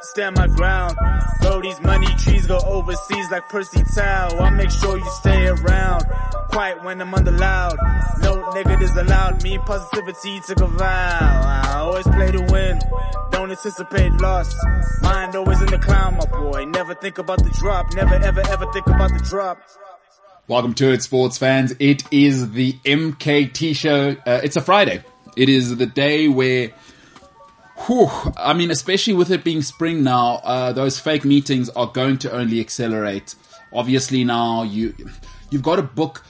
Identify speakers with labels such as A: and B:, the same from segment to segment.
A: Stand my ground. Throw these money trees, go overseas like Percy Tao. I make sure you stay around. Quiet when I'm under loud. No negatives allowed. Me and positivity took a vow. I always play to win. Don't anticipate loss. Mind always in the clown, my boy. Never think about the drop. Never ever ever think about the drop.
B: Welcome to it, sports fans. It is the MKT show. Uh, it's a Friday. It is the day where, whew, I mean, especially with it being spring now, uh, those fake meetings are going to only accelerate. Obviously, now you you've got to book.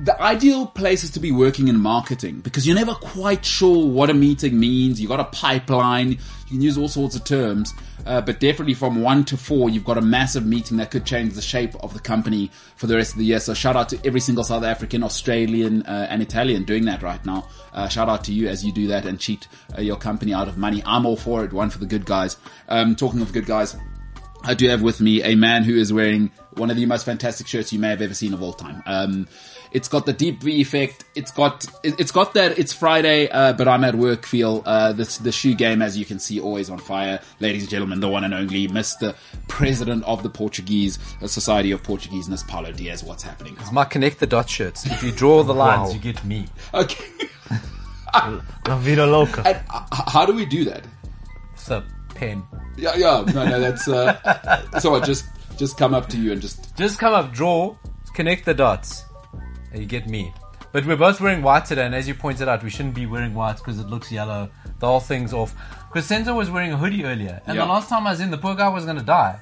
B: The ideal place is to be working in marketing because you're never quite sure what a meeting means. You've got a pipeline. You can use all sorts of terms, uh, but definitely from one to four, you've got a massive meeting that could change the shape of the company for the rest of the year. So shout out to every single South African, Australian, uh, and Italian doing that right now. Uh, shout out to you as you do that and cheat uh, your company out of money. I'm all for it. One for the good guys. Um, talking of good guys. I do have with me a man who is wearing one of the most fantastic shirts you may have ever seen of all time. Um, it's got the deep V effect. It's got it, it's got that it's Friday, uh, but I'm at work feel. Uh, this the shoe game, as you can see, always on fire, ladies and gentlemen. The one and only Mr. President of the Portuguese uh, Society of Portugueseness, Paulo Diaz. What's happening?
C: My connect the dot shirts. If you draw the lines,
D: Wow.
C: you get me.
B: Okay,
D: La vida loca.
B: and, uh, h- how do we do that?
C: So pen.
B: Yeah, yeah, no, no, that's uh, so. I just just come up to you and just
C: Just come up, draw, connect the dots, and you get me. But we're both wearing white today, and as you pointed out, we shouldn't be wearing whites because it looks yellow. The whole thing's off. Crescenzo was wearing a hoodie earlier, and
B: Yeah.
C: the last time I was in, the poor guy was going to die.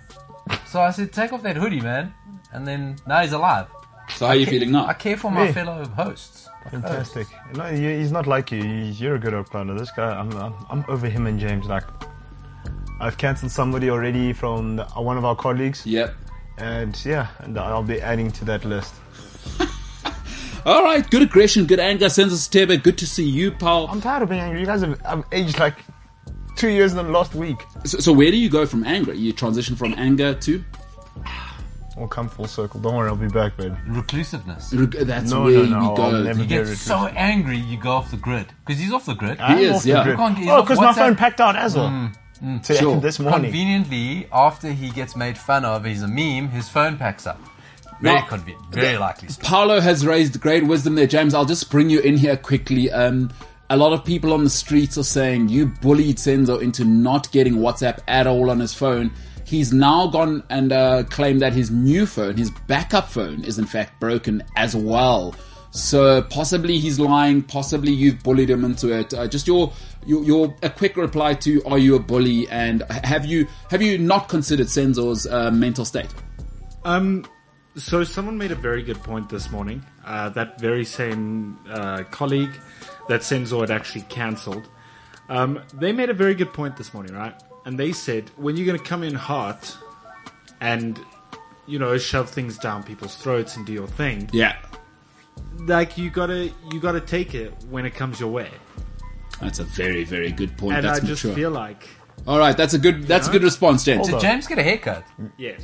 C: So I said, take off that hoodie, man. And then now he's alive.
B: so. How are you feeling now?
C: I care for my
D: Yeah.
C: fellow hosts.
D: Fantastic. Uh, No, you- he's not like you. He's- You're a good Oklahoma. This guy, I'm, I'm, I'm over him and James. Like, I've cancelled somebody already from the, uh, one of our colleagues,
B: Yep.
D: and yeah, and I'll be adding to that list.
B: All right, good aggression, good anger, senses Tebe. Good to see you, Paul.
D: I'm tired of being angry. You guys have I've aged like two years in the last week.
B: So, so where do you go from anger? You transition from anger to
D: We'll come full circle. Don't worry, I'll be back, babe.
C: Reclusiveness.
B: reg- that's
D: No,
B: where
D: no, no,
B: we
D: I'll
B: go.
D: never
C: You get
D: Very true.
C: so angry, you go off the grid. Because he's off the grid.
D: I'm
B: is,
D: off the
B: yeah.
D: grid.
C: You can't get
D: Oh,
C: off
D: because my
C: WhatsApp. Mm,
D: phone packed out as well. So yeah,
B: Sure.
D: this morning.
C: Conveniently, after he gets made fun of, he's a meme, his phone packs up. Very
B: Now-
C: convenient. Very likely. story.
B: Paolo has raised great wisdom there, James. I'll just bring you in here quickly. Um, a lot of people on the streets are saying you bullied Senzo into not getting WhatsApp at all on his phone. He's now gone and uh, claimed that his new phone, his backup phone, is in fact broken as well. So possibly he's lying. Possibly you've bullied him into it. Uh, just your, your your a quick reply to are you a bully and have you have you not considered Senzo's uh, mental state?
E: Um, so someone made a very good point this morning. Uh, that very same uh, colleague that Senzo had actually cancelled. Um, they made a very good point this morning, right? And they said, when you're going to come in hot and you know shove things down people's throats and do your thing,
B: Yeah,
E: like you gotta you gotta take it when it comes your way.
B: that's a very very good point.
E: And
B: that's
E: I just
B: mature.
E: feel like
B: All right, that's a good that's a good response, James.
C: Did James get a haircut?
E: yes,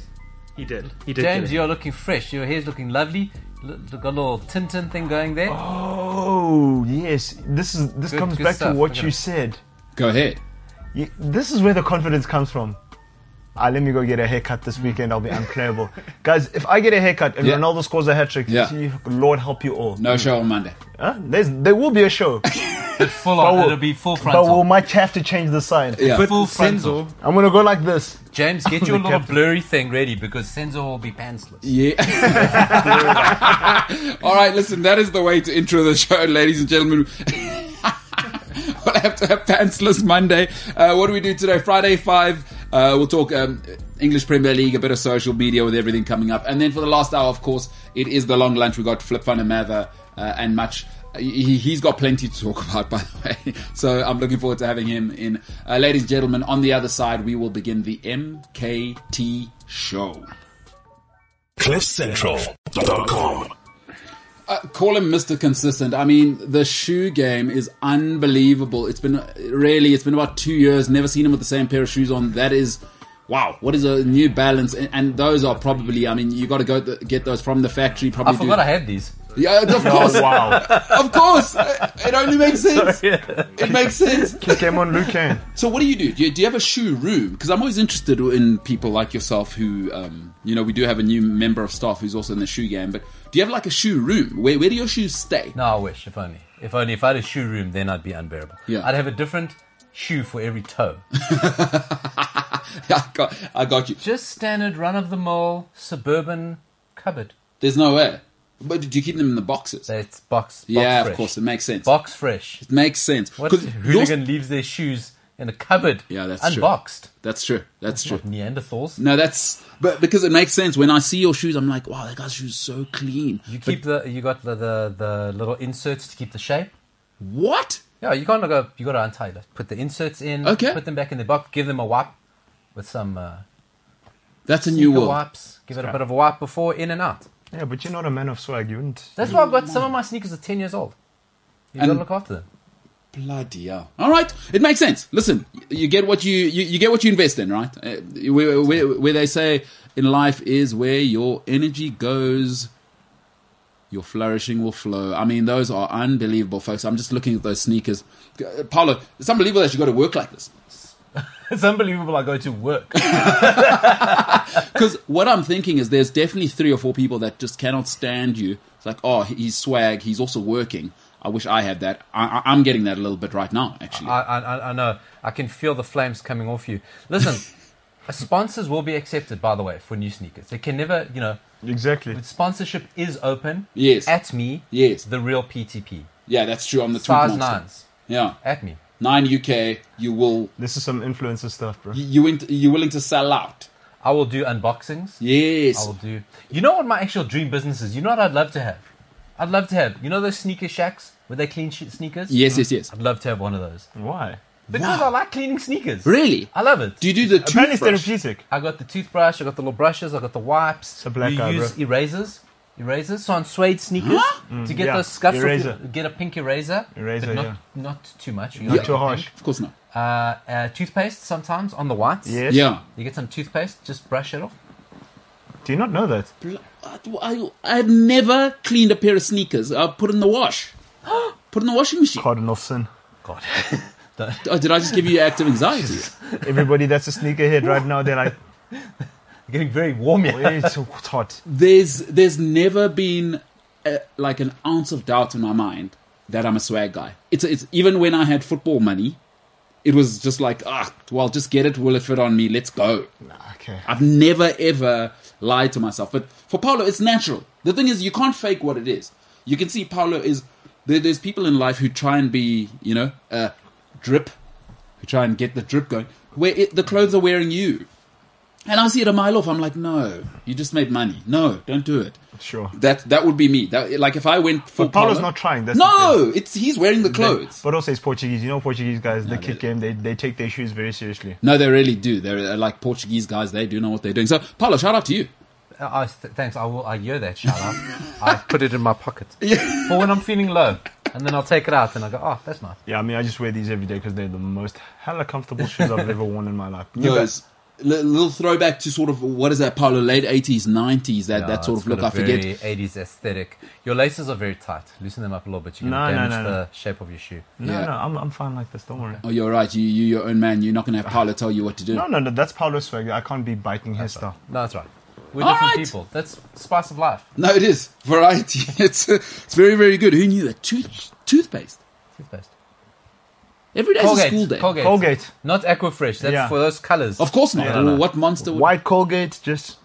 E: he did. He did.
C: James,
E: get it.
C: you're looking fresh. Your hair's looking lovely. Look, got a little Tintin thing going there.
D: Oh yes, this is this
C: Good-
D: comes
C: good
D: back
C: stuff.
D: to
C: Look
D: what
C: at
D: you
C: it.
D: said.
B: Go ahead.
D: You, this is where the confidence comes from. Ah, let me go get a haircut this weekend. I'll be unplayable, guys. If I get a haircut and
B: Yeah.
D: Ronaldo scores a hat trick,
B: Yeah.
D: see, Lord help you all.
B: No show on Monday.
D: Huh? There's, there will be a show,
C: full
D: but
C: on.
D: we'll-
C: It'll be full
D: but we
C: frontal.
D: might have to change the sign.
B: Yeah.
E: but
C: full frontal.
E: Senzo,
D: I'm gonna go like this.
C: James, get your
D: The
C: little
D: captain.
C: blurry thing ready because Senzo will be pantsless.
B: Yeah. All right, listen, that is the way to intro the show, ladies and gentlemen. we'll have to have pantsless Monday. Uh, what do we do today? Friday five. Uh, we'll talk um, English Premier League, a bit of social media with everything coming up, and then for the last hour, of course, it is the long lunch. We got Flip Fun and Mather uh, and much. He, he's got plenty to talk about, by the way. So I'm looking forward to having him in. Uh, ladies and gentlemen, on the other side, we will begin the MKT show.
F: CliffCentral.com.
B: Uh, call him Mr. Consistent. I mean, the shoe game is unbelievable. It's been really, it's been about two years. Never seen him with the same pair of shoes on. That is wow, what is a New Balance? And, and those are probably, I mean, you got to go th- get those from the factory. Probably
C: I forgot I had Oh, these.
B: do, yeah, of course,
D: wow.
B: of course, Uh, it only makes sense. It makes sense.
D: Kemon Lucan.
B: So what do you do? Do you, do you have a shoe room? Because I'm always interested in people like yourself who, um, you know, we do have a new member of staff who's also in the shoe game. But do you have like a shoe room? Where where do your shoes stay?
C: No, I wish, if only. If only, if I had a shoe room, then I'd be unbearable.
B: Yeah.
C: I'd have a different shoe for every toe.
B: I got, I got you.
C: Just standard run of the mill suburban cupboard.
B: There's no way. But do you keep them in the boxes?
C: That's box, box
B: yeah,
C: fresh.
B: of course, it makes sense.
C: Box fresh.
B: It makes sense.
C: What
B: 'Cause yours-
C: hooligan leaves their shoes in a cupboard?
B: Yeah, that's true.
C: Unboxed.
B: That's true. That's true.
C: Neanderthals.
B: No, that's but because it makes sense. When I see your shoes, I'm like, wow, that guy's shoes so clean.
C: You keep the you got the, the the little inserts to keep the shape.
B: What?
C: Yeah, you can't go. You got to untie that. Put the inserts in.
B: Okay.
C: Put them back in the box. Give them a wipe with some uh,
B: That's a new
C: sneaker
B: world.
C: wipes. Give it a bit of a wipe before in and out.
D: Yeah, but you're not a man of swag. You wouldn't.
C: That's why I've got some of my sneakers are ten years old. You got to
B: And-
C: look after them.
B: Bloody hell! All right, it makes sense. Listen, you get what you you, you get what you invest in, right? Uh, where, where, where they say in life is where your energy goes, your flourishing will flow. I mean, those are unbelievable, folks. I'm just looking at those sneakers, Uh, Paulo. It's unbelievable that you got to work like this.
C: It's unbelievable. I go to work.
B: Because what I'm thinking is there's definitely three or four people that just cannot stand you. It's like, oh, he's swag. He's also working. I wish I had that. I, I, I'm getting that a little bit right now, actually.
C: I, I, I- I know. I can feel the flames coming off you. Listen, uh, sponsors will be accepted, by the way, for new sneakers. They can never, you know,
D: Exactly.
C: sponsorship is open.
B: Yes.
C: At me.
B: Yes.
C: The real PTP.
B: yeah, that's true. I'm the
C: Size
B: tweet monster.
C: nines.
B: Yeah,
C: At me.
B: nine UK. You will
D: This is some influencer stuff, bro.
B: you in, you willing to sell out?
C: I will do unboxings. I
B: Yes.
C: will do. You know what my actual dream business is? You know what I'd love to have? I'd love to have. You know those sneaker shacks where they clean sh- sneakers?
B: Yes, yes, yes.
C: I'd love to have one of those.
D: Why?
C: Because I like cleaning sneakers.
B: Really?
C: I love it.
B: Do you do the
D: Apparently it's
B: toothbrush?
D: therapeutic.
C: I got the toothbrush, I got the little brushes, I got the wipes.
D: a black
C: you
D: guy,
C: use
D: bro.
C: erasers. Erasers. So on suede sneakers to get
D: Mm, yeah.
C: those scuffs, off,
D: Eraser.
C: you get a pink eraser. but
D: Eraser,
C: not,
D: yeah.
C: not too much. You
D: Not
C: gotta
D: too
C: get the
D: harsh.
C: pink.
B: Of course not.
C: Uh, uh, toothpaste sometimes on the whites.
D: Yes.
B: Yeah.
C: You get some toothpaste, just brush it off.
D: Do you not know that?
B: Bl- I, I have never cleaned a pair of sneakers. I put in the wash. Put in the washing machine.
D: Cardinal sin.
C: God.
B: Oh, did I just give you active anxiety?
D: Everybody that's a sneakerhead right now, they're like,
C: Getting very warm here.
D: it's, it's hot.
B: there's there's never been uh like an ounce of doubt in my mind that I'm a swag guy. It's it's even when I had football money, it was just like ah, well, just get it. Will it fit on me? Let's go.
D: Okay.
B: I've never ever lied to myself. But for Paulo, it's natural. The thing is, you can't fake what it is. You can see Paulo is there, there's people in life who try and be you know uh, drip, who try and get the drip going. Where it, the clothes are wearing you. And I see it a mile off. I'm like, no, you just made money. No, don't do it.
D: Sure.
B: That that would be me. That like if I went for
D: But Paulo's
B: Paulo-
D: not trying, that's the
B: no, it's he's wearing the clothes.
D: But also, it's Portuguese. You know, Portuguese guys, the kick
B: they-
D: game, they, they take their shoes very seriously.
B: no, they really do. They're uh, like Portuguese guys. They do know what they're doing. So Paulo, shout out to you.
C: Uh, I, th- thanks. I will. I hear that shout out. I put it in my pocket for when I'm feeling low, and then I'll take it out and I go, oh, that's nice.
D: Yeah, I mean, I just wear these every day because they're the most hella comfortable shoes I've ever worn in my life. You guys-
B: Yes. Li- Little throwback to sort of what is that, Paulo? Late eighties, nineties. That
C: Uh,
B: that sort
C: it's
B: of look. I
C: got a
B: forget.
C: Very 80s aesthetic. Your laces are very tight. Loosen them up a little bit. You're
D: No,
C: gonna
D: no,
C: damage
D: no,
C: the
D: no.
C: shape of your shoe.
D: No,
B: yeah.
D: no, I'm, I'm fine like this. Don't worry.
B: Oh, you're right. You you your own man. You're not gonna have Paulo tell you what to do.
D: No, no, no. That's Paulo's swag. I can't be biting his stuff.
C: No, that's right. We're
B: All
C: different
B: right.
C: people. That's spice of life.
B: No, it is variety. it's uh, it's very very good. Who knew that? Tooth toothpaste.
C: Toothpaste.
B: Every day's a
C: Colgate.
B: school day.
C: Colgate.
D: Colgate.
C: Not Aquafresh. That's
D: Yeah.
C: for those colors.
B: Of course not.
D: Yeah, no, no.
B: What monster? Would,
D: White Colgate, just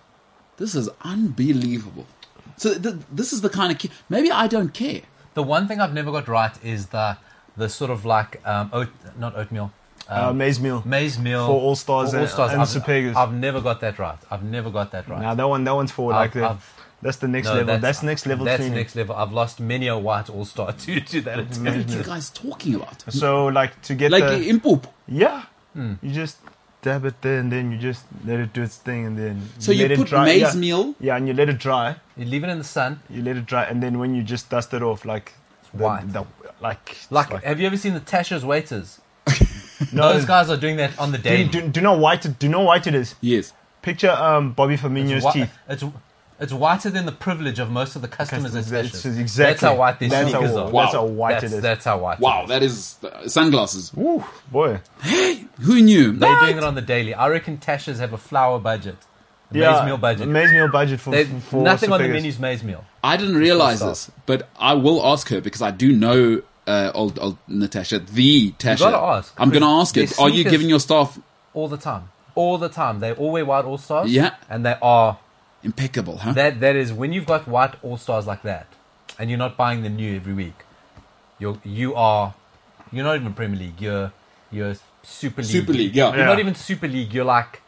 B: this is unbelievable. So th- this is the kind of ki- maybe I don't care.
C: The one thing I've never got right is the the sort of like um, oat, not oatmeal,
D: uh, maize meal.
C: maize meal
D: For All Stars
C: for
D: and- and
C: I've-
D: Supergas.
C: I've never got that right. I've never got that right.
D: Now that one, that one's for like
C: I've-
D: the,
C: I've-
D: that's the next
C: No,
D: level. That's, next level
C: That's
D: cleaning.
C: next level. I've lost many a white all star due to that
B: What
C: attempt.
B: are you guys talking about?
D: So like Hmm. to get
B: Like
D: the
B: in poop.
D: yeah, you just dab it there and then you just let it do its thing and then
B: So you
D: let it
B: put
D: dry.
B: maize
D: yeah.
B: meal.
D: Yeah, and you let it dry.
C: You leave it in the sun.
D: You let it dry, and then when you just dust it off, like the,
C: white.
D: the- like
C: Like,
D: like
C: have you ever seen the Tasha's waiters?
D: No.
C: Those guys are doing that on the
D: Do,
C: day.
D: do, do you know white? Do you know white it is?
B: Yes.
D: Picture um, Bobby
C: it's,
D: Firmino's
C: whi-
D: teeth.
C: it's it's whiter than the privilege of most of the customers at
D: That's-
C: Skechers.
D: that's exactly.
C: That's how white their
D: That's
C: sneakers
D: how,
C: are.
D: That's
B: Wow.
D: how white
C: that's,
D: it is.
C: that's how white.
B: Wow, that is uh, sunglasses.
D: Woo, boy.
B: Who knew?
C: They're doing it on the daily. I reckon Tasha's have a flour budget, a maize meal budget.
D: Maize meal budget for,
C: They-
D: for
C: nothing on the
D: Supergas.
C: menu's maize meal.
B: I didn't realize
C: stuff.
B: this, but I will ask her because I do know uh, old, old Natasha, the Tasha.
C: gotta ask.
B: I'm going to ask
C: Their
B: it. Are you
C: sneakers-
B: giving your staff
C: all the time, all the time. They all wear white all stars.
B: Yeah.
C: and they are
B: impeccable, huh?
C: that. That is when you've got white all stars like that, and you're not buying them new every week. You're you are, you're not even Premier League. You're you're Super League.
B: Super League, yeah.
C: You're not
D: Yeah.
C: even Super League. You're like,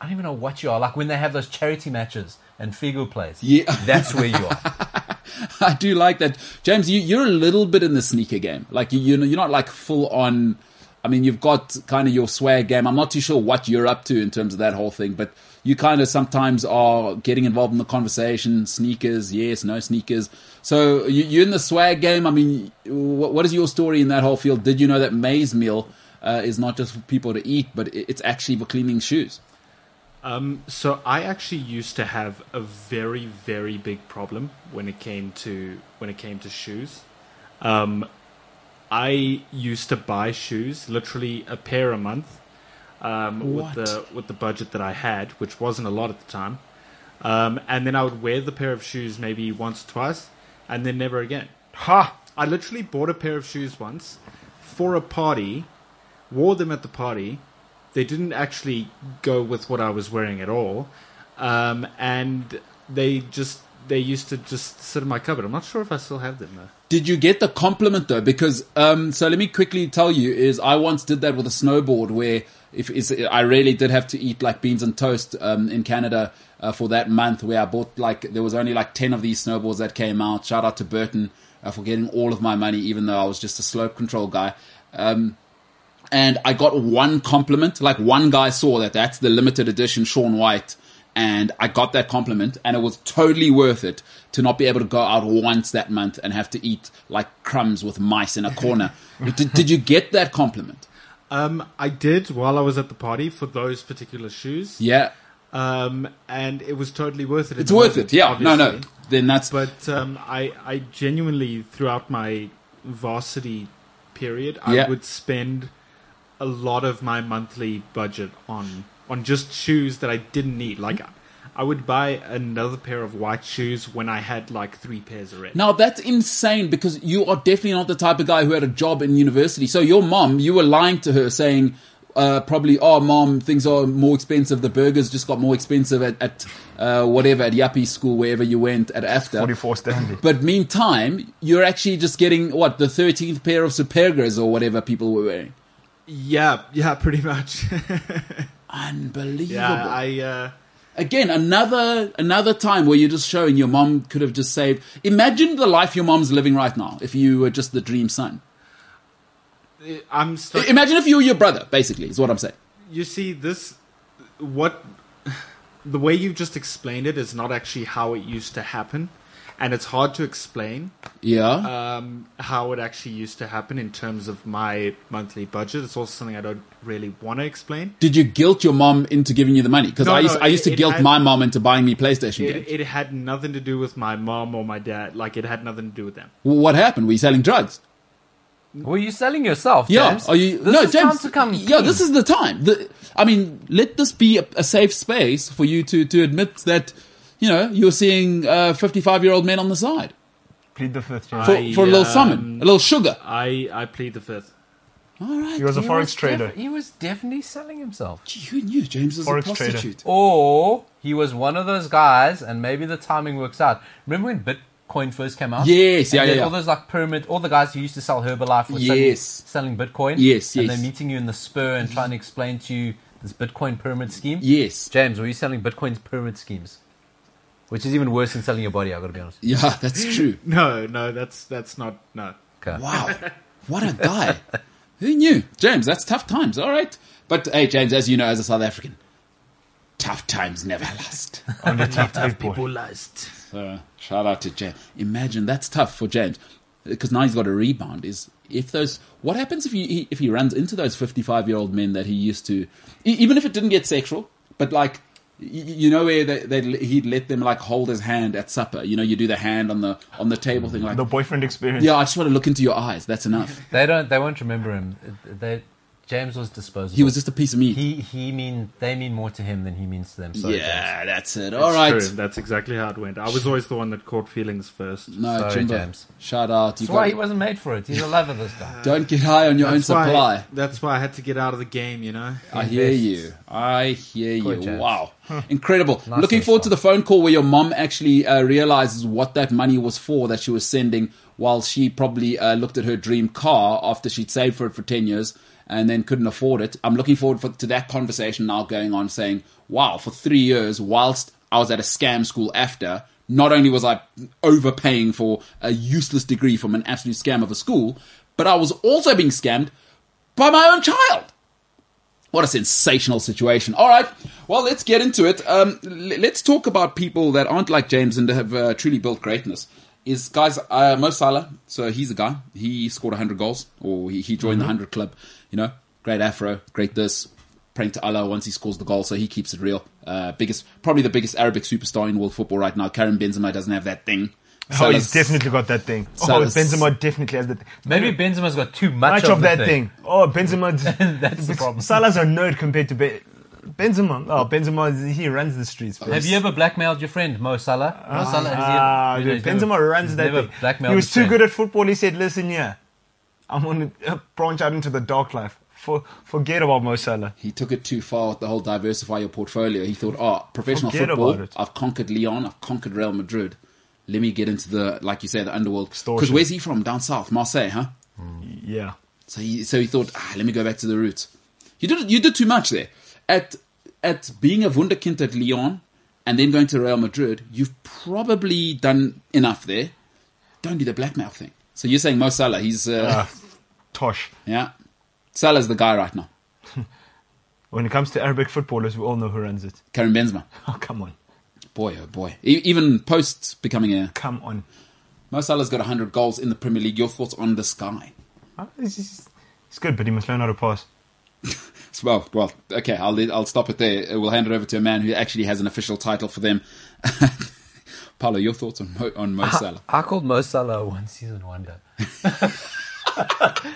C: I don't even know what you are. Like when they have those charity matches and Figo plays.
B: Yeah.
C: that's where you are.
B: I do like that. James, you, you're a little bit in the sneaker game. Like, you, you're not like full on. I mean, you've got kind of your swag game. I'm not too sure what you're up to in terms of that whole thing, but you kind of sometimes are getting involved in the conversation. Sneakers, yes, no sneakers. So you, you're in the swag game. I mean, what, what is your story in that whole field? Did you know that maize meal uh, is not just for people to eat, but it, it's actually for cleaning shoes?
E: Um, so I actually used to have a very very big problem when it came to when it came to shoes. Um, I used to buy shoes, literally a pair a month, um, with
B: What?
E: the with the budget that I had, which wasn't a lot at the time. Um, and then I would wear the pair of shoes maybe once or twice, and then never again.
D: Ha!
E: I literally bought a pair of shoes once for a party, wore them at the party. They didn't actually go with what I was wearing at all, um, and they just they used to just sit in my cupboard. I'm not sure if I still have them though.
B: Did you get the compliment though? Because um, so let me quickly tell you is I once did that with a snowboard where if is I really did have to eat like beans and toast um, in Canada uh, for that month where I bought like there was only like ten of these snowboards that came out. Shout out to Burton uh, for getting all of my money, even though I was just a slope control guy. Um, and I got one compliment. Like one guy saw that that's the limited edition Sean White, and I got that compliment, and it was totally worth it to not be able to go out once that month and have to eat like crumbs with mice in a corner. did, did you get that compliment?
E: Um, I did while I was at the party for those particular shoes,
B: Yeah,
E: um, and it was totally worth it. in
B: it's
E: the
B: worth
E: moment,
B: it. Yeah, no, no.
E: obviously.
B: Then that's
E: But um, I, I genuinely, throughout my varsity period, I
B: Yeah.
E: would spend a lot of my monthly budget on on just shoes that I didn't need. Like, I would buy another pair of white shoes when I had like three pairs of red.
B: Now that's insane because you are definitely not the type of guy who had a job in university. So your mom, you were lying to her saying, uh, probably, oh mom, things are more expensive. The burgers just got more expensive at, at uh, whatever, at Yuppie school, wherever you went at after.
D: 44 Stanley.
B: But meantime, you're actually just getting what, the 13th pair of Supergas or whatever people were wearing.
E: Yeah, yeah, pretty much.
B: Unbelievable.
E: yeah, I. Uh,
B: Again, another another time where you're just showing your mom could have just saved. Imagine the life your mom's living right now if you were just the dream son.
E: I'm stuck.
B: Imagine if you were your brother, basically, is what I'm saying.
E: you see this what the way you've just explained it is not actually how it used to happen and it's hard to explain
B: Yeah.
E: um, how it actually used to happen in terms of my monthly budget it's also something i don't really want to explain
B: Did you guilt your mom into giving you the money? Because
E: No,
B: I used I
E: no,
B: used to
E: it- it
B: guilt
E: had-
B: my mom into buying me PlayStation games.
E: it, it had nothing to do with my mom or my dad like it had nothing to do with them
B: Well, what happened? Were you selling drugs?
C: Were you selling yourself?
B: Yeah.
C: James?
B: Are you
C: This
B: no
C: is
B: James?
C: time to come
B: yeah,
C: clean.
B: this is the time. The, I mean, let this be a, a safe space for you to to admit that you know you're seeing fifty five year old men on the side
D: Plead the fifth, James.
B: for,
E: I,
B: for a little
E: um,
B: summon, a little sugar.
E: i i plead the fifth
B: All right.
D: He was a
C: He
D: forex
C: was
D: trader.
C: def- he was definitely selling himself.
B: Who knew James was a
D: Forex trader.
B: prostitute?
C: Or he was one of those guys, and maybe the timing works out. Remember when Bitcoin first came out?
B: Yes, yeah,
C: And
B: yeah,
C: then
B: yeah.
C: All those like pyramid, all the guys who used to sell Herbalife were
B: Yes.
C: selling, selling Bitcoin.
B: Yes,
C: And
B: yes.
C: they're meeting you in the spur and trying to explain to you this Bitcoin pyramid scheme.
B: Yes.
C: James, were you selling Bitcoin's pyramid schemes? Which is even worse than selling your body. I gotta be honest.
B: Yeah, that's true.
E: no no that's that's not no
C: Okay.
B: Wow. What a guy. Who knew? James, that's tough times. All right. But hey, James, as you know, as a South African, tough times never last.
D: Only tough people.
E: last
B: So shout out to James. Imagine that's tough for James. because now he's got a rebound. Is if those what happens if he if he runs into those fifty five year old men that he used to, e- even if it didn't get sexual, but like y- you know where they, they he'd let them like hold his hand at supper. You know, you do the hand on the on the table thing like.
D: The boyfriend experience.
B: yeah, I just want to look into your eyes. That's enough.
C: They don't. They won't remember him. They, James was disposable.
B: He was just a piece of meat.
C: He he mean they mean more to him than he means to them. So
B: yeah, that's it.
E: It's
B: All right.
E: true. That's exactly how it went. I was always the one that caught feelings first.
B: No,
C: Sorry,
B: Jimbo.
C: James.
B: Shout out. You
C: That's why he
B: got-
C: wasn't made for it. He's a lover. This guy.
B: don't get high on your own
E: That's why-
B: supply. Uh.
E: that's why I had to get out of the game, you know?
B: I hear you. I hear you.
C: Good jabs.
B: Wow. Incredible. Looking
C: nice
B: forward to the phone call where your mom actually uh, realizes what that money was for that she was sending while she probably uh, looked at her dream car after she'd saved for it for 10 years and then couldn't afford it. I'm looking forward for, to that conversation now going on saying, wow, for three years, whilst I was at a scam school after, not only was I overpaying for a useless degree from an absolute scam of a school, but I was also being scammed by my own child. What a sensational situation. All right. Well, let's get into it. Um, l- let's talk about people that aren't like James and have uh, truly built greatness. Is guys, uh, Mo Salah. So he's a guy. He scored 100 goals or he, he joined
D: Mm-hmm.
B: the 100 club. You know, great afro, great this. Praying to Allah once he scores the goal, so he keeps it real. Uh, biggest, probably the biggest Arabic superstar in world football right now. Karim Benzema doesn't have that thing.
D: Oh, he's
B: Salah's-
D: definitely got that thing. Oh,
B: Salah's-
D: Benzema definitely has that thing.
C: Maybe Benzema's got too much,
D: much of that thing. Oh, Benzema.
C: That's the problem.
D: Salah's a nerd compared to Be- Benzema. Oh, Benzema, he runs the streets.
C: Have you ever blackmailed your friend Mo Salah? Mo Salah has
D: Ah,
C: he-
D: dude,
C: you know, he's
D: Benzema
C: never-
D: runs
C: he's
D: that
C: never
D: thing.
C: blackmailed
D: He was
C: his
D: too
C: friend.
D: good at football. He said, "Listen, yeah, I'm gonna uh, branch out into the dark life. For, forget about Mo Salah.
B: he took it too far with the whole diversify your portfolio. He thought, oh, professional
D: Forget
B: football,
D: about it.
B: I've conquered Leon, I've conquered Real Madrid. Let me get into the, like you say, the underworld. Because
D: Extortion.
B: where's he from? Down south, Marseille, huh?
D: Yeah,
B: So he, so he thought, ah, let me go back to the roots. You did, you did too much there. At, at being a wunderkind at Lyon and then going to Real Madrid, you've probably done enough there. Don't do the blackmail thing. So you're saying Mo Salah, he's, uh,
D: Ah, Tosh.
B: yeah. Salah's the guy right now.
D: When it comes to Arabic footballers, we all know who runs it.
B: Karim Benzema.
D: Oh, come on,
B: Boy, oh boy. E- even post becoming a
D: come on.
B: Mo Salah's got 100 goals in the Premier League. Your thoughts on this guy?
D: Ah, It's, just- it's good, but he must learn how to pass.
B: So, Well, well, okay, I'll leave- I'll stop it there. Uh, We'll hand it over to a man who actually has an official title for them. Paolo, your thoughts on Mo, on Mo Salah?
C: I called Mo Salah a one season wonder.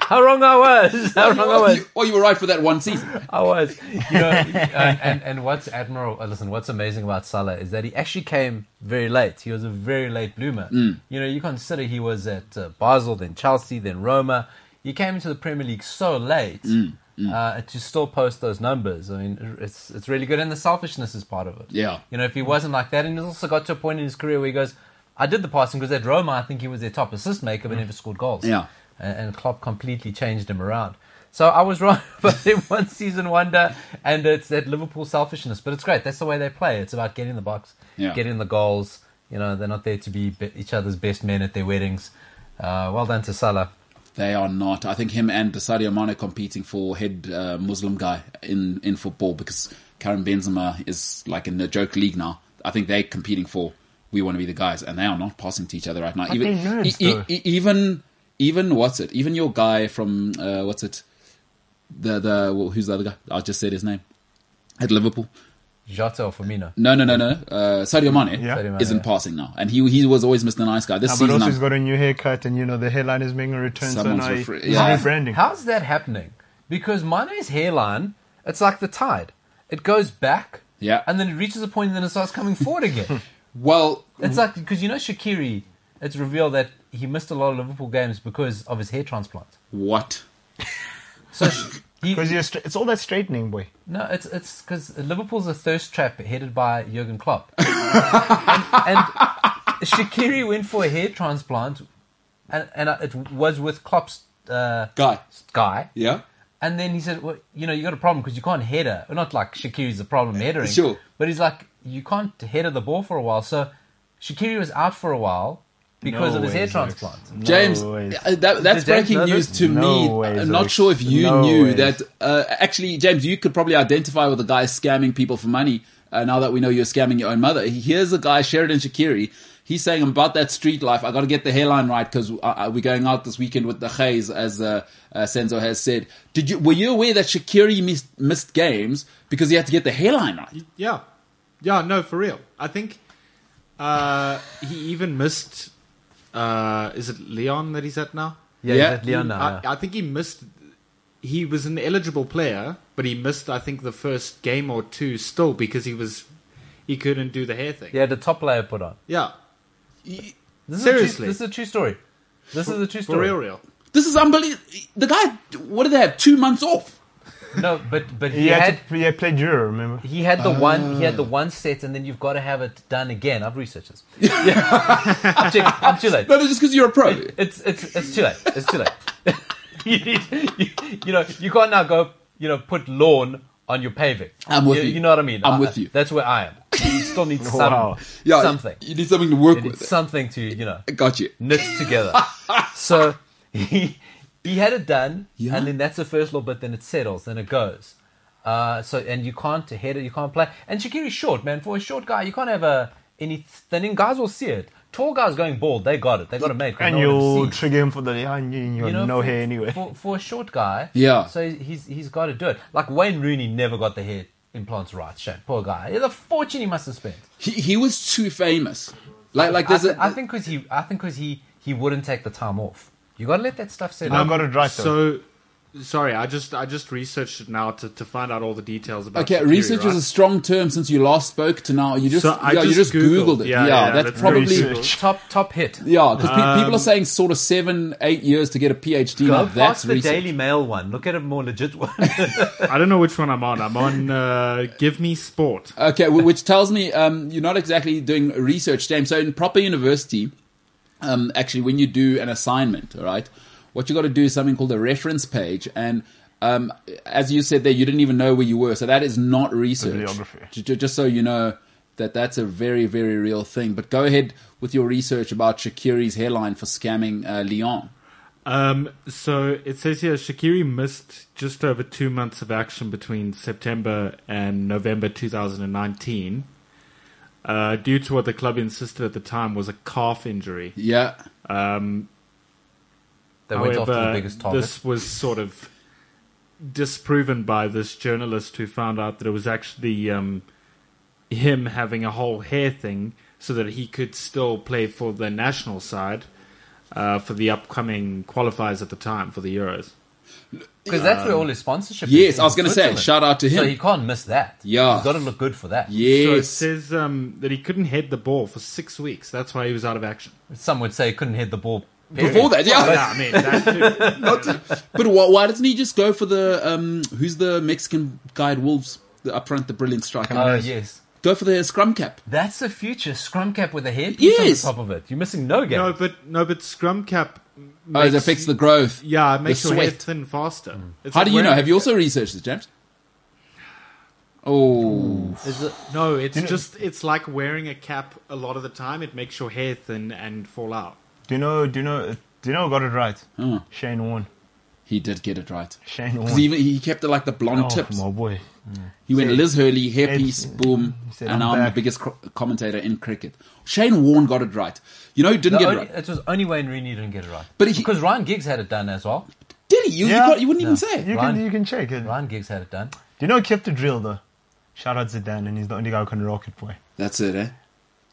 C: How wrong I was! How wrong I was!
B: Oh, you, well, you were right for that one season.
C: I was. You know, and, and, and what's admirable, uh, listen, what's amazing about Salah is that he actually came very late. He was a very late bloomer.
B: Mm.
C: You know, you consider he was at uh, Basel, then Chelsea, then Roma. He came into the Premier League so late
B: Mm,
C: Uh, to still post those numbers. I mean, it's, it's really good. And the selfishness is part of it.
B: Yeah.
C: You know, if he wasn't like that, and he's also got to a point in his career where he goes, I did the passing because at Roma, I think he was their top assist maker, but never scored goals
B: Mm. Yeah.
C: and, and Klopp completely changed him around. So I was wrong about their one season wonder, and it's that Liverpool selfishness. But it's great. That's the way they play. It's about getting the box,
B: Yeah.
C: getting the goals. You know, they're not there to be be- each other's best men at their weddings. Uh, well done to Salah.
B: They are not. I think him and Sadio Mane competing for head uh, Muslim guy in, in football because Karim Benzema is like in the joke league now. I think they're competing for we want to be the guys, and they are not passing to each other right now. even e,
D: they're nerds, though.
B: even even what's it? Even your guy from uh, what's it? The the well, who's the other guy? I just said his name at Liverpool.
C: Jota or Firmino.
B: No no no no. Uh, Sadio Mane
D: Yeah. Sadio
C: Mane,
B: isn't
C: yeah.
B: passing now, and he he was always Mr. Nice Guy. This
D: Ah, but
B: season,
D: also,
B: I'm-
D: he's got a new haircut, and you know the hairline is making a return. So
B: Someone's
D: now he-
B: refre-
D: he's
B: yeah.
D: rebranding.
C: How's that happening? Because Mane's hairline, it's like the tide. It goes back,
B: Yeah.
C: and then it reaches a point, and then it starts coming forward again.
B: well,
C: It's like because you know Shakiri. It's revealed that he missed a lot of Liverpool games because of his hair transplant.
B: what?
C: So sh- he,
D: Because you're stra- it's all that straightening, boy.
C: no, it's it's because Liverpool's a thirst trap headed by Jurgen Klopp, and, and Shakiri went for a hair transplant, and and it was with Klopp's uh,
B: Guy,
C: guy.
B: yeah.
C: And then he said, well, you know, you got a problem because you can't header. Well, not like Shakiri's the problem headering.
B: Sure.
C: But he's like, you can't header the ball for a while. So Shakiri was out for a while because
D: No
C: of his hair
D: ways, Alex.
C: transplant.
D: No
B: James,
D: ways.
B: uh, that, that's
C: Did James
B: breaking
C: know
B: news
C: this?
B: to
D: No
B: me.
D: way,
B: I'm not
D: Zoe.
B: sure if you
D: No
B: knew
D: way.
B: that. Uh, actually, James, you could probably identify with the guy scamming people for money. uh, now that we know you're scamming your own mother. Here's a guy, Sheridan Shakiri. He's saying, I'm about that street life. I got to get the hairline right because we're going out this weekend with the Hayes, as uh, uh, Senzo has said. Did you Were you aware that Shakiri missed, missed games because he had to get the hairline right?
E: Yeah. Yeah, no, for real. I think uh, he even missed. Uh, is it Leon that he's at now?
C: Yeah,
B: Yeah.
C: yeah. Leon now, yeah.
E: I, I think he missed. He was an eligible player, but he missed. I think the first game or two still because he was he couldn't do the hair thing.
C: He had a top layer put on.
E: yeah.
C: This Is a true,
E: Seriously.
C: this is a true story. This is a true
E: for
C: story.
E: real, real.
B: This is unbelievable. The guy, what did they have? Two months off.
C: No, but but he,
D: He had,
C: had
D: to, he had played Euro, remember?
C: he had the one he had
B: Ah.
C: the one set, and then you've got to have it done again. I've researched this. Yeah. I'm, too, I'm too late.
B: No, no, just because you're a pro.
C: It's it's it's too late. It's too late. you, need- you, you know you can't now go you know put lawn on your paving.
B: I'm with you.
C: You know what I mean.
B: I'm
C: I-
B: with you.
C: That's where I am. You still need some,
D: Wow.
B: Yeah,
C: something.
B: You need something to work
C: You need
B: with.
C: something to you know
B: Got you.
C: knits together. so he he had it done,
B: Yeah.
C: and then that's the first little bit. Then it settles, then it goes. Uh, so and you can't head it, you can't play. And Shakiri's short, man. For a short guy, you can't have a any thinning. Guys will see it. Tall guys going bald, they got it. They got it made. 'cause
D: And
C: no one
D: you'll
C: sees.
D: trigger him for the yeah, and you, you
C: You know,
D: no
C: for,
D: hair anyway.
C: For, for a short guy,
B: Yeah.
C: So he's he's got to do it. Like Wayne Rooney never got the hair implants right. Shit, poor guy. The fortune he must have spent.
B: He, he was too famous. Like, like
C: I,
B: there's
C: th-
B: a.
C: I think because he, I think 'cause he, he wouldn't take the time off. You gotta let that stuff settle.
D: I got it right though.
E: Um, So sorry, I just I just researched it now to, to find out all the details about.
B: Okay,
E: Shaqiri,
B: research is
E: right?
B: a strong term since you last spoke to now. You just,
E: So I
B: yeah, you just
E: just
B: googled,
E: Googled.
B: it. Yeah,
E: Yeah, yeah,
B: that's
E: that's Um,
B: probably
E: very
D: true.
C: top top hit.
B: yeah. Because people are saying sort of seven, eight years to get a PhD.
C: Go
B: Now that's
C: past the
B: research.
C: Daily Mail one. Look at a more legit one.
E: I don't know which one I'm on. I'm on uh, Give Me Sport.
B: Okay, wh- which tells me um, you're not exactly doing research, James. So in proper university, um, actually, when you do an assignment, all right, what you got to do is something called a reference page. And um, as you said there, you didn't even know where you were, so that is not research.
D: Bibliography.
B: J- j- Just so you know that that's a very, very real thing. But go ahead with your research about Shakiri's hairline for scamming uh, Leon.
E: Um, so it says here Shakiri missed just over two months of action between September and November 2019 uh, due to what the club insisted at the time was a calf injury.
B: Yeah,
C: they went after the
E: However,
C: biggest target.
E: This was sort of disproven by this journalist who found out that it was actually um, him having a whole hair thing so that he could still play for the national side uh, for the upcoming qualifiers at the time for the Euros.
C: Because that's where all his sponsorship.
B: Um, yes,
C: is,
B: I was
C: in
B: gonna say,
C: Switzerland.
B: shout out to
C: So
B: him.
C: you can't miss that.
B: Yeah.
C: you've got to look good for that.
E: So it
B: yes,
E: says um, that he couldn't head the ball for six weeks. That's why he was out of action.
C: Some would say he couldn't hit the ball. period.
B: before that, yeah.
E: Yeah, I mean, that too.
B: But why, why doesn't he just go for the um? Who's the Mexican guy at Wolves? The up front, the brilliant striker.
C: Oh yes,
B: Go for the scrum cap.
C: that's the future. Scrum cap with a hairpiece
B: Yes.
C: on the top of it. You're missing no game.
E: no, but no, but scrum cap.
B: Oh, it
E: makes-
B: affects the growth.
E: Yeah, it makes
B: the
E: your hair
B: sweat. Hmm.
E: thin faster. It's
B: How
E: like
B: do you know?
E: wearing-
B: Have you also researched this, James? Oh,
C: Is it-
E: No, it's just it's like wearing a cap a lot of the time. It makes your hair thin and fall out.
D: Do you know? Do you know? Do you know? who Got it right. Shane Warne.
B: he did get it right.
D: Shane
B: Because
D: Warne.
B: even he kept it like the blonde
D: oh,
B: tips.
D: my boy.
B: He went Liz Hurley, hairpiece,
D: It's-
B: boom,
D: said,
B: and
D: "I'm
B: now I'm the
D: back."
B: biggest cro- commentator in cricket. Shane Warne got it right. You know who didn't
C: the
B: get
C: only-
B: it right?
C: It was only Wayne Rooney didn't get it right.
B: But he-
C: because Ryan Giggs had it done as well.
B: Did he? You, you,
D: Yeah.
B: got, you wouldn't even say.
D: You
B: it.
D: can
C: Ryan-
D: you can check it. Do
C: Ryan Giggs had it done.
D: you know? who Kept the drill though. Shout out Zidane, and he's the only guy who can rock it, boy.
B: That's it, eh?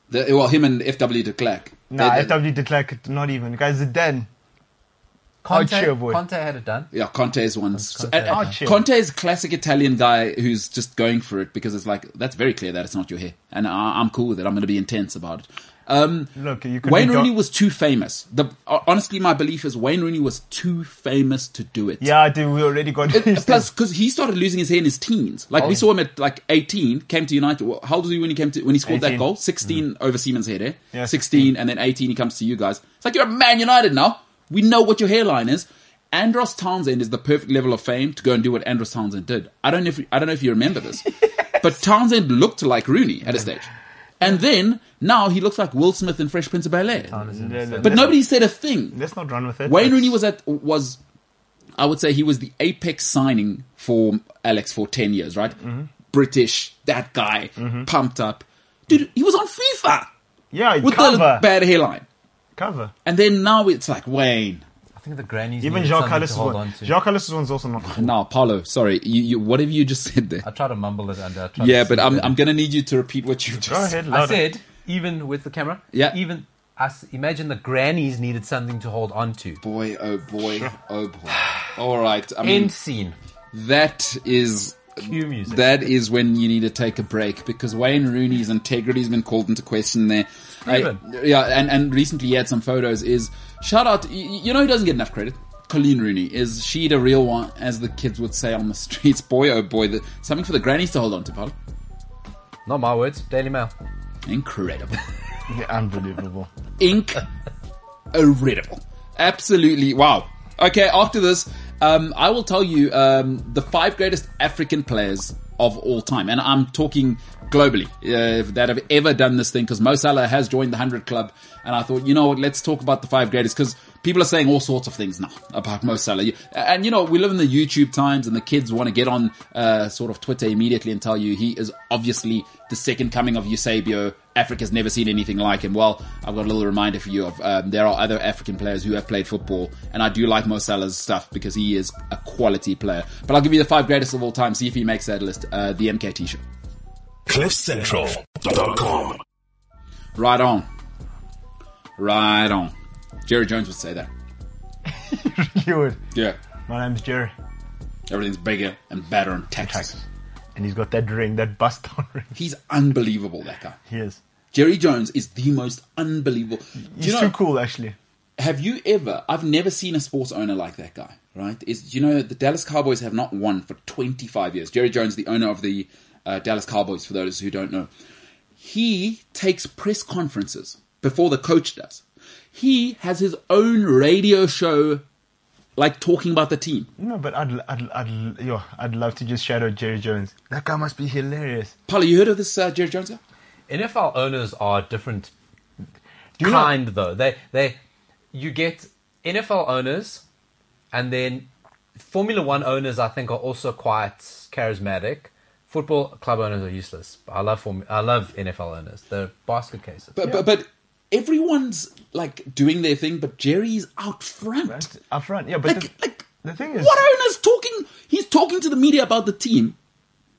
B: The, well, him and FW de Klerk.
D: Nah,
B: They did-
D: FW de Klerk, not even. Guys, Zidane.
C: Conte,
D: cheer, boy.
C: Conte had it done.
B: Yeah, Conte's one's uh, Conte.
C: Conte.
D: Oh, chill.
B: Conte's classic Italian guy who's just going for it because it's like that's very clear that it's not your hair, and I, I'm cool with it. I'm going to be intense about it. Um,
D: Look, you could.
B: Wayne
D: be go-
B: Rooney was too famous. The honestly, my belief is Wayne Rooney was too famous to do it.
D: Yeah, dude, we already got.
B: It- Plus, because he started losing his hair in his teens. Like we saw him at like 18, came to United. Well, How old was he when he came to when he scored that
D: 18.
B: goal? 16 over Siemens head, eh?
D: Yeah,
B: 16, and then 18 he comes to you guys. It's like you're at Man United now. We know what your hairline is. Andros Townsend is the perfect level of fame to go and do what Andros Townsend did. I don't know if I don't know if you remember this, but Townsend looked like Rooney at a stage, and then now he looks like Will Smith in Fresh Prince of Bel Air. But nobody said a thing.
D: Let's not run with it.
B: Wayne
D: Let's-
B: Rooney was at was,
D: Mm-hmm.
B: I would say he was the apex signing for Alex for ten years, right? British, that guy, pumped up. Dude, he was on FIFA
D: Yeah,
B: with the
D: Ah, cover.
B: bad hairline.
D: cover.
B: And then now it's like Wayne.
C: I think the grannies
D: Even
C: needed
D: Jacques
C: something
D: Callis'
C: to hold on
D: one.
C: to.
D: Jacques Callis' one's also not.
B: Now, Paulo, sorry, you, you, what have you just said there?
C: I try to mumble it under. I try to
B: Yeah, but
C: sleep
B: I'm,
C: it.
B: I'm going to need you to repeat what you just
D: Go ahead,
C: I
D: loud.
C: said even with the camera.
B: Yeah.
C: Even us. Imagine the grannies needed something to hold on to.
B: Boy, oh boy, oh boy. All right. I mean,
C: End scene.
B: that is
C: Cue music.
B: that is when you need to take a break because Wayne Rooney's integrity has been called into question there. I,
C: Proven.
B: yeah, and, and recently he had some photos. Is shout out, y- y- you know, he doesn't get enough credit. Colleen Rooney is she the real one, as the kids would say on the streets? Boy, oh boy, the, something for the grannies to hold on to, Paul.
C: Not my words. Daily Mail.
B: Incredible,
D: Yeah, unbelievable.
B: ink, incredible, absolutely wow. Okay, after this, um, I will tell you um, the five greatest African players of all time, and I'm talking globally uh, that have ever done this thing because Mo Salah has joined the hundred club, and I thought, you know what, let's talk about the five greatest because people are saying all sorts of things now about Mo Salah, You- and you know we live in the YouTube times, and the kids want to get on uh, sort of Twitter immediately and tell you he is obviously the second coming of Eusebio. Africa's never seen anything like him. Well, I've got a little reminder for you of um, there are other African players who have played football, and I do like Mo Salah's stuff because he is a quality player. But I'll give you the five greatest of all time. See if he makes that list. Uh, the MKT show.
F: CliffCentral.com.
B: Right on. Right on. Jerry Jones would say that.
D: You would.
B: Yeah.
D: My name's Jerry,
B: Everything's bigger and better in Texas.
D: and he's got that ring, that bust on ring.
B: He's unbelievable, that guy.
D: He is.
B: Jerry Jones is the most unbelievable. Do
D: He's
B: you know,
D: too cool, actually.
B: Have you ever? I've never seen a sports owner like that guy. Right? Is you know the Dallas Cowboys have not won for 25 years. Jerry Jones, the owner of the uh, Dallas Cowboys, for those who don't know, he takes press conferences before the coach does. He has his own radio show, like talking about the team.
D: No, but I'd, I'd, I'd, yo, I'd love to just shadow Jerry Jones. That guy must be hilarious.
B: Paulo, you heard of this uh, Jerry Jones guy?
C: NFL owners are different
D: you know-
C: kind though. They they you get NFL owners and then Formula One owners I think are also quite charismatic. Football club owners are useless. I love form, I love NFL owners. They're basket cases.
B: But, but but everyone's like doing their thing, but Jerry's out front.
D: That's up front, yeah. But
B: like,
D: the,
B: like
D: the thing is,
B: what owner's talking? He's talking to the media about the team.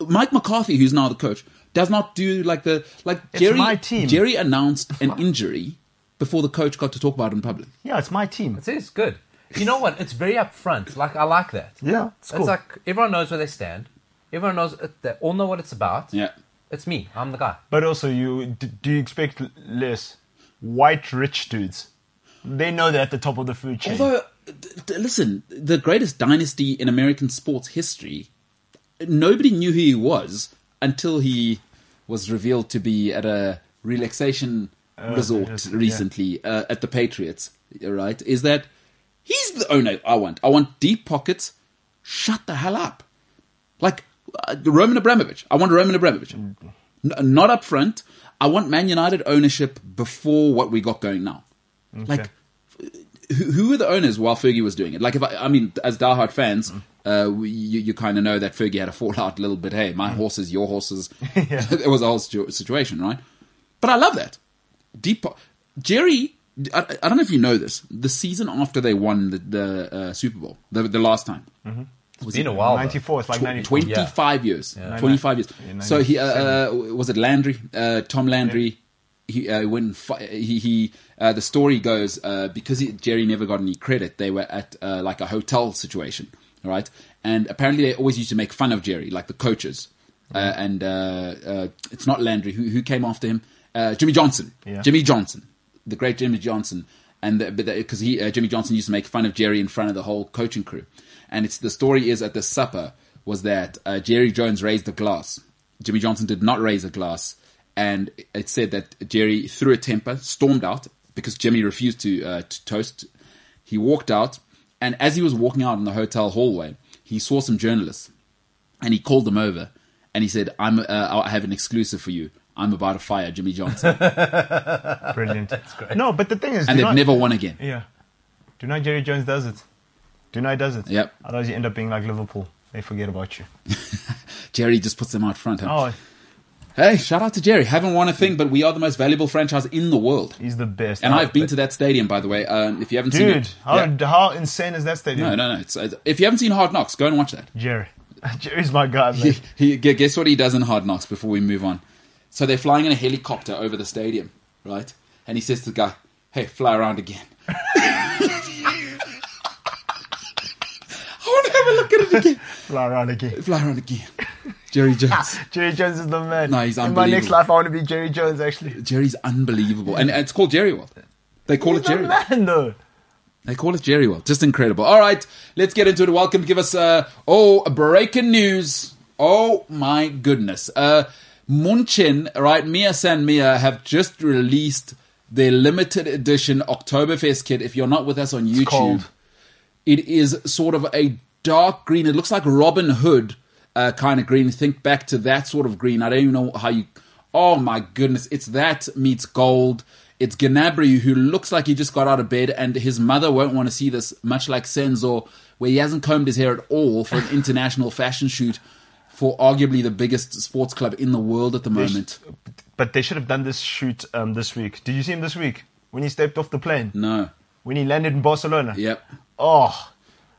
B: Mike McCarthy, who's now the coach, does not do like the like
D: It's
B: Jerry.
D: my team.
B: Jerry announced an injury before the coach got to talk about it in public.
D: yeah, it's my team.
C: It is good. You know what? It's very upfront. Like I like that.
D: Yeah, it's
C: It's,
D: cool.
C: like everyone knows where they stand. Everyone knows uh, they all know what it's about.
B: Yeah.
C: It's me. I'm the guy.
D: But also, you d- do you expect l- less white rich dudes? They know they're at the top of the food chain.
B: Although, d- d- listen, the greatest dynasty in American sports history, nobody knew who he was until he was revealed to be at a relaxation resort
D: yes, yeah.
B: recently uh, at the Patriots, right? Is that he's the owner I want. I want deep pockets. Shut the hell up. Like uh, Roman Abramovich. I want Roman Abramovich. N- not up front. I want Man United ownership before what we got going now. Like, who, who were the owners while Fergie was doing it? Like, if I, I mean, as diehard fans,
C: Mm.
B: uh, we- you, you kind of know that Fergie had a fallout a little bit. Hey,
C: Mm.
B: my horses, your horses. it was a whole situ- situation, right? But I love that. Deep po- Jerry, I, I don't know if you know this. The season after they won the, the uh, Super Bowl, the, the last time,
C: Mm-hmm. It's been a while. though.
D: 94, it's like
B: Tw-
D: 94.
B: 25 years. 25 years.
D: Yeah,
B: so he, uh, uh, was it Landry? Uh, Tom Landry. He, uh, when fi- he, he uh, the story goes uh, because he, Jerry never got any credit, they were at uh, like a hotel situation, all right? And apparently they always used to make fun of Jerry, like the coaches. Uh,
D: Mm-hmm.
B: and uh, uh, it's not Landry who who came after him. Uh, Jimmy Johnson.
D: Yeah.
B: Jimmy Johnson, the great Jimmy Johnson, and because he uh, Jimmy Johnson used to make fun of Jerry in front of the whole coaching crew, and it's the story is at the supper was that uh, Jerry Jones raised the glass, Jimmy Johnson did not raise a glass, and it said that Jerry threw a temper, stormed out because Jimmy refused to, uh, to toast. He walked out, and as he was walking out in the hotel hallway, he saw some journalists and he called them over and he said, "I'm uh, I have an exclusive for you. I'm about to fire Jimmy Johnson,
D: Brilliant. No, but the thing is,
B: and
D: do
B: they've
D: not,
B: never won again."
D: Yeah, do not Jerry Jones does it. Do not does it.
B: Yep.
D: Otherwise, you end up being like Liverpool. They forget about you.
B: Jerry just puts them out front. huh?
D: Oh,
B: Hey, shout out to Jerry. Haven't won a thing, but we are the most valuable franchise in the world.
D: he's the best.
B: And
D: Oh,
B: I've been
D: but-
B: to that stadium, by the way. Um, if you haven't seen
D: Dude,
B: it,
D: how,
B: Yeah.
D: how insane is that stadium?
B: no, no, no. It's, uh, if you haven't seen Hard Knocks, go and watch that.
D: Jerry. Jerry's my guy, man.
B: He, he, gu- guess what he does in Hard Knocks before we move on? So they're flying in a helicopter over the stadium, right? And he says to the guy, "Hey, fly around again." I want to have a look at it again.
D: Fly around again.
B: Fly around again, Jerry Jones.
D: Jerry Jones is the man.
B: No, he's
D: In my next
B: unbelievable.
D: life, I want to be Jerry Jones, actually.
B: Jerry's unbelievable, and and it's called Jerry World. They call
D: He's
B: it Jerry.
D: the man, though.
B: They call it Jerry World. Just incredible. All right, let's get into it. Welcome. Give us uh, oh breaking news. Oh my goodness. Uh, Munchen, right? Mia San Mia have just released their limited edition Oktoberfest kit. If you're not with us on YouTube,
D: cold.
B: it is sort of a dark green. It looks like Robin Hood uh, kind of green. Think back to that sort of green. I don't even know how you. Oh my goodness! It's that meets gold. It's Gnabry who looks like he just got out of bed, and his mother won't want to see this. Much like Senzo, where he hasn't combed his hair at all for an international fashion shoot for arguably the biggest sports club in the world at the moment.
D: But they should have done this shoot um, this week. Did you see him this week? When he stepped off the plane?
B: No.
D: When he landed in Barcelona?
B: Yep.
D: Oh.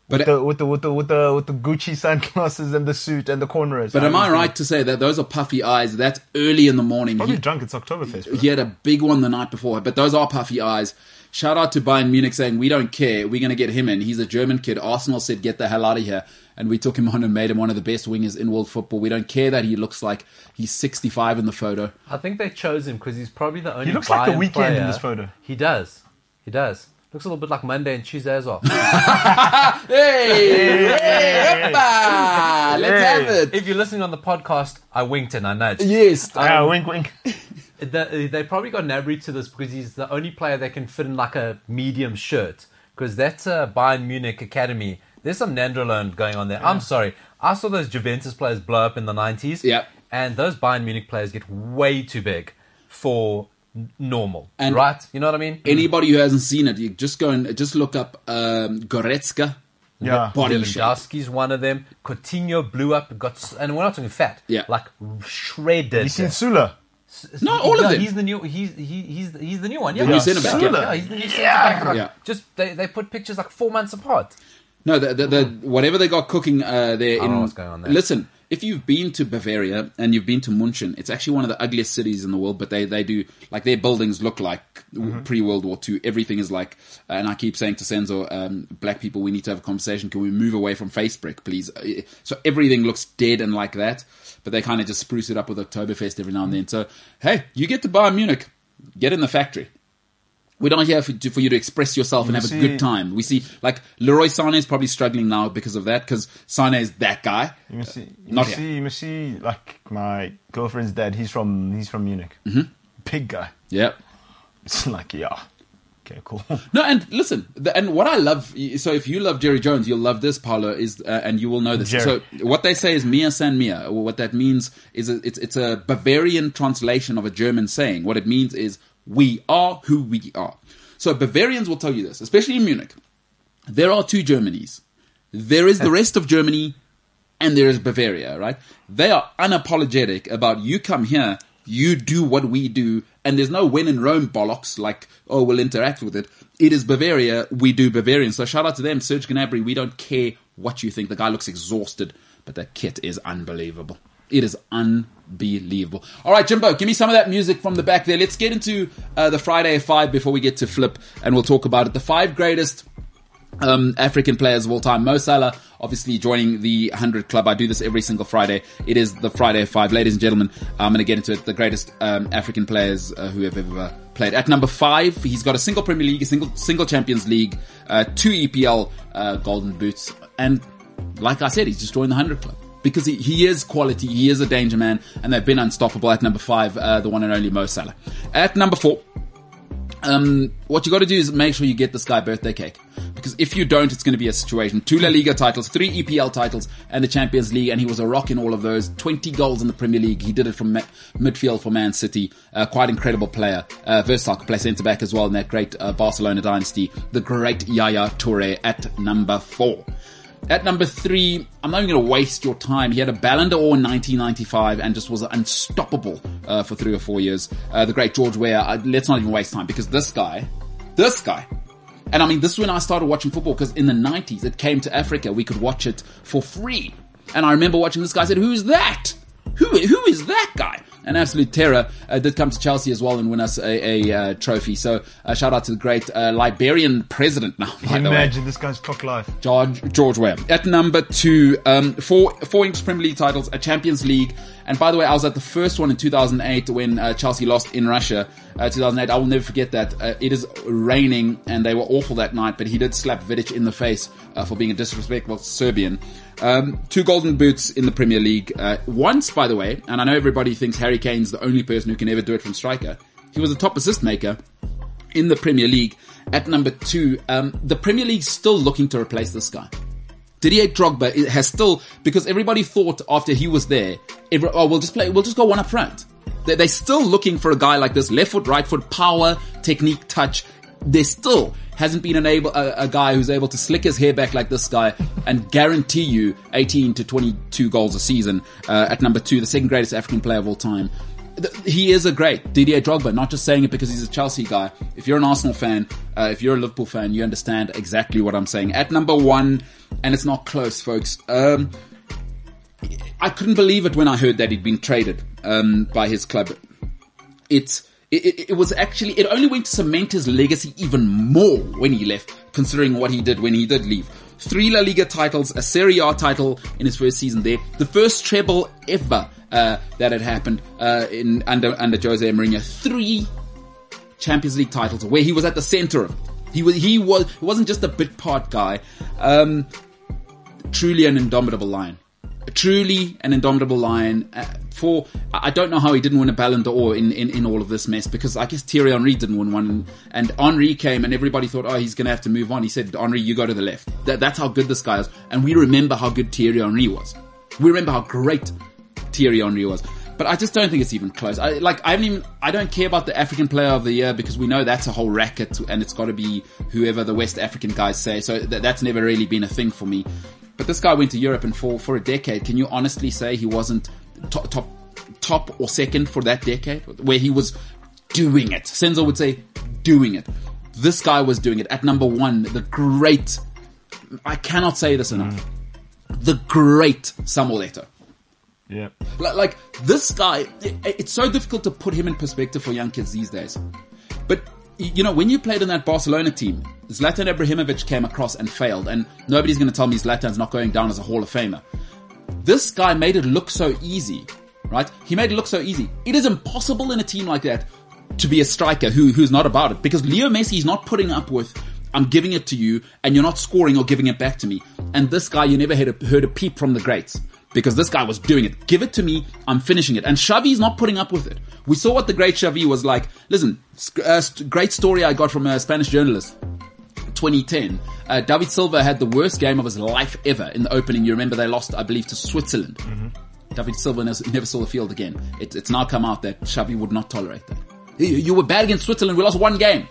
B: But
D: With the, with, the, with, the, with, the, with the Gucci sunglasses and the suit and the cornrows.
B: but am I
D: was
B: right to say that those are puffy eyes? That's early in the morning.
D: Probably
B: He-
D: drunk. It's Oktoberfest. bro.
B: he had a big one the night before, but those are puffy eyes. Shout out to Bayern Munich saying, We don't care, we're going to get him in. He's a German kid. Arsenal said, Get the hell out of here. And we took him on and made him one of the best wingers in world football. We don't care that he looks like he's 65 in the photo.
C: I think they chose him because he's probably the only.
D: looks like The
C: Bayern
D: Weeknd in
C: player-
D: this photo.
C: He does. He does. Looks a little bit like Monday and Tuesday as well.
B: Ah, Hey! hey, hoppa! Let's have it!
C: if you're listening on the podcast, I winked and I nudged.
B: Yes.
D: Ah, wink, wink.
C: The, they probably got Nabry to this because he's the only player that can fit in like a medium shirt. Because that's uh, Bayern Munich Academy. There's some Nandrolone going on there. I'm sorry. I saw those Juventus players blow up in the 90s.
B: Yeah.
C: And those Bayern Munich players get way too big for n- normal.
B: And-
C: right? You know what I mean?
B: Anybody who hasn't seen it, you just go and just look up um, Goretzka
D: Yeah.
B: body shape.
C: Lewandowski's one of them. Coutinho blew up, got, s- and we're not talking fat,
B: Yeah.
C: like shredded.
D: You seen Sula?
B: No, all of
C: No,
B: them.
C: He's the new. He's he, he's he's the new one. Yeah,
B: new
C: Yeah,
B: centre-back,
C: Sula.
D: yeah.
C: Yeah, he's the new centre-back. Like,
B: Yeah.
C: Just they, they put pictures like four months apart.
B: No, the, the, the whatever they got cooking uh, there. in,
C: Hmm. know what's going on there.
B: Listen, if you've been to Bavaria and you've been to Munchen, it's actually one of the ugliest cities in the world. But they, they do like their buildings look like
C: Mm-hmm.
B: pre World War II. Everything is like, and I keep saying to Senzo, um, black people, we need to have a conversation. Can we move away from Facebook, please? Uh, So everything looks dead and like that. But they kind of just spruce it up with Oktoberfest every now and
C: Mm.
B: then. So hey, you get to Bayern Munich, get in the factory. We're not here for, for you to express yourself and have
D: see-
B: a good time. We see, like, Leroy Sane is probably struggling now because of that, because Sane is that guy.
D: You must see, you
B: Uh, Not
D: must
B: here.
D: see, you must see, like my girlfriend's dad. He's from, he's from Munich. Mm-hmm. Big guy.
B: Yeah.
D: It's like, yeah, okay, cool.
B: No, and listen, the, and what I love, so if you love Jerry Jones, you'll love this, Paolo, is, uh, and you will know this.
D: Jerry.
B: So what they say is Mia San Mia. Or What that means is a, it's, it's a Bavarian translation of a German saying. What it means is, we are who we are. So Bavarians will tell you this, especially in Munich. There are two Germanys. There is the rest of Germany and there is Bavaria, right? They are unapologetic about you come here, you do what we do, and there's no when in Rome bollocks like, oh, we'll interact with it. It is Bavaria, we do Bavarian. So shout out to them, Serge Gnabry, we don't care what you think. The guy looks exhausted, but that kit is unbelievable. It is unbelievable. All right, Jimbo, give me some of that music from the back there. Let's get into uh, the Friday Five before we get to Flip, and we'll talk about it. The five greatest um, African players of all time. Mo Salah, obviously joining the 100 Club. I do this every single Friday. It is the Friday Five. Ladies and gentlemen, I'm going to get into it. The greatest um, African players uh, who have ever played. At number five, he's got a single Premier League, a single, single Champions League, uh, two EPL uh, Golden Boots, and like I said, he's just joined the 100 Club. Because he, he is quality, he is a danger man, and they've been unstoppable at number five, uh, the one and only Mo Salah. At number four, um, what you got to do is make sure you get this guy birthday cake because if you don't, it's going to be a situation. Two La Liga titles, three EPL titles, and the Champions League, and he was a rock in all of those. Twenty goals in the Premier League. He did it from ma- midfield for Man City. Uh, quite incredible player, uh, versatile, could play centre back as well in that great uh, Barcelona dynasty. The great Yaya Toure at number four. At number three, I'm not even going to waste your time. He had a Ballon d'Or in 1995 and just was unstoppable uh, for three or four years. Uh, the great George Weah. Uh, let's not even waste time because this guy, this guy, and I mean, this is when I started watching football because in the 90s it came to Africa. We could watch it for free. And I remember watching this guy I said, who's that? Who, who is that guy? An absolute terror uh, did come to Chelsea as well and win us a, a uh, trophy. So uh, shout out to the great uh, Liberian president now, by the way.
D: Imagine this guy's cock life.
B: George, George Ware. At number two, um, four, four English Premier League titles, a Champions League. And by the way, I was at the first one in 2008 when uh, Chelsea lost in Russia. Uh, 2008, I will never forget that. Uh, it is raining and they were awful that night, but he did slap Vidic in the face uh, for being a disrespectful Serbian. Um, two golden boots in the Premier League. Uh, once, by the way, and I know everybody thinks Harry Kane's the only person who can ever do it from striker. He was a top assist maker in the Premier League. At number two, um, the Premier League's still looking to replace this guy. Didier Drogba i- has still because everybody thought after he was there, every, oh we'll just play, we'll just go one up front. They, they're still looking for a guy like this, left foot, right foot, power, technique, touch. There still hasn't been an able, a, a guy who's able to slick his hair back like this guy and guarantee you 18 to 22 goals a season. Uh, at number two, the second greatest African player of all time th- he is a great Didier Drogba. Not just saying it because he's a Chelsea guy. If you're an Arsenal fan, uh, if you're a Liverpool fan, you understand exactly what I'm saying. At number one, and it's not close, folks. Um, I couldn't believe it when I heard that he'd been traded um, by his club it, it- it it was actually it only went to cement his legacy even more when he left, considering what he did when he did leave. Three La Liga titles, a Serie A title in his first season there, the first treble ever uh, that had happened uh, in under under Jose Mourinho. Three Champions League titles where he was at the center of it. He was he was he wasn't just a bit part guy. Um, truly an indomitable lion. Truly an indomitable lion. Uh, for I I don't know how he didn't win a Ballon d'Or in, in, in all of this mess because I guess Thierry Henry didn't win one, and Henri came and everybody thought, oh, he's going to have to move on. He said, Henri, you go to the left. That, that's how good this guy is, and we remember how good Thierry Henry was. We remember how great Thierry Henry was. But I just don't think it's even close. I like I haven't even I don't care about the African player of the year because we know that's a whole racket and it's got to be whoever the West African guys say. So th- that's never really been a thing for me. But this guy went to Europe and for for a decade, can you honestly say he wasn't top top top or second for that decade where he was doing it? Senzo would say doing it. This guy was doing it at number 1, the great I cannot say this enough. The great Samuel Eto'o.
D: Yeah.
B: Like, like this guy, it- it's so difficult to put him in perspective for young kids these days. But y- you know, when you played in that Barcelona team, Zlatan Ibrahimovic came across and failed, and nobody's going to tell me Zlatan's not going down as a Hall of Famer. This guy made it look so easy, right? He made it look so easy. It is impossible in a team like that to be a striker who who's not about it because Leo Messi is not putting up with. I'm giving it to you, and you're not scoring or giving it back to me. And this guy, you never heard a, heard a peep from the greats because this guy was doing it. Give it to me. I'm finishing it. And Xavi's not putting up with it. We saw what the great Xavi was like. Listen, sc- uh, st- great story I got from a Spanish journalist. 2010, uh, David Silva had the worst game of his life ever in the opening. You remember they lost, I believe, to Switzerland. David Silva nes- never saw the field again. It, it's now come out that Xavi would not tolerate that. You, you were bad against Switzerland. We lost one game.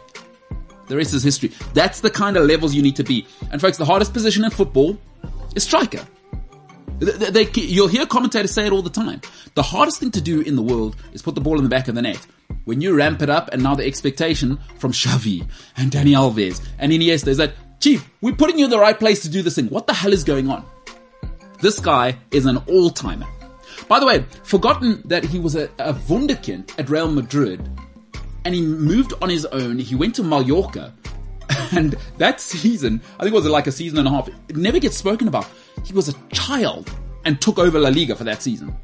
B: The rest is history. That's the kind of levels you need to be. And folks, the hardest position in football is striker. They, they, you'll hear commentators say it all the time. The hardest thing to do in the world is put the ball in the back of the net. When you ramp it up, and now the expectation from Xavi and Dani Alves and Iniesta is that, Chief, we're putting you in the right place to do this thing. What the hell is going on? This guy is an all-timer. By the way, forgotten that he was a, a wunderkind at Real Madrid, and he moved on his own. He went to Mallorca, and that season, I think it was like a season and a half, it never gets spoken about. He was a child and took over La Liga for that season.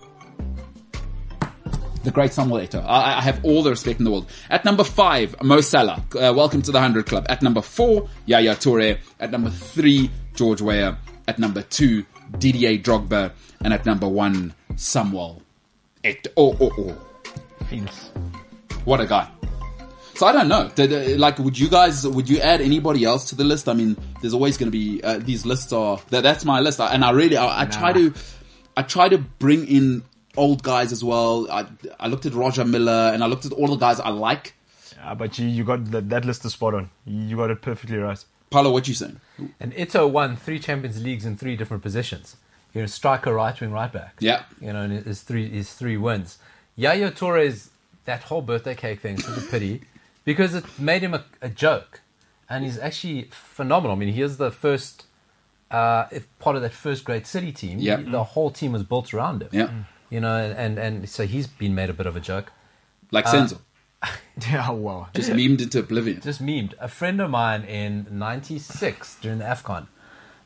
B: The great Samuel Eto'o. I, I have all the respect in the world. At number five, Mo Salah. Uh, welcome to the 100 Club. At number four, Yaya Toure. At number three, George Weah. At number two, Didier Drogba. And at number one, Samuel Eto'o. Oh, oh, oh.
C: Feels.
B: What a guy. So I don't know. Did, uh, like, would you guys, would you add anybody else to the list? I mean, there's always going to be, uh, these lists are, that, that's my list. I, and I really, I, I try to, I try to bring in old guys as well. I, I looked at Roger Miller and I looked at all the guys I like.
D: Ah, but you, you got that, that list is spot on. You got it perfectly right.
B: Paolo, what you saying?
C: And Ito won three Champions Leagues in three different positions. You're a striker, right wing, right back.
B: Yeah.
C: You know, and his three his three wins. Yaya Torres, that whole birthday cake thing, such a pity, because it made him a, a joke, and he's actually phenomenal. I mean, he is the first, uh, if part of that first great city team.
B: Yeah.
C: The whole team was built around him.
B: Yeah.
C: You know, and and so he's been made a bit of a joke.
B: Like Senzo,
D: Yeah, wow.
B: just memed into oblivion.
C: just memed. A friend of mine in '96 during the Afcon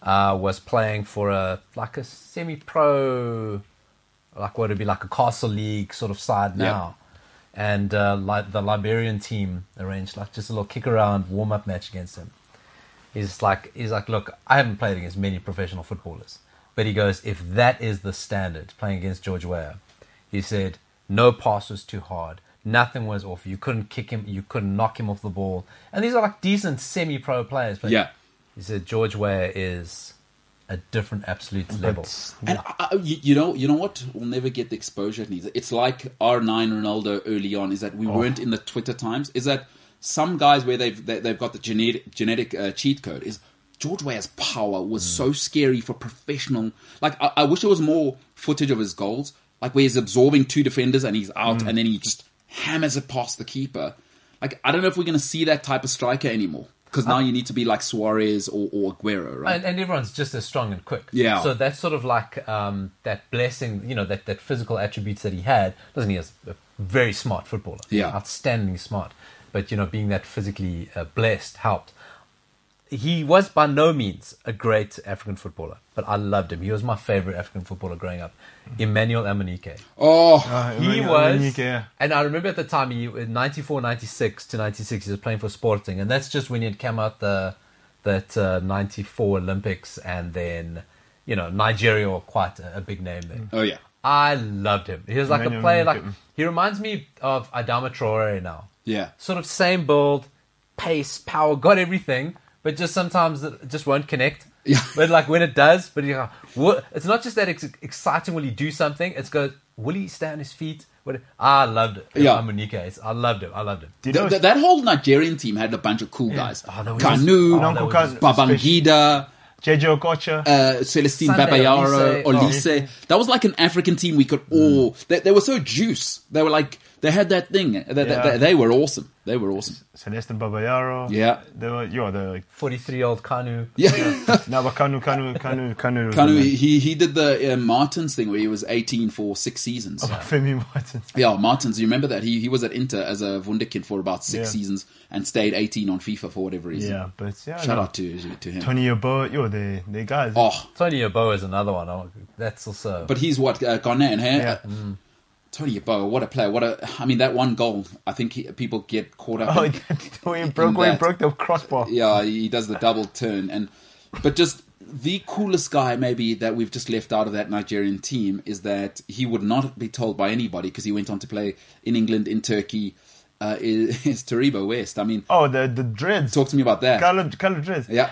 C: uh, was playing for a like a semi-pro, like what would be like a castle league sort of side
B: Yeah.
C: now, and uh, like the Liberian team arranged like just a little kick around warm-up match against him. He's like, he's like, look, I haven't played against many professional footballers, but he goes, if that is the standard, playing against George Weah, he said, no pass was too hard, nothing was off, you couldn't kick him, you couldn't knock him off the ball, and these are like decent semi-pro players. But
B: Yeah.
C: he said George Weah is a different absolute level.
B: And I, I- you, you know, you know what? We'll never get the exposure it needs. It's like R nine Ronaldo early on. Is that we weren't in the Twitter times? Is that some guys where they've they, they've got the genetic genetic uh, cheat code? Is George Weah's power was so scary for professional. Like I, I wish there was more footage of his goals, like where he's absorbing two defenders and he's out, and then he just hammers it past the keeper. Like I don't know if we're going to see that type of striker anymore because now you need to be like Suarez or, or Aguero, right?
C: and, and everyone's just as strong and quick.
B: Yeah.
C: So that's sort of like um, that blessing, you know, that, that physical attributes that he had. Doesn't he? Is a very smart footballer.
B: Yeah.
C: Outstandingly smart. But you know, being that physically uh, blessed helped. He was by no means a great African footballer, but I loved him. He was my favorite African footballer growing up. Emmanuel Amunike.
B: oh,
C: He
D: Emmanuel
C: was,
D: Amunike, yeah.
C: and I remember at the time, he in 94, 96 to 96, he was playing for Sporting, and that's just when he had come out the that uh, 94 Olympics, and then you know Nigeria were quite a, a big name there.
B: oh yeah,
C: I loved him. He was like a
D: Mm. Emmanuel
C: player, like
D: Amunike.
C: he reminds me of Adama Traore now,
B: yeah.
C: sort of same build, pace, power, got everything, but just sometimes it just won't connect.
B: Yeah.
C: But like when it does, but you know, what, it's not just that it's exciting. Will he do something? It's go. Will he stay on his feet? What, I loved it.
B: Yeah.
C: I'm I loved him. I loved him.
D: Did you
B: Th-
D: know
B: th- that whole Nigerian team had a bunch of cool guys.
C: Oh, that was-
B: Kanu,
C: oh, that
D: Nonku
C: was-
D: Kanu-
B: Babangida,
D: JJ Okocha.
B: uh, Celestine
C: Sunday,
B: Babayaro,
C: Olise.
B: Olise. That was like an African team we could all. They, they were so juice. They were like, they had that thing. They, they-
D: Yeah.
B: they, they were awesome. They were awesome.
D: Celeste Babayaro.
B: Yeah.
D: They were, yeah, they were like,
C: Forty-three year old Kanu.
B: Yeah.
D: no, but Kanu, Kanu, Kanu, Kanu. was
B: Kanu,
D: the man.
B: he, he did the uh, Martins thing where he was 18 for six seasons.
D: Femi Martin.
B: Yeah, Martins, you remember that? He, he was at Inter as a Wunderkind for about six
D: Yeah.
B: seasons and stayed 18 on FIFA for whatever reason.
D: Yeah, but yeah.
B: Shout
D: no.
B: out to, to him.
D: Tony Yabo, yo, they, they guys.
B: Oh,
C: Tony Yabo is another one. Oh, that's also.
B: But he's what uh, Ghanaian, hey?
D: Yeah.
B: Uh, Tony Yeboah, what a player! What a, I mean, that one goal. I think he, people get caught up.
D: Oh,
B: in-
D: when he broke, when he
B: that.
D: broke the crossbar.
B: yeah, he does the double turn, and but just the coolest guy maybe that we've just left out of that Nigerian team is that he would not be told by anybody because he went on to play in England, in Turkey, uh, is, is Taribo West. I mean,
D: Oh, the the dreads.
B: talk to me about that.
D: Carlo, Carlo dreads.
B: Yeah,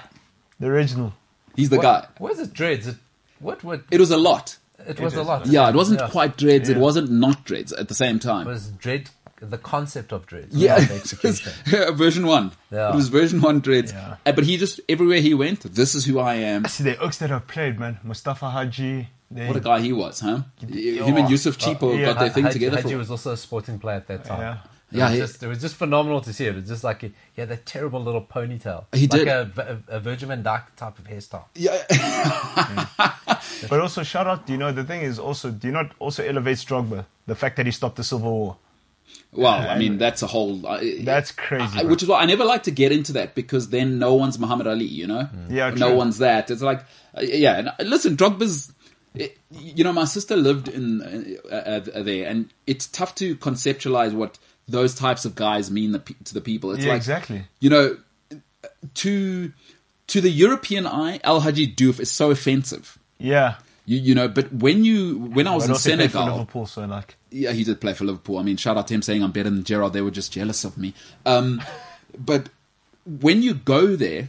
D: The original.
B: he's the
C: what,
B: guy.
C: Was it dreads? It, what? What? It,
B: It was a lot.
C: was a
D: is.
C: lot.
B: Yeah, it wasn't
C: Yeah.
B: quite dreads. It
D: Yeah.
B: wasn't not dreads at the same time.
C: It was dread. The concept of dreads.
B: Yeah,
C: not the
B: it was,
C: execution.
B: yeah, version one.
C: Yeah.
B: It was version one dreads.
D: Yeah.
B: Uh, But he just everywhere he went, this is who I am.
D: See, the Oaks that have played, man. Mustafa Haji. They,
B: What a guy he was, huh? Him and Yusuf Chipo
D: yeah.
B: got their thing
C: Haji-
B: together
C: Haji
B: for.
C: was also a sporting player at that time.
D: Yeah.
B: Yeah,
C: it
B: he-
C: was, just, it was just phenomenal to see it. It was just like he, he had that terrible little ponytail,
B: He
C: like
B: did.
C: a, a, a Virgil Van Dyke type of hairstyle.
B: yeah,
D: But also, shout out, you know, the thing is also, do you not also elevate Strogba? The fact that he stopped the Civil War.
B: wow. I mean, that's a whole. Uh,
D: That's crazy.
B: I,
D: bro.
B: which is why I never like to get into that because then no one's Muhammad Ali, you know?
D: Mm. Yeah,
B: No
D: true.
B: one's that. It's like, uh, yeah. And uh, listen, Drogba's. It, you know, my sister lived in uh, uh, there, and it's tough to conceptualize what those types of guys mean the, pe- to the people. It's
D: Yeah,
B: like,
D: exactly.
B: You know, to to the European eye, Al Haji Diouf is so offensive.
D: yeah.
B: You, you know, but when you when I was
D: But
B: in
D: also he played for
B: Senegal,
D: Liverpool, so like.
B: yeah, he did play for Liverpool. I mean, shout out to him saying I'm better than Gerard. They were just jealous of me. Um, but when you go there,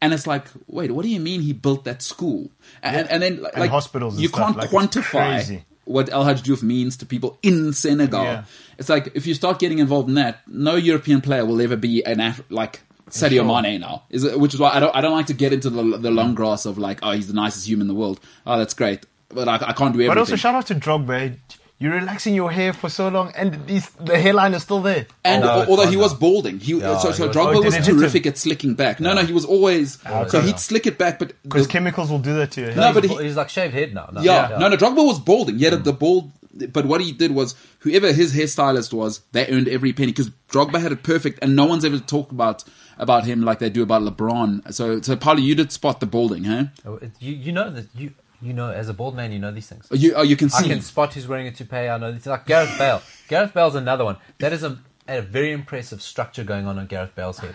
B: and it's like, wait, what do you mean he built that school? And, and then like
D: And hospitals and
B: you
D: stuff,
B: can't
D: like, it's
B: quantify
D: crazy.
B: what El Hadj Diouf means to people in Senegal.
D: Yeah.
B: It's like if you start getting involved in that, no European player will ever be an Af- like Sadio Mane now, is it- which is why I don't I don't like to get into the the long grass of like oh he's the nicest human in the world. Oh that's great, but I, I can't do everything.
D: But also, shout out to Drogba. You're relaxing your hair for so long, and these, the hairline is still there.
B: And
C: No, it's
B: although
C: fine
B: he
C: now.
B: was balding, he
C: Yeah,
B: so, so
C: he was-
B: Drogba
D: Oh,
B: was
D: did it hit
B: terrific at slicking back. No, no, he was always so
C: okay.
B: he'd slick it back, but
D: Because
B: the-
D: chemicals will do that to your hair.
B: No,
C: he's,
B: but
C: ba-
B: he-
C: he's like shaved head now. No,
B: yeah, no, no, Drogba was balding. He
C: Mm.
B: had the bald, but what he did was whoever his hairstylist was, they earned every penny because Drogba had it perfect, and no one's ever talked about about him like they do about LeBron. So, so Paulie, you did spot the balding, huh?
C: Oh, it- You, you know that you you know as a bald man you know these things.
B: You, oh, you can see.
C: I can spot who's wearing a toupee. I know it's like Gareth Bale. Gareth Bale's another one. That is a, a very impressive structure going on on Gareth Bale's head.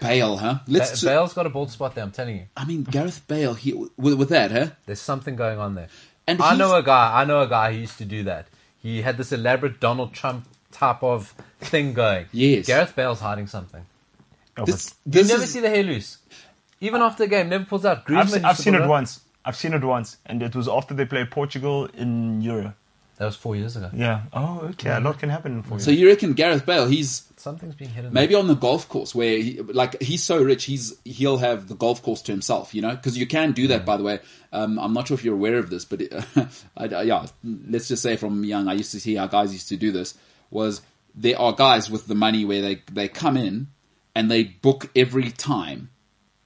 B: Bale, huh?
C: Ba-
B: Let's.
C: Bale's got a bald spot there. I'm telling you,
B: I mean, Gareth Bale. He with, with that, huh?
C: there's something going on there.
B: And
C: I know
B: he's-
C: a guy. I know a guy who used to do that. He had this elaborate Donald Trump type of thing going.
B: Yes.
C: Gareth Bale's hiding something.
D: Oh,
B: This,
D: but
B: this
C: you never
B: is-
C: see the hair loose. Even after the game, never pulls out. Griezmann
D: I've, se-
C: used
D: I've
C: to
D: seen
C: pull
D: it
C: out-
D: once. I've seen it once, and it was after they played Portugal in Euro.
C: That was four years ago.
D: Yeah. Oh, okay. A lot can happen for you.
B: so you reckon Gareth Bale? He's
C: Something's being hidden.
B: Maybe on the golf course where, he, like, he's so rich, he's he'll have the golf course to himself, you know. Because you can do
C: Mm.
B: that, by the way. Um, I'm not sure if you're aware of this, but uh, I, I- yeah, let's just say from young, I used to see how guys used to do this. Was there are guys with the money where they they come in and they book every time.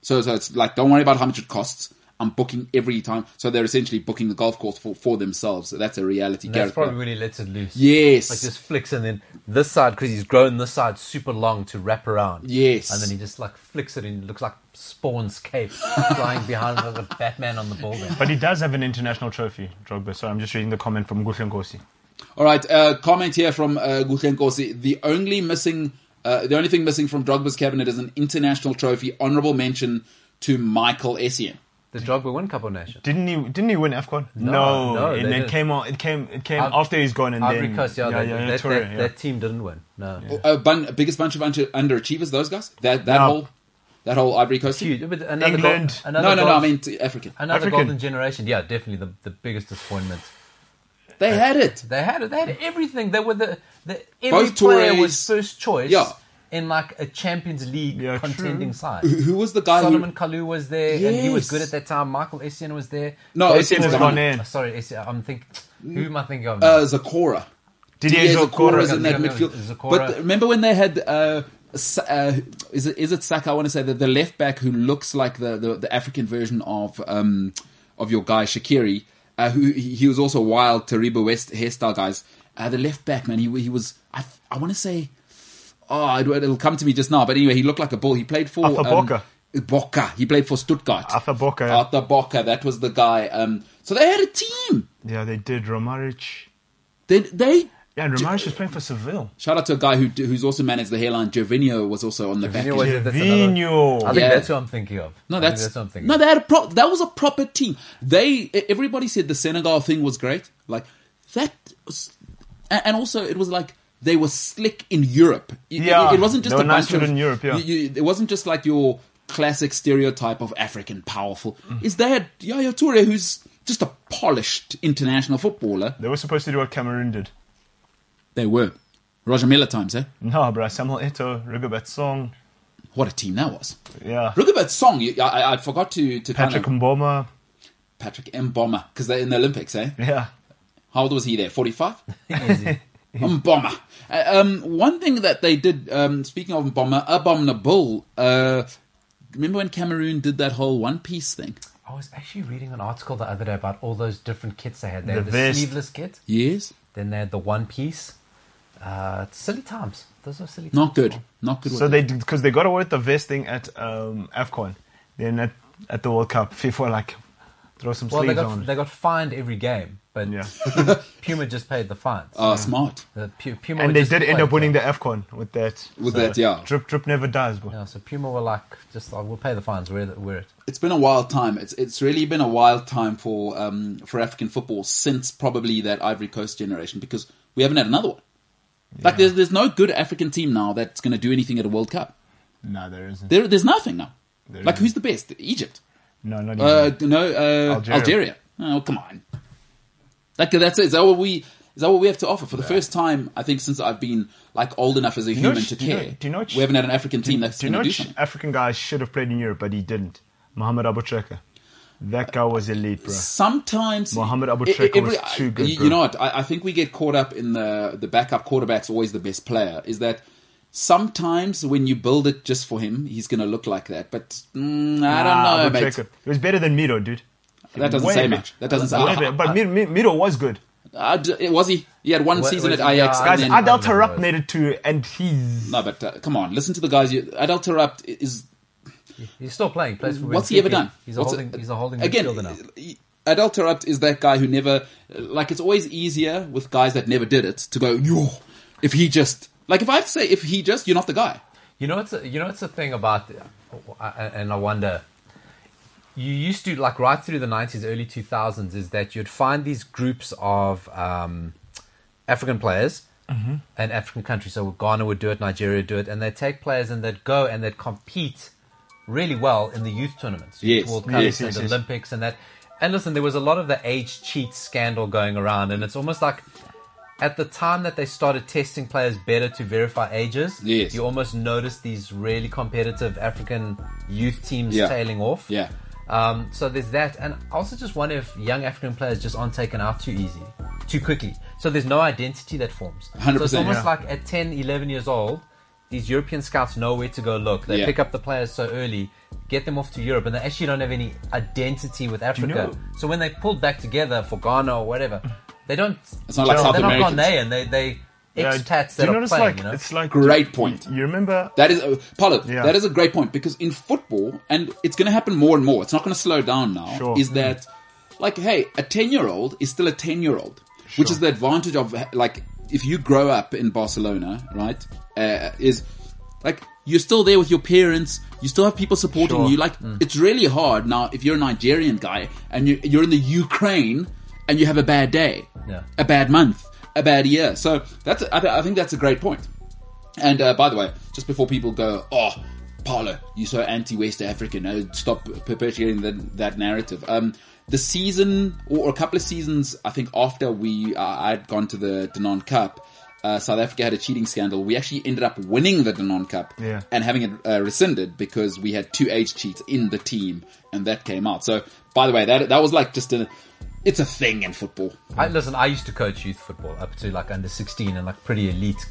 B: So so it's like don't worry about how much it costs. I'm booking every time. So they're essentially booking the golf course for, for themselves. So that's a reality.
C: And that's
B: Gareth Bale.
C: probably when he lets it loose.
B: Yes.
C: Like just flicks and then this side, because he's grown this side super long to wrap around.
B: Yes.
C: And then he just like flicks it and it looks like Spawn's cape flying behind like a Batman on the ball there.
D: But he does have an international trophy, Drogba. So I'm just reading the comment from Gulfen Gosi.
B: All right, uh, comment here from uh, Guchen Kosi. The only missing, uh, the only thing missing from Drogba's cabinet is an international trophy. Honorable mention to Michael Essien.
C: The Drogba win Cup of Nations.
D: Didn't he? Didn't he win AFCON?
C: No, no,
D: and
C: they
D: it
C: didn't.
D: came on. It came. It came
C: Iv-
D: after he's gone, and
C: Ivory
D: then
C: Coast, yeah, that, that,
D: Toure,
C: that,
D: yeah.
C: that team didn't win. No.
B: A bun- biggest bunch of under- underachievers. Those guys. That that
D: No.
B: whole that whole Ivory Coast. team?
C: Huge. But another
D: England.
C: Gold,
B: no,
C: another
B: no, no.
C: gold-
B: I mean t- African.
C: another
D: African.
C: golden generation. Yeah, definitely the, the biggest disappointment.
B: They had it.
C: They had it. They had everything. They were the, the every
B: Both
C: player
B: Tourés-
C: was first choice
B: Yeah.
C: in like a Champions League
D: Yeah,
C: contending
D: true.
C: side.
B: Who, who was the guy?
C: Solomon
B: Who,
C: Kalou was there, and he was
B: Yes.
C: good at that time. Michael Essien was there.
B: no,
D: Both
B: Essien's
D: teams
B: gone.
D: gone in.
C: Oh, sorry, Essien. I'm thinking. Who am I thinking of?
B: Uh, Zakora.
D: Didier
B: Yeah, Zakora's
D: Zokora.
B: in that
C: Yeah,
B: midfield.
C: Zakora.
B: But remember when they had uh, S- uh, is it is it Saka? I want to say that the left back who looks like the, the, the African version of um, of your guy Shakiri, uh, who he he was also wild Tariba West hairstyle guys. Uh, the left back man, he he was I I want to say oh it, it'll come to me just now. But anyway, he looked like a bull. He played for um,
D: Arthur Boca.
B: Boca. He played for Stuttgart.
D: Arthur Boca, yeah.
B: Arthur Boca. That was the guy. Um, so they had a team.
D: Yeah, they did. Romaric.
B: They they
D: Yeah, and Romaric was playing for Seville.
B: Shout out to a guy who who's also managed the hairline. Gervinho was also on the back.
C: Gervinho was- Yeah, that's another-
D: Gervinho.
C: I think
B: Yeah.
C: that's who I'm thinking of.
B: no,
C: I think
B: that's,
C: that's what I'm thinking.
B: no.
C: of.
B: They had a pro- that was a proper team. They e, everybody said the Senegal thing was great. Like that, was, and and also it was like they were slick in Europe. It,
D: Yeah,
B: it, it wasn't just
D: they were
B: a
D: nice
B: bunch of
D: in Europe, yeah.
B: you- you- it wasn't just like your classic stereotype of African powerful.
D: Mm.
B: Is they had Yaya Toure, who's just a polished international footballer.
D: They were supposed to do what Cameroon did.
B: They were Roger Miller times, eh?
D: No, bruh. Samuel Eto, Rigobert Song.
B: What a team that was.
D: Yeah.
B: Rugabert Song, you, I, I- I forgot to, to
D: Patrick
B: kind of,
D: Mboma.
B: Patrick M. Bomber, because they're in the Olympics, eh?
D: Yeah.
B: How old was he there? 45? Mboma. Uh, um, one thing that they did, um, speaking of Mboma, Abominable, uh, remember when Cameroon did that whole One Piece thing?
C: I was actually reading an article the other day about all those different kits they had. They
D: The
C: had the
D: vest.
C: sleeveless kit.
B: Yes?
C: Then they had the one piece. Uh, it's silly times. Those are silly.
B: Not
C: times.
B: good. Not good.
D: So they because they got away with the vest thing at um, Afcon. Then at, at the World Cup, FIFA were like throw some
C: Well, they
D: sleeves
C: got
D: on.
C: they got fined every game, but
D: Yeah.
C: Puma, Puma just paid the fines.
B: uh, smart.
C: The Pu- Puma
D: and
C: were
D: they
C: Oh, just
D: did end up
C: played,
D: winning the Afcon with that.
B: With that, yeah.
D: Drip drip never dies, bro.
C: Yeah, so Puma were like, just like, we'll pay the fines. We're, we're it.
B: It's been a wild time. It's it's really been a wild time for um, for African football since probably that Ivory Coast generation because we haven't had another one. Like there's there's no good African team now that's going to do anything at a World Cup.
D: No, there isn't.
B: There, there's nothing now.
D: There
B: like,
D: isn't.
B: who's the best? Egypt?
D: no, not even.
B: Uh, no, uh, Algeria.
D: Algeria.
B: Oh, come on. Like, that's it. Is that what we? Is that what we have to offer? For the first time, I think since I've been like old enough as a
D: know
B: human
D: sh-
B: to
D: do you know-
B: care,
D: do you know sh-
B: we haven't had an African team that's
D: Do you
B: going to
D: know
B: do
D: which
B: something.
D: African guy should have played in Europe, but he didn't? Mohamed Abu Chaka. That guy was elite, bro.
B: Sometimes
D: Mohamed Abu
B: e- e-
D: Chaka was too good,
B: You,
D: bro.
B: you know what? I, I think we get caught up in the the backup quarterback's always the best player. Is that sometimes when you build it just for him, he's going to look like that. But mm, I
D: Ah,
B: don't know,
D: Abu
B: mate.
D: Chaka. It was better than Miro, dude.
B: That doesn't
D: Way
B: say
D: better.
B: much. That doesn't say.
D: Way
B: I,
D: better. But Miro, Miro- Miro was good.
B: I- I d- eh, was he? He had one
C: Wa-
B: season
C: was
B: at
C: he?
B: Ajax.
C: Yeah,
B: and
D: Guys,
B: then,
C: I-
D: Adel
C: don't know
D: Tarap
C: why.
D: made it too, and he's.
B: no, but uh, come on, listen to the guys. You, adult interrupt is
C: He's still playing. Plays for
B: what's
C: Benfica.
B: he ever done?
C: He's a
B: What's-
C: holding. he's a holding
B: again.
C: midfielder now.
B: Adult interrupt is that guy who never like. It's always easier with guys that never did it to go. Yo, if he just like if I have to say if he just you're not the guy.
C: You know, it's a, you know, it's a thing about, uh, and I wonder. You used to like right through the nineties, early two thousands, is that you'd find these groups of um, African players and African countries. So Ghana would do it, Nigeria would do it, and they'd take players and they'd go and they'd compete really well in the youth tournaments, youth
B: Yes.
C: World Cups
B: Yes,
C: and
D: yes, yes.
C: Olympics, and that. And listen, there was a lot of the age cheat scandal going around, and it's almost like at the time that they started testing players better to verify ages,
B: Yes.
C: you almost noticed these really competitive African youth teams
B: Yeah.
C: tailing off.
B: Yeah.
C: Um, so there's that, and I also just wonder if young African players just aren't taken out too easy, too quickly. So there's no identity that forms.
B: 100%,
C: so it's almost
B: yeah.
C: like at 10, 11 years old, these European scouts know where to go look. They
B: Yeah.
C: pick up the players so early, get them off to Europe, and they actually don't have any identity with Africa. So when they pulled back together for Ghana or whatever, they don't.
B: It's not like
C: they're
B: South
C: not
B: Americans.
C: Ghanaian. They they
D: Yeah,
C: expats
D: do
C: that
D: you
C: are
D: notice,
C: playing.
D: like,
C: you know,
D: It's like.
B: Great point.
D: You remember
B: That is, uh, Paulo,
D: Yeah.
B: that is a great point because in football, and it's going to happen more and more, it's not going to slow down now,
D: Sure. Mm.
B: is that, like, hey, a 10 year old is still a 10 year old, which is the advantage of, like, if you grow up in Barcelona, right, uh, is, like, you're still there with your parents, you still have people supporting
D: Sure.
B: you. Like, it's really hard now if you're a Nigerian guy and you, you're in the Ukraine and you have a bad day,
C: Yeah.
B: a bad month, a bad year. So that's, I, th- I think that's a great point. And uh, by the way, just before people go, oh, Paolo, you're so anti-West African. Oh, stop perpetuating the, that narrative. Um, the season, or, or a couple of seasons, I think after we, uh, I'd gone to the Danon Cup, uh, South Africa had a cheating scandal. We actually ended up winning the Danon Cup
D: Yeah.
B: and having it uh, rescinded because we had two age cheats in the team, and that came out. So, by the way, that that was like just a, it's a thing in football.
C: I, listen, I used to coach youth football up to like under 16 and like pretty elite,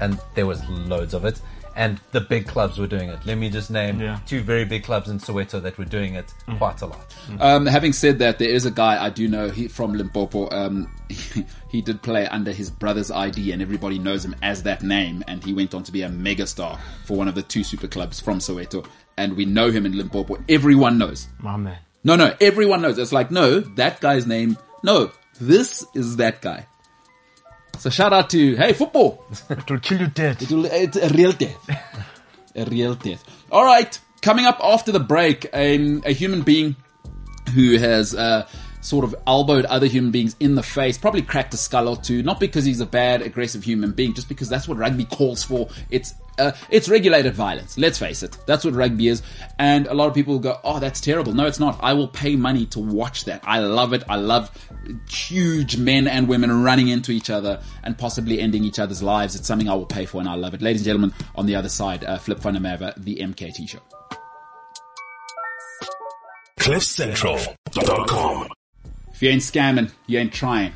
C: and there was loads of it. And the big clubs were doing it. Let me just name
D: Yeah.
C: two very big clubs in Soweto that were doing it
E: Mm.
C: quite a lot.
B: Um, having said that, there is a guy I do know he, from Limpopo. Um, he, did play under his brother's ID, and everybody knows him as that name. And he went on to be a megastar for one of the two super clubs from Soweto. And we know him in Limpopo. Everyone knows.
D: My man.
B: No, no, everyone knows. It's like, no, that guy's name. No, this is that guy. So shout out to hey football.
D: It will kill you dead.
B: It'll- It's a real death. A real death. All right. Coming up after the break, um, a, a human being who has uh, sort of elbowed other human beings in the face, probably cracked a skull or two, not because he's a bad, aggressive human being, just because that's what rugby calls for. It's uh, it's regulated violence. Let's face it, that's what rugby is. And a lot of people go, "Oh, that's terrible." No, it's not. I will pay money to watch that. I love it. I love huge men and women running into each other and possibly ending each other's lives. It's something I will pay for, and I love it. Ladies and gentlemen, on the other side, uh, Flip Funamava, the MKT show.
F: CliffCentral.com.
B: If you ain't scamming, you ain't trying.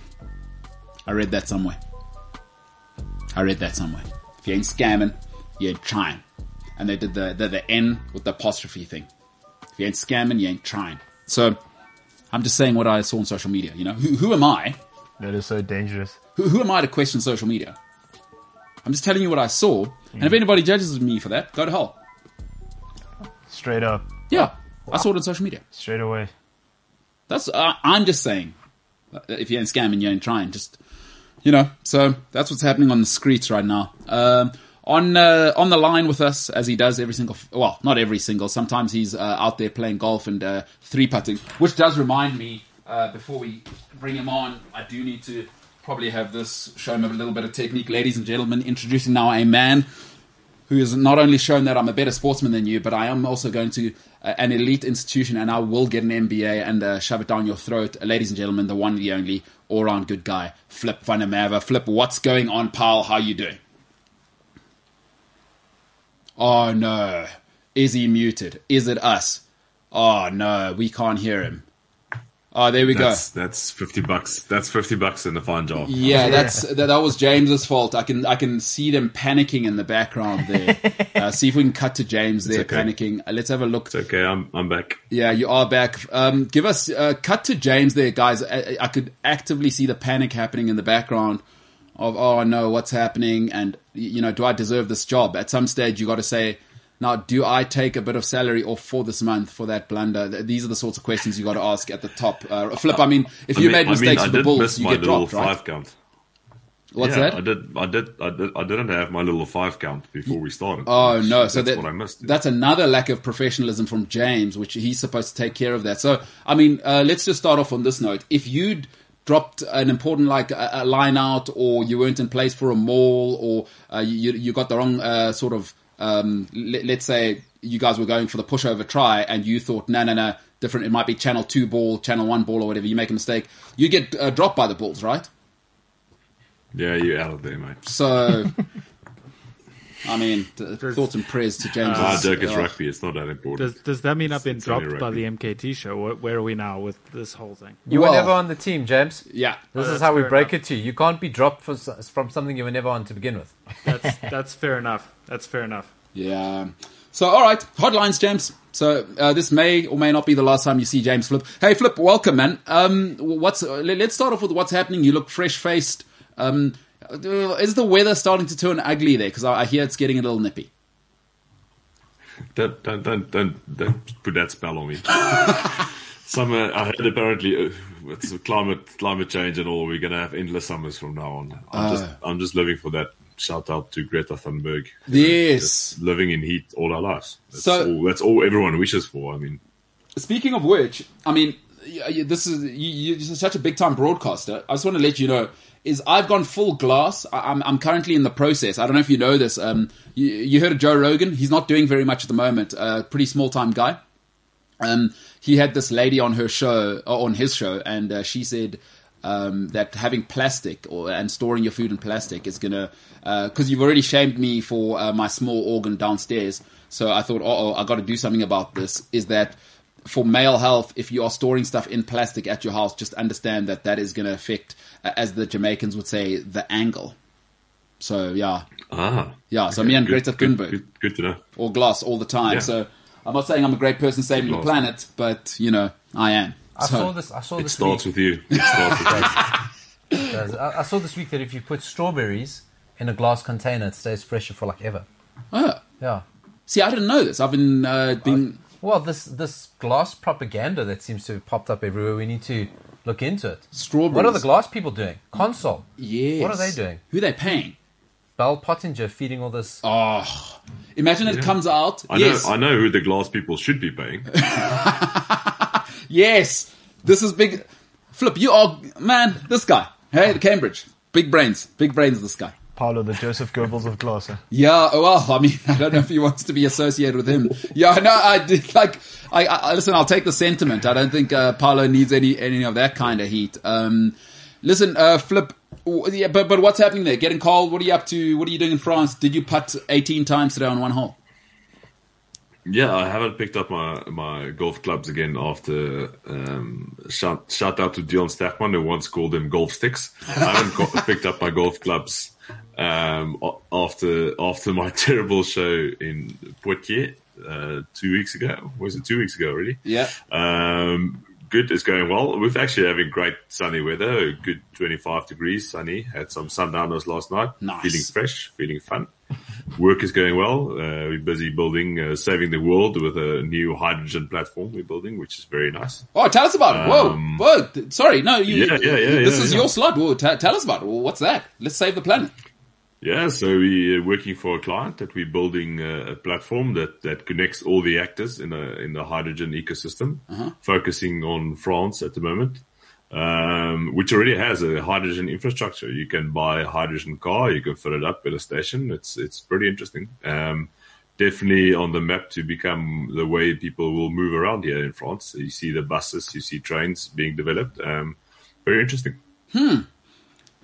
B: I read that somewhere. I read that somewhere. If you ain't scamming, you ain't trying. And they did the, the, the N with the apostrophe thing. If you ain't scamming, you ain't trying. So, I'm just saying what I saw on social media, you know? Who, who am I?
D: That is so dangerous.
B: Who, who am I to question social media? I'm just telling you what I saw. And if anybody judges me for that, go to hell.
D: Straight up.
B: Yeah. I saw it on social media.
D: Straight away.
B: That's uh, I'm just saying. Uh, If you ain't scamming, you ain't trying. Just you know. So that's what's happening on the streets right now. Um, on uh, on the line with us as he does every single. Well, not every single. Sometimes he's uh, out there playing golf and uh, three putting, which does remind me. Uh, before we bring him on, I do need to probably have this show him a little bit of technique, ladies and gentlemen. Introducing now a man who has not only shown that I'm a better sportsman than you, but I am also going to uh, an elite institution and I will get an MBA and uh, shove it down your throat. Ladies and gentlemen, the one, the only, all round good guy, Flip Funamava. Flip, what's going on, pal? How you doing? Oh no. Is he muted? Is it us? Oh no, we can't hear him. Oh, there we
G: That's
B: go.
G: that's fifty bucks. That's fifty bucks in the fine jar.
B: Yeah, that's that, that was James's fault. I can I can see them panicking in the background there. uh, see if we can cut to James there
G: okay.
B: panicking. Uh, let's have a look.
G: It's okay. I'm I'm back.
B: Yeah, you are back. Um, give us uh, cut to James there, guys. I, I could actively see the panic happening in the background of oh no, what's happening, and y- you know, do I deserve this job? At some stage, you got to say. Now, do I take a bit of salary off for this month for that blunder? Th- These are the sorts of questions you got to ask at the top. Uh, Flip, I mean, if you
G: I mean,
B: made
G: I mean,
B: mistakes
G: I
B: with the
G: did
B: Bulls,
G: miss
B: you
G: my
B: get
G: little
B: dropped,
G: five
B: right?
G: count.
B: What's
G: yeah,
B: that?
G: I did. I did. I did. I didn't have my little five count before we started.
B: Oh no! So
G: that's
B: that,
G: what I missed.
B: That's another lack of professionalism from James, which he's supposed to take care of. That. So I mean, uh, let's just start off on this note. If you'd dropped an important like a, a line out, or you weren't in place for a mall, or uh, you you got the wrong uh, sort of um, let, let's say you guys were going for the pushover try, and you thought no no no different. It might be channel two ball, channel one ball, or whatever. You make a mistake, you get uh, dropped by the balls, right?
G: yeah, you're out of there, mate.
B: So. I mean, t- thoughts and prayers to James.
G: Ah, Dirk is rugby. It's not that important.
E: Does does that mean I've been
G: It's only
E: dropped by
G: rugby.
E: the MKT show? Where, where are we now with this whole thing?
C: You
B: Well-
C: were never on the team, James.
B: Yeah.
C: This
E: Oh,
C: is
E: that's
C: how we
E: fair
C: break
E: enough.
C: it to you. You can't be dropped for, s- from something you were never on to begin with.
E: That's that's fair enough. That's fair enough.
B: Yeah. So, all right, hotlines, James. So, uh, this may or may not be the last time you see James Flip. Hey, Flip, welcome, man. Um, what's uh, let- let's start off with what's happening. You look fresh faced. Um, uh, is the weather starting to turn ugly there? Because I, I hear it's getting a little nippy.
G: Don't don't don't don't, don't put that spell on me. Summer. I heard apparently uh, it's climate climate change and all. We're gonna have endless summers from now on. I'm
B: Uh.
G: just I'm just living for that. Shout out to Greta Thunberg.
B: Yes.
G: living in heat all our lives. That's
B: So-
G: all, that's all everyone wishes for. I mean,
B: Speaking of which, I mean, y- y- this is you, you're such a big time broadcaster. I just want to let you know is I've gone full glass. I, I'm, I'm currently in the process. I don't know if you know this. Um, you, you heard of Joe Rogan? He's not doing very much at the moment. Uh, pretty small time guy. um, he had this lady on her show, or on his show, and uh, she said um, that having plastic or and storing your food in plastic is gonna because you've already shamed me for uh, my small organ downstairs. So I thought, oh, I got to do something about this. Is that for male health, if you are storing stuff in plastic at your house, just understand that that is going to affect, uh, as the Jamaicans would say, the angle. So yeah,
G: ah,
B: yeah. So me and
G: good-
B: Greta
G: good-
B: Thunberg
G: Good, good to know.
B: or glass all the time.
G: Yeah.
B: So I'm not saying I'm a great person saving the
G: Glass.
B: planet, but you know I am.
C: I
B: So-
C: saw this. I saw
G: It
C: this.
G: starts
C: week,
G: with you. It starts with you.
C: guys. I, I saw this week that if you put strawberries in a glass container, it stays fresher for like ever.
G: Ah.
B: Oh.
C: Yeah.
B: See, I didn't know this. I've been uh, being
C: Well, this this glass propaganda that seems to have popped up everywhere. We need to look into it.
B: Strawberries.
C: What are the glass people doing? Console.
B: yes.
C: What are they doing?
B: Who are they paying?
C: Bell Pottinger feeding all this.
B: Oh, imagine it comes out.
G: I know.
B: yes,
G: I know who the glass people should be paying.
B: yes. This is big. Flip, you are man. This guy. Hey, Cambridge. Big brains. Big brains. This guy.
D: Paolo, the Joseph Goebbels of eh? Glasser.
B: Yeah, oh, well, I mean, I don't know if he wants to be associated with him. Yeah, no, I did, like, I, I listen. I'll take the sentiment. I don't think uh, Paolo needs any any of that kind of heat. Um, listen, uh, Flip. w- Yeah, but but what's happening there? Getting cold. What are you up to? What are you doing in France? Did you putt eighteen times today on one hole?
G: Yeah, I haven't picked up my, my golf clubs again after um, shout, shout out to Dion Stackman who once called them golf sticks. I haven't got, picked up my golf clubs um, a- after after my terrible show in Poitiers uh, two weeks ago. Was it two weeks ago already?
B: Yeah.
G: Um, good is going well. We've actually having great sunny weather, a good 25 degrees sunny. Had some sundowners last night.
B: Nice.
G: Feeling fresh, feeling fun. Work is going well. Uh, we're busy building, uh, saving the world with a new hydrogen platform we're building, which is very nice.
B: Oh, tell us about it. Whoa,
G: Um,
B: whoa. th- Sorry, no. You,
G: Yeah, yeah, yeah,
B: This
G: yeah,
B: is
G: yeah.
B: your slot. Whoa, t- tell us about it. What's that? Let's save the planet.
G: Yeah, so we're working for a client that we're building uh, a, a platform that, that connects all the actors in the in the hydrogen ecosystem, focusing on France at the moment. um, which already has a hydrogen infrastructure. You can buy a hydrogen car, you can fill it up at a station. It's it's pretty interesting. Um, definitely on the map to become the way people will move around here in France. You see the buses, you see trains being developed. Um, very interesting.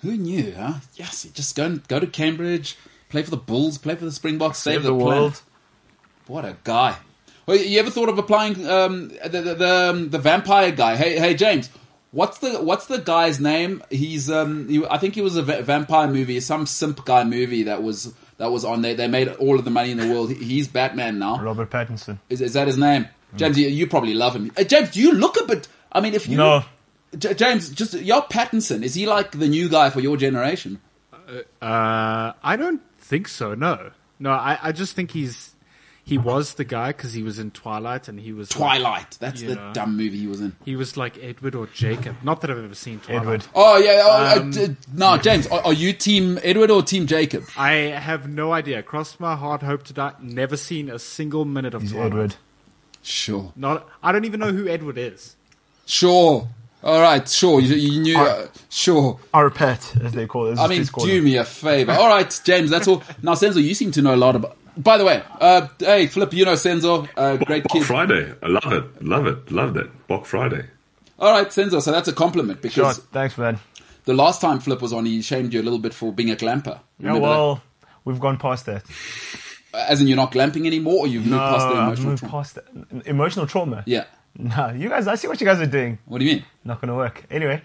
B: Who knew, huh? Yes, you just go and go to Cambridge, play for the Bulls, play for the Springboks, save, the,
C: the
B: world.
C: world.
B: What a guy! Well, you ever thought of applying um, the, the the um, the vampire guy? Hey, hey, James, what's the what's the guy's name? He's um, he, I think he was a va- vampire movie, some simp guy movie that was that was on there. They made all of the money in the world. He- He's Batman now.
D: Robert Pattinson.
B: Is, is that his name? James, you, you probably love him. Uh, James, do you look a bit? I mean, if you
D: No.
B: J- James, just your Pattinson is he like the new guy for your generation?
E: Uh, I don't think so. No, no. I, I just think he's he was the guy because he was in Twilight and he was like-
B: Twilight. That's the
E: Yeah.
B: dumb movie he was in.
E: he was like Edward or Jacob. Not that I've ever seen Twilight.
D: Edward.
B: Oh yeah. Oh,
E: Um,
B: uh, d- no, James, are, are you Team Edward or Team Jacob?
E: I have no idea. Cross my heart, hope to die. Never seen a single minute of
D: He's
E: Twilight.
D: Edward.
B: Sure,
E: Not. I don't even know who Edward is.
B: sure. All right, sure. You, you knew. Uh, sure.
D: Our pet, as they call it. as
B: I
D: the
B: mean,
D: kids call
B: do
D: it.
B: me a favor. All right, James. That's all. Now, Senzo, you seem to know a lot about. By the way, uh, hey, Flip, you know Senzo, uh, great
G: Bock
B: kid.
G: Friday. I love it. Love it. Love that. Bock Friday.
B: All right, Senzo. So that's a compliment
D: Sure,
B: because
D: thanks, man.
B: the last time Flip was on, he shamed you a little bit for being a glamper.
D: Yeah,
B: Remember
D: well, we've gone past that.
B: that? As in, you're not glamping anymore, or you've
D: No,
B: moved past the
D: I've
B: emotional
D: moved
B: trauma?
D: past that. N- Emotional trauma.
B: Yeah.
D: Nah, you guys, I see what you guys are doing.
B: What do you mean?
D: Not gonna work. Anyway,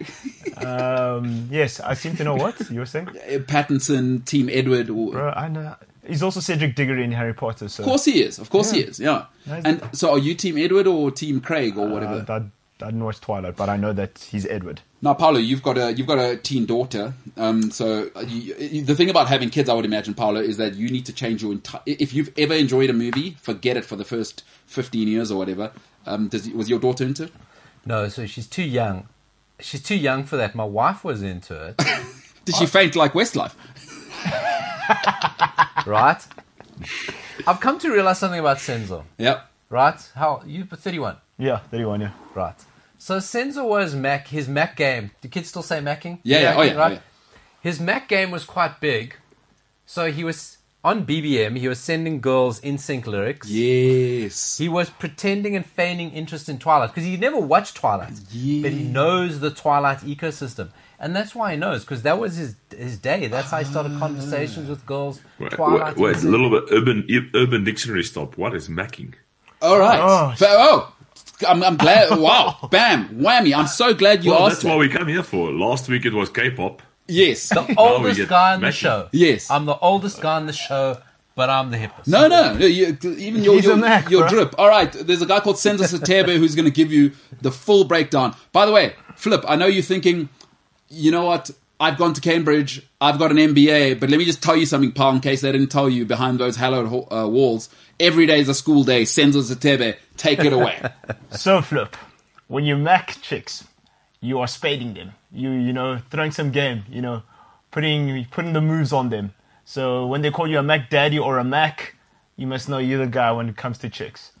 D: um, yes, I seem to know what you were saying.
B: Uh, Pattinson, Team Edward, or
D: Bro, I know. He's also Cedric Diggory in Harry Potter, so
B: Of course he is. Of course he is. Yeah.
D: Nice.
B: And so, are you Team Edward or Team Craig or
D: uh,
B: whatever?
D: I, I didn't watch Twilight, but I know that he's Edward.
B: now, Paolo, you've got a you've got a teen daughter. Um, so uh, you, you- the thing about having kids, I would imagine, Paolo, is that you need to change your entire. If you've ever enjoyed a movie, forget it for the first fifteen years or whatever. Um, does, was your daughter into it?
C: No, so she's too young. She's too young for that. My wife was into it,
B: Did she faint like Westlife?
C: right? I've come to realize something about Senzo,
B: Yep.
C: right? How you? Thirty-one,
D: Yeah, there you are. Yeah.
C: right? So Senzo was Mac. His Mac game. Do kids still say Macking?
B: Yeah. yeah. Oh yeah. oh,
C: Right?
B: yeah.
C: His Mac game was quite big, so he was on BBM. He was sending girls in sync lyrics.
B: Oh, Yes.
C: He was pretending and feigning interest in Twilight because he never watched Twilight, but he knows the Twilight ecosystem, and that's why he knows because that was his his day. That's how he started conversations with girls.
G: Wait,
C: Twilight.
G: wait, wait, a
C: was it.
G: little bit urban urban dictionary stop. What is macking?
B: All right.
D: Oh,
B: Oh. oh. I'm, I'm glad. Wow. Bam. Whammy. I'm so glad you
G: Well,
B: asked.
G: that's what
B: that.
G: we come here for. Last week it was K-pop.
B: yes.
C: The
G: get
C: oldest guy on the
G: Mackie.
C: show.
B: Yes.
C: I'm the oldest guy on the show, but I'm the hippest.
B: No, no, no you, even your
D: He's
B: your,
D: a Mac,
B: your
D: bro.
B: drip. All right, there's a guy called Senza Satebe who's going to give you the full breakdown. By the way, Flip, I know you're thinking, you know what? I've gone to Cambridge. I've got an MBA, but let me just tell you something, Paul, in case they didn't tell you behind those hallowed ho- uh, walls. Every day is a school day. Senza Satebe, take it away.
D: So Flip, when you mac chicks, you are spading them. You you know throwing some game. You know, putting putting the moves on them. So when they call you a mac daddy or a mac, you must know you're the guy when it comes to chicks.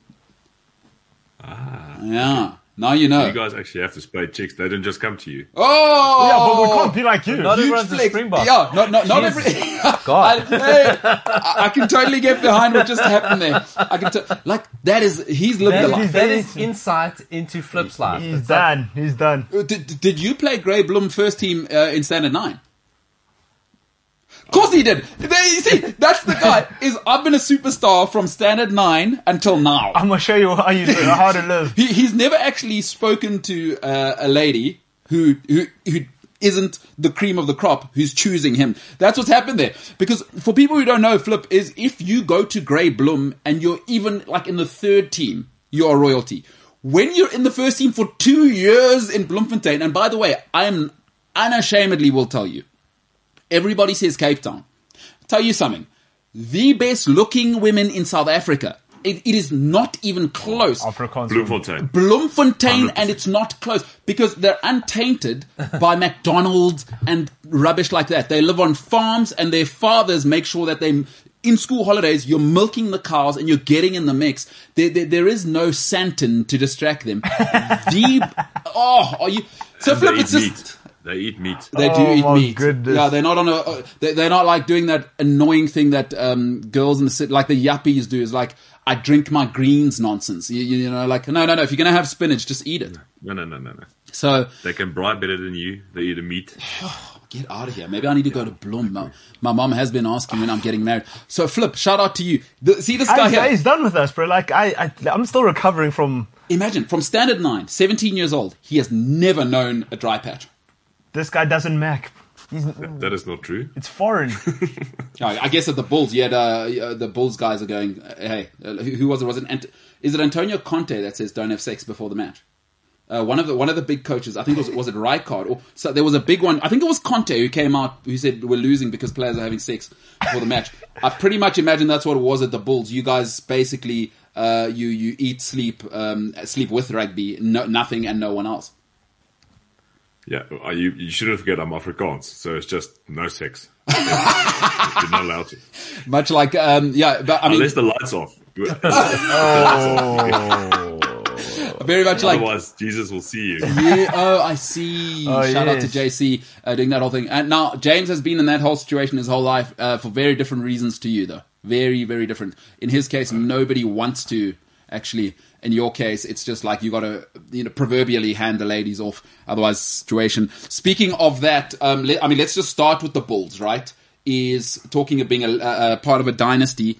B: yeah, now you know.
G: You guys actually have to spade chicks. They didn't just come to you.
B: oh,
D: Yeah, but we can't be like you.
C: Not
B: Huge
C: everyone's a
B: flex.
C: Springbok.
B: Yeah, not, not, not every.
C: Jesus.
B: I,
C: God.
B: hey, I, I can totally get behind what just happened there. I can t- like that is he's lived
C: That
B: the
C: is-
B: life.
C: that is insight into Flip's life.
D: He's
C: It's like-
D: done. He's done.
B: Uh, Did, did you play Grey Bloom first team uh, in standard nine? Of course he did. There, you see, that's the guy. Is I've been a superstar from standard nine until now.
D: I'm gonna show you how you how to live.
B: He, he's never actually spoken to uh, a lady who who who isn't the cream of the crop who's choosing him. That's what's happened there. Because for people who don't know, Flip is if you go to Grey Bloom and you're even like in the third team, you're royalty. When you're in the first team for two years in Bloemfontein, and by the way, I am unashamedly will tell you, everybody says Cape Town. Tell you something, the best looking women in South Africa. It, it is not even close.
D: Afrikaans.
G: Bloemfontein.
B: Bloemfontein
G: 100%.
B: and it's not close because they're untainted by McDonald's and rubbish like that. They live on farms and their fathers make sure that they, in school holidays, you're milking the cows and you're getting in the mix. There, there, there is no Santon to distract them. The, Oh, are you? So
G: They
B: Flip,
G: eat
B: it's just
G: meat. They eat meat.
B: they do
C: Oh
B: eat
C: my
B: meat.
C: goodness.
B: Yeah, they're not on a. uh, they- They're not like doing that annoying thing that um, girls in the city, like the yuppies, do. Is like I drink my greens nonsense. You, you know, like no, no, no. If you're gonna have spinach, just eat it.
G: No, no, no, no, no.
B: So
G: They can bribe better than you. They eat a meat.
B: get out of here. Maybe I need to go to Bloom. My, my mom has been asking when I'm getting married. So Flip, shout out to you. The, see this guy
D: He's,
B: here.
D: he's done with us, bro. Like I, I, I'm still recovering from
B: Imagine from standard nine, 17 years old, he has never known a dry patch.
D: this guy doesn't mac. He's,
G: That is not true.
D: it's foreign.
B: I I guess at the Bulls, yeah, the, uh, the Bulls guys are going. uh, Hey, uh, who, who was it? Was it Ant- is it Antonio Conte that says don't have sex before the match? Uh, one of the one of the big coaches, I think it was was it Rijkaard or so there was a big one. I think it was Conte who came out who said we're losing because players are having sex before the match. I pretty much imagine that's what it was at the Bulls. You guys basically uh, you you eat sleep um, sleep with rugby, no, nothing and no one else.
G: Yeah, uh, you, you shouldn't forget I'm Afrikaans, so it's just no sex. You're not allowed to.
B: Much like um, yeah, but I mean
G: Unless the lights off. oh.
B: very much like
G: Otherwise, Jesus will see you.
B: yeah, oh, I see. Shout out to
D: yes.
B: JC uh, doing that whole thing. And now James has been in that whole situation his whole life uh, for very different reasons to you, though. Very, very different. In his case, nobody wants to actually. In your case, it's just like you got to, you know, proverbially hand the ladies off. Otherwise, situation. Speaking of that, um, le- I mean, let's just start with the Bulls, right? Is talking of being a, a, a part of a dynasty.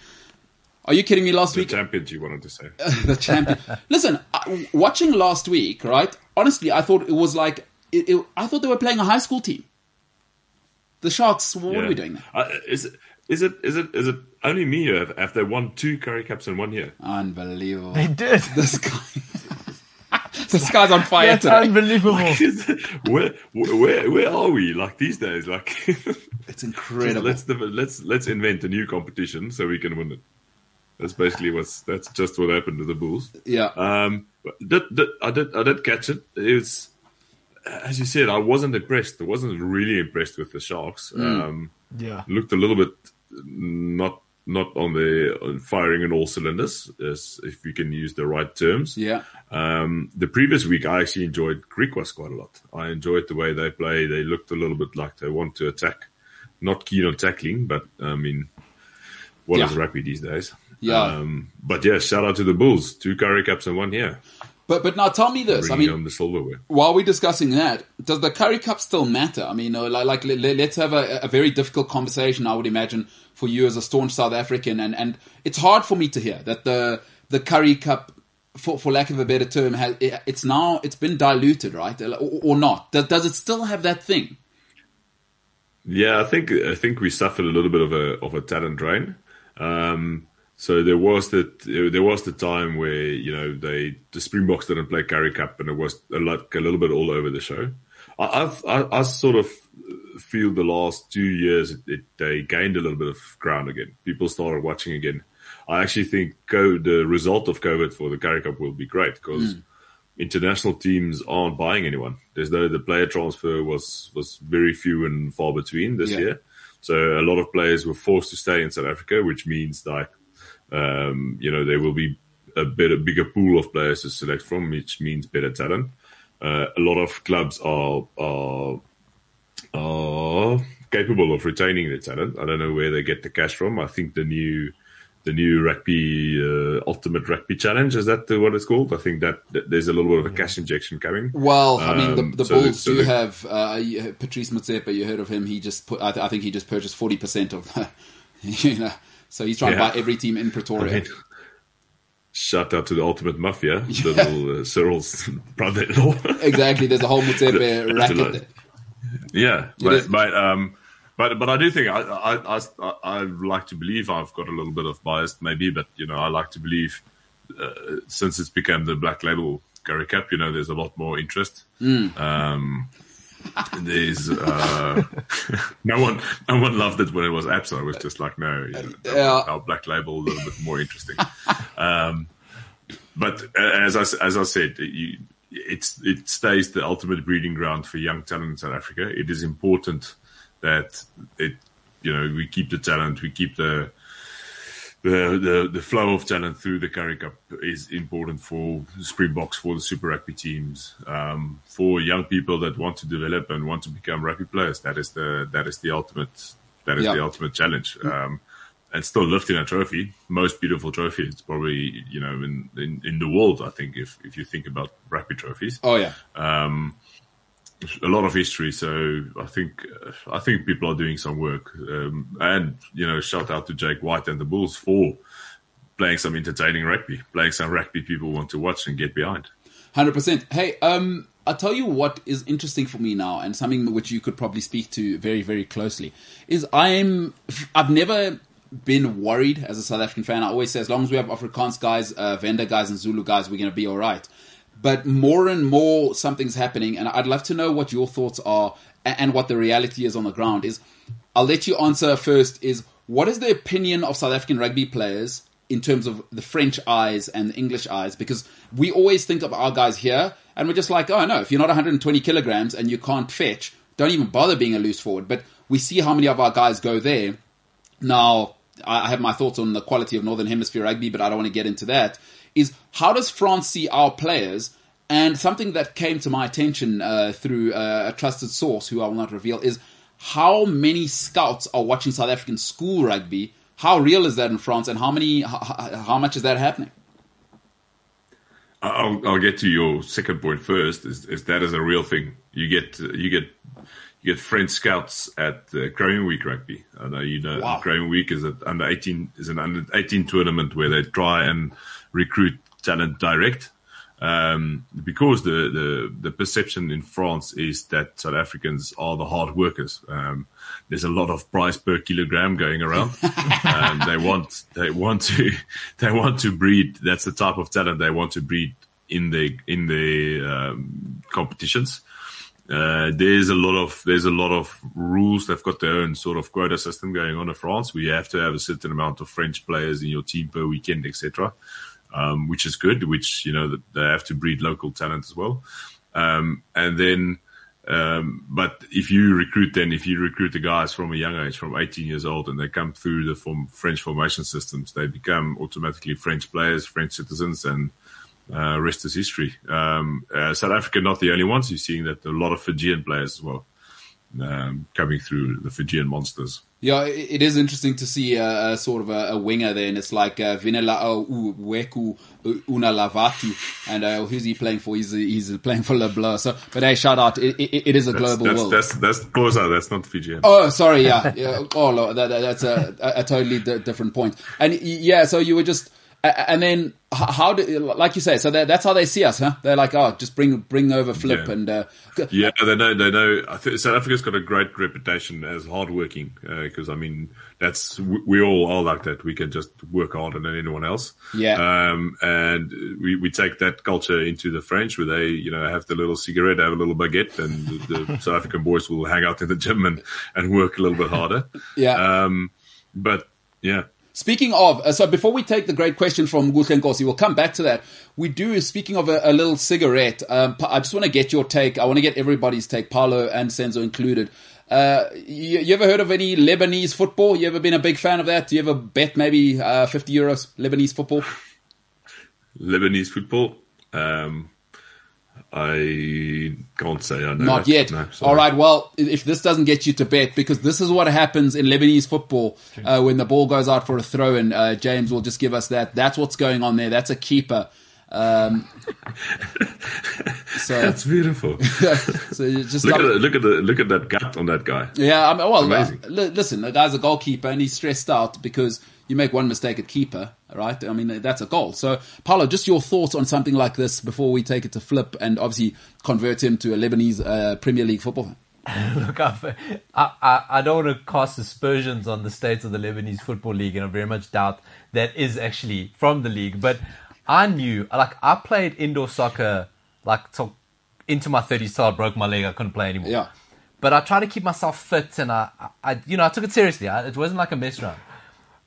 B: Are you kidding me? Last
G: The
B: week,
G: champions, you wanted to say.
B: the champion. Listen, I, watching last week, right? Honestly, I thought it was like it, it, I thought they were playing a high school team. The Sharks. What
G: Yeah.
B: are we doing there?
G: Uh, is, it- is it is it is it only me who have, have they won two curry caps in one year?
B: Unbelievable.
D: He did.
B: this guy. this guy's on fire
D: That's
B: today. Oh.
D: unbelievable.
G: where, where where are we like these days? Like
B: It's incredible.
G: let's dev- let's let's invent a new competition so we can win it. That's basically what's that's just what happened to the Bulls.
B: yeah.
G: Um, but did, did, I did I did catch it. It's as you said, I wasn't impressed. I wasn't really impressed with the Sharks.
B: Mm.
G: Um,
D: Yeah.
G: looked a little bit not not on the on firing on all cylinders, as if you can use the right terms.
B: yeah.
G: Um, the previous week, I actually enjoyed Griquas quite a lot. I enjoyed the way they play. They looked a little bit like they want to attack. Not keen on tackling, but I mean, what is
B: Yeah.
G: rugby these days?
B: Yeah.
G: Um, but yeah, shout out to the Bulls. Two curry caps and one here.
B: But but now tell me this.
G: Bringing
B: I mean,
G: home the silverware.
B: while we're discussing that, does the Curry Cup still matter? I mean, uh, like, like let, let- let's have a, a very difficult conversation. I would imagine for you as a staunch South African, and, and it's hard for me to hear that the the Curry Cup, for for lack of a better term, has it, it's now it's been diluted, right, or, or not? Does, does it still have that thing?
G: Yeah, I think I think we suffered a little bit of a of a talent drain. Um, so there was the there was the time where you know they the Springboks didn't play Curry Cup, and it was a lot, a little bit all over the show. I, I've I, I sort of feel the last two years it, it, they gained a little bit of ground again. People started watching again. I actually think co- the result of COVID for the Curry Cup will be great because international teams aren't buying anyone. There's no the player transfer was was very few and far between this
B: Yeah.
G: year. So a lot of players were forced to stay in South Africa, which means like um, you know there will be a better, bigger pool of players to select from, which means better talent. Uh, a lot of clubs are are are capable of retaining their talent. I don't know where they get the cash from. I think the new the new rugby uh, ultimate rugby challenge is that what it's called. I think that, that there's a little bit of a cash injection coming.
B: Well, I mean,
G: Um,
B: the, the
G: so the-
B: Bulls
G: so
B: do
G: the-
B: have uh, you- Patrice Motsepe. You heard of him? He just put. I, th- I think he just purchased forty percent of. you know, so he's trying
G: Yeah.
B: to buy every team in Pretoria.
G: Right. Shout out to the ultimate mafia, little uh, Cyril's brother-in-law.
B: Exactly. There's a whole Motsepe
G: That's
B: racket
G: a lot.
B: there.
G: Yeah,
B: is.
G: but, but um, but but I do think I I, I I I like to believe I've got a little bit of bias, maybe, but you know I like to believe uh, since it's become the black label curry cup, you know, there's a lot more interest. Um, there's uh, no one no one loved it when it was Absa. It was just like no, you know,
B: Yeah.
G: our black label a little bit more interesting. um, but uh, as I s- as I said, you, it's it stays the ultimate breeding ground for young talent in South Africa. It is important that it you know we keep the talent, we keep the the, the the flow of talent through the Curry Cup is important for Springboks, for the Super Rugby teams, um, for young people that want to develop and want to become rugby players. That is the that is the ultimate that is
B: Yeah.
G: the ultimate challenge. Um, and still lifting a trophy, most beautiful trophy. It's probably you know in, in, in the world. I think if if you think about rugby trophies,
B: Oh yeah,
G: a lot of history. So I think I think people are doing some work. Um, and you know, shout out to Jake White and the Bulls for playing some entertaining rugby, playing some rugby people want to watch and get behind.
B: hundred percent. Hey, um, I'll tell you what is interesting for me now, and something which you could probably speak to very, very closely, is I'm I've never been worried as a South African fan. I always say as long as we have Afrikaans guys, uh, Venda guys, and Zulu guys, we're going to be all right. But more and more something's happening, and I'd love to know what your thoughts are a- and what the reality is on the ground. Is I'll let you answer first. Is what is the opinion of South African rugby players in terms of the French eyes and the English eyes, because we always think of our guys here and we're just like, oh no, if you're not 120 kilograms and you can't fetch, don't even bother being a loose forward. But we see how many of our guys go there. Now, I I have my thoughts on the quality of Northern Hemisphere rugby, but I don't want to get into that. Is how does France see our players? And something that came to my attention uh, through uh, a trusted source, who I will not reveal, is how many scouts are watching South African school rugby? How real is that in France, and how many? How, how much is that happening?
G: I- I'll, I'll get to your second point first. Is, is that is a real thing? You get you get you get French scouts at uh, Growing Week rugby. I know you know
B: Wow.
G: Growing Week is an under eighteen is an under eighteen tournament where they try and recruit talent direct. Um, because the, the, the perception in France is that South Africans are the hard workers. Um, there's a lot of price per kilogram going around. um, they want they want to they want to breed. That's the type of talent they want to breed in the in the um, competitions. Uh, there's a lot of there's a lot of rules. They've got their own sort of quota system going on in France. We have to have a certain amount of French players in your team per weekend, etc. Um, which is good. Which you know th- they have to breed local talent as well. Um, and then, um, but if you recruit then if you recruit the guys from a young age, from 18 years old, and they come through the form, French formation systems, they become automatically French players, French citizens, and uh, rest is history. Um, uh, South Africa not the only ones. You're seeing that a lot of Fijian players as well um, coming through the Fijian monsters.
B: Yeah, i- it is interesting to see a, a sort of a, a winger there, and it's like uh, Vinela Weku Unalavatu, and uh, who's he playing for? He's he's playing for Le Bleu. So, but hey, shout out! It, it, it is a global
G: that's,
B: world.
G: That's that's Khoza, That's not Fijian.
B: Oh, sorry, yeah, yeah. Oh, no, that, that, that's a, a, a totally di- different point. And y- yeah, so you were just, a- a- and then h- how do, like you say, so that, that's how they see us, huh? They're like, oh, just bring bring over Flip
G: Yeah.
B: and uh, g-
G: Yeah, they know. They know. I think South Africa's got a great reputation as hardworking because I mean that's we, we all are like that. We can just work harder than anyone else.
B: Yeah.
G: Um, and we, we take that culture into the French, where they you know have the little cigarette, have a little baguette, and the, the South African boys will hang out in the gym and, and work a little bit harder.
B: yeah.
G: Um, but yeah,
B: Speaking of, uh, so before we take the great question from Gutlenkosi, we'll come back to that. We do, speaking of a, a little cigarette, um, Pa- I just want to get your take. I want to get everybody's take, Paolo and Senzo included. Uh, you, you ever heard of any Lebanese football? You ever been a big fan of that? Do you ever bet maybe uh, 50 euros Lebanese football?
G: Lebanese football. Um, I can't say I know.
B: Not
G: that.
B: yet.
G: No, sorry.
B: All right. Well, i- if this doesn't get you to bet, because this is what happens in Lebanese football uh, when the ball goes out for a throw, and uh, James will just give us that. That's what's going on there. That's a keeper. Um, so,
G: That's beautiful.
B: so you just
G: Look
B: stop-
G: at, the, look at the look at that gut on that guy.
B: yeah. I mean, well, uh,
G: Amazing.
B: li- listen, the guy's a goalkeeper, and he's stressed out because you make one mistake at keeper, right? I mean, that's a goal. So, Paolo, just your thoughts on something like this before we take it to Flip and obviously convert him to a Lebanese uh, Premier League football. fan.
C: Look, I've, I, I, I don't want to cast aspersions on the states of the Lebanese Football League, and I very much doubt that is actually from the league. But I knew, like, I played indoor soccer, like, till into my 30s till I broke my leg. I couldn't play anymore.
B: Yeah.
C: But I tried to keep myself fit, and I, I I- you know, I took it seriously. I, it wasn't like a mess around.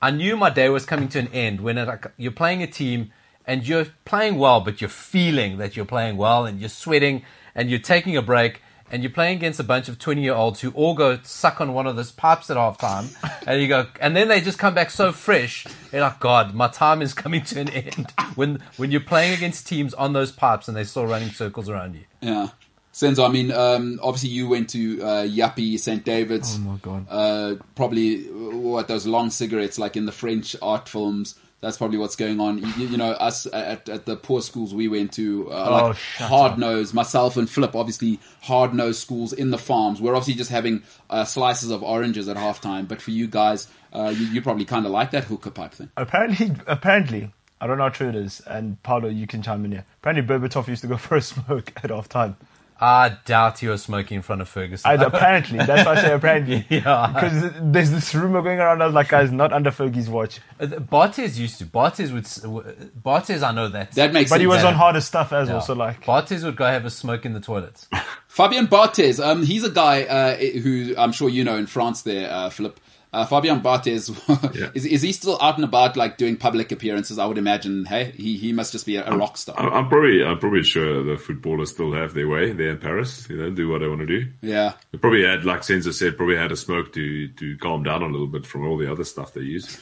C: I knew my day was coming to an end when it, like, you're playing a team and you're playing well, but you're feeling that you're playing well and you're sweating and you're taking a break and you're playing against a bunch of 20 year olds who all go suck on one of those pipes at halftime, and you go, and then they just come back so fresh. You're like, God, my time is coming to an end. When when you're playing against teams on those pipes and they're still running circles around you.
B: Yeah. Senzo, I mean, um, obviously you went to uh, Yuppie, St. David's. Oh my god! Uh, probably uh, what those long cigarettes, like in the French art films. That's probably what's going on. You, you know, us at, at the poor schools we went to, uh, like
D: Oh, shut
B: hard nosed. Myself and Philip, obviously hard nosed schools in the farms. We're obviously just having uh, slices of oranges at halftime. But for you guys, uh, you, you probably kind of like that hookah pipe thing.
D: Apparently, apparently, I don't know how true it is. And Paolo, you can chime in here. Apparently, Berbatov used to go for a smoke at half time.
C: I doubt you were smoking in front of Ferguson.
D: I, apparently, that's why I say apparently.
C: Yeah.
D: Because there's this rumor going around. I was like, guys, not under Fergie's watch.
C: Uh, Bartes used to. Bartes would. s- w- Bartes, I know that.
B: That makes
D: But he
B: sense.
D: was on
C: Yeah.
D: harder stuff as
C: Yeah.
D: well. So like,
C: Bartes would go have a smoke in the toilets.
B: Fabian Barthez, um, he's a guy uh, who I'm sure you know in France there, uh, Philip. Uh, Fabian Barthez,
G: Yeah.
B: is, is he still out and about, like doing public appearances? I would imagine. Hey, he, he must just be a, a rock
G: I'm,
B: star.
G: I'm probably I'm probably sure the footballers still have their way there in Paris. You know, do what they want to do.
B: Yeah.
G: They probably had, like Senza said, probably had a smoke to to calm down a little bit from all the other stuff they use.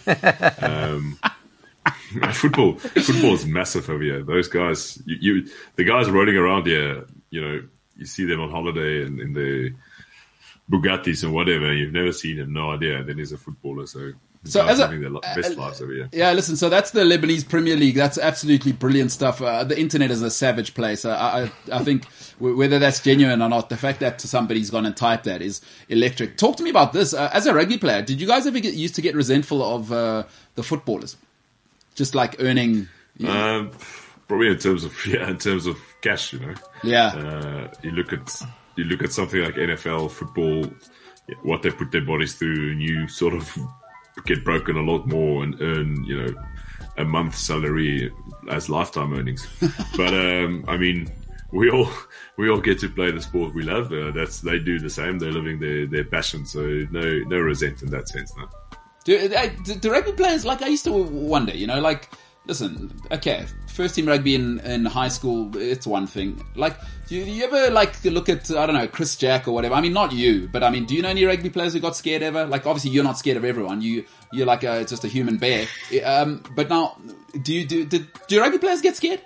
G: um, football, football is massive over here. Those guys, you, you the guys rolling around here, you know, you see them on holiday and in the Bugattis and whatever. You've never seen him, no idea. And then he's a footballer, so.
B: So
G: guys
B: as a-
G: having their li- best
B: uh,
G: lives over here.
B: Yeah, listen, so that's the Lebanese Premier League. That's absolutely brilliant stuff. Uh, the internet is a savage place. I, I, I think w- whether that's genuine or not, the fact that somebody's gone and typed that is electric. Talk to me about this. Uh, as a rugby player, did you guys ever get used to get resentful of uh, the footballers? Just like earning.
G: Um, probably in terms of yeah, in terms of cash, you know.
B: Yeah.
G: Uh, you look at you look at something like NFL football, what they put their bodies through, and you sort of get broken a lot more and earn you know a month's salary as lifetime earnings. but um, I mean. We all we all get to play the sport we love. Uh, that's they do the same. They're living their, their passion, so no no resent in that sense. No.
B: Do, uh, I- do, do rugby players like I used to wonder, you know, like listen, okay, first team rugby in, in high school, it's one thing. Like, do you, do you ever like look at I don't know Chris Jack or whatever? I mean, not you, but I mean, do you know any rugby players who got scared ever? Like, obviously, you're not scared of everyone. You you're like a, just a human bear. Um, but now, do you do do, do rugby players get scared?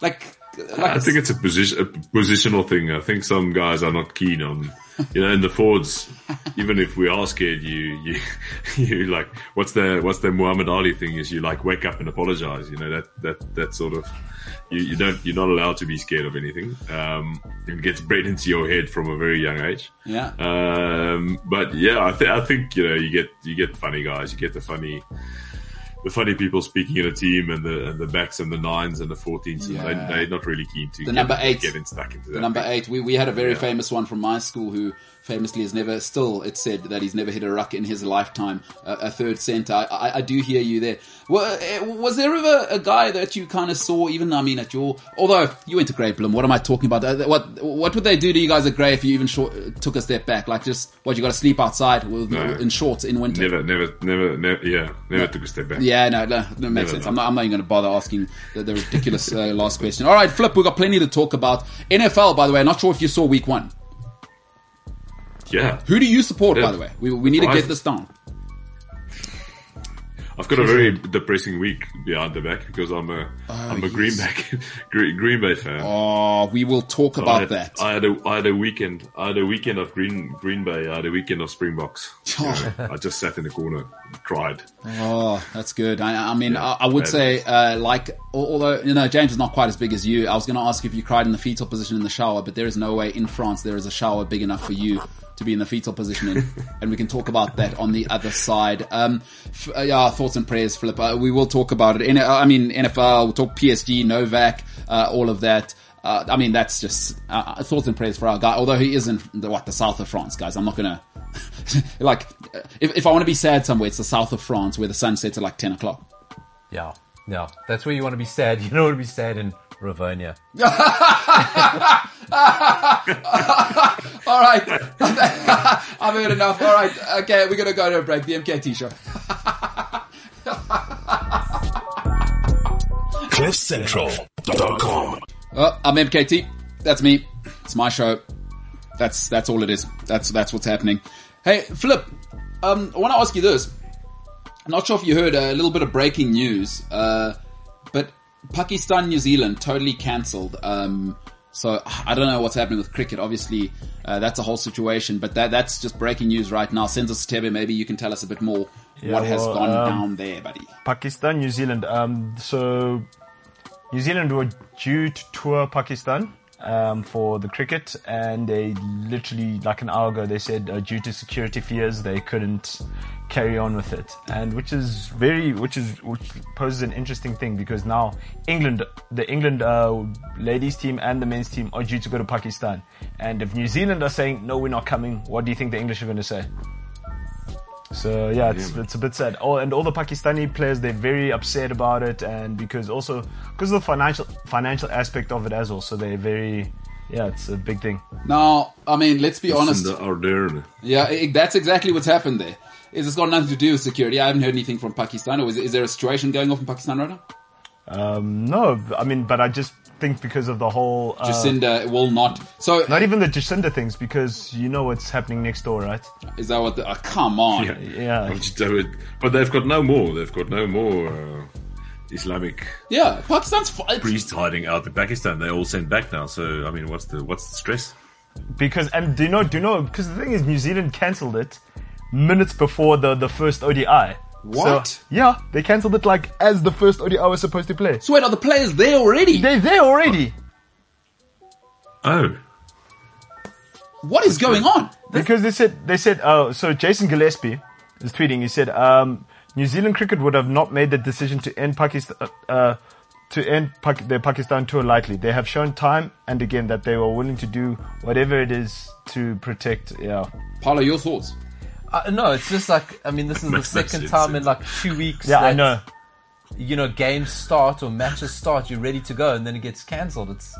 B: Like, like
G: I think it's a position, a positional thing. I think some guys are not keen on, you know, in the Fords. Even if we are scared, you, you, you like, what's the, what's the Muhammad Ali thing is you like wake up and apologize. You know, that, that, that sort of, you, you don't, you're not allowed to be scared of anything. Um, it gets bred into your head from a very young age.
B: yeah.
G: Um, but yeah, I, th- I think you know you get you get funny guys, you get the funny, the funny people speaking in a team, and the and the backs and the nines and the fourteens.
B: Yeah.
G: And they, they're not really keen to
B: The
G: get,
B: number eight.
G: getting stuck into that.
B: The number
G: thing.
B: eight. We, we had a very
G: Yeah.
B: famous one from my school who famously has never, still, it's said that he's never hit a ruck in his lifetime, a, a third centre. I, I, I do hear you there. Well, eh, was there ever a guy that you kind of saw, even, I mean, at your, although you went to Grey Blum, what am I talking about? Uh, What what would they do to you guys at Grey if you even short, took a step back? Like, just, what, you got to sleep outside with,
G: No.
B: in shorts in winter?
G: Never, never, never, never, yeah, never took a step back.
B: Yeah, no, no, no makes
G: Never
B: sense.
G: know.
B: I'm not, I'm not even going to bother asking the, the ridiculous uh, last question. All right, Flip, we've got plenty to talk about. NFL, by the way, not sure if you saw week one.
G: Yeah.
B: Who do you support, by
G: Yeah.
B: the way? We, we need to get
G: Surprised.
B: this down.
G: I've got a very depressing week behind the back because I'm a am a Green Bay Green Green Bay fan.
B: Oh, we will talk
G: I
B: about
G: had,
B: that.
G: I had a I had a weekend. I had a weekend of Green Green Bay. I had a weekend of Springboks. You know, I just sat in the corner, and cried.
B: Oh, that's good. I, I mean,
G: Yeah,
B: I, I would
G: that
B: say, uh, like, al- although, you know, James is not quite as big as you. I was going to ask if you cried in the fetal position in the shower, but there is no way in France there is a shower big enough for you to be in the fetal position in. and we can talk about that on the other side. Um, f- uh, yeah, thoughts and prayers, Philip. Uh, we will talk about it. N- uh, I mean, NFL, we'll talk PSG, Novak, uh, all of that. Uh, I mean, that's just uh, uh, thoughts and prayers for our guy. Although he is in the, what the south of France, guys. I'm not gonna like uh, if, if I want to be sad somewhere, it's the south of France where the sun sets at like ten o'clock.
C: Yeah, yeah. That's where you want to be sad. You don't want to be sad in Ravonia.
B: All right, I've heard enough. All right, okay, we're gonna go to a break. The MKT show.
F: CliffCentral.com.
B: Oh, Well, I'm MKT. That's me. It's my show. That's that's all it is. That's that's what's happening. Hey, Flip, um, I want to ask you this. I'm not sure if you heard a little bit of breaking news, uh, but Pakistan, New Zealand totally cancelled. Um, so I don't know what's happening with cricket. Obviously, uh, that's a whole situation, but that that's just breaking news right now. Senzo Sitebe, maybe you can tell us a bit more what has
D: well,
B: gone
D: um,
B: down there, buddy.
D: Pakistan, New Zealand. Um, so New Zealand were due to tour Pakistan um, for the cricket, and they literally, like an hour ago, they said uh, due to security fears, they couldn't carry on with it, and which is very, which is which poses an interesting thing because now England, the England uh, ladies team and the men's team are due to go to Pakistan, and if New Zealand are saying no, we're not coming, what do you think the English are going to say? So yeah, it's,
G: man.
D: it's a bit sad. Oh, and all the Pakistani players they're very upset about it, and because also because of the financial financial aspect of it as well. So they're very yeah, it's a big thing.
B: Now, I mean, let's be honest.
G: Send the order.
B: Yeah, i- that's exactly what's happened there. Is it's got nothing to do with security? I haven't heard anything from Pakistan. Or is, is there a situation going off in Pakistan right now?
D: Um, no, I mean, but I just think because of the whole uh,
B: Jacinda will not. So
D: not even the Jacinda things because you know what's happening next door, right?
B: is that what? The, oh, come on.
G: Yeah.
D: Yeah.
G: What you do it- But they've got no more. They've got no more uh, Islamic
B: Yeah, Pakistan's. fu- it's-
G: priests hiding out in Pakistan. They're all sent back now. So I mean, what's the what's the stress?
D: Because and do you know do you know because the thing is New Zealand cancelled it minutes before the the first ODI.
B: What?
D: So, yeah, they cancelled it like as the first ODI was supposed to play.
B: So wait, are the players there already?
D: They're there already.
G: Oh,
B: what is going on?
D: Because they said they said oh so Jason Gillespie is tweeting. He said um, New Zealand cricket would have not made the decision to end Pakistan uh, to end Pak- their Pakistan tour lightly. They have shown time and again that they were willing to do whatever it is to protect. Yeah,
B: Paulo, your thoughts?
C: Uh, no, it's just like I mean, this is the
G: Makes no
C: second
G: sense.
C: time in like two weeks.
D: yeah, I
C: that,
D: know.
C: You know, games start or matches start. You're ready to go, and then it gets cancelled. It's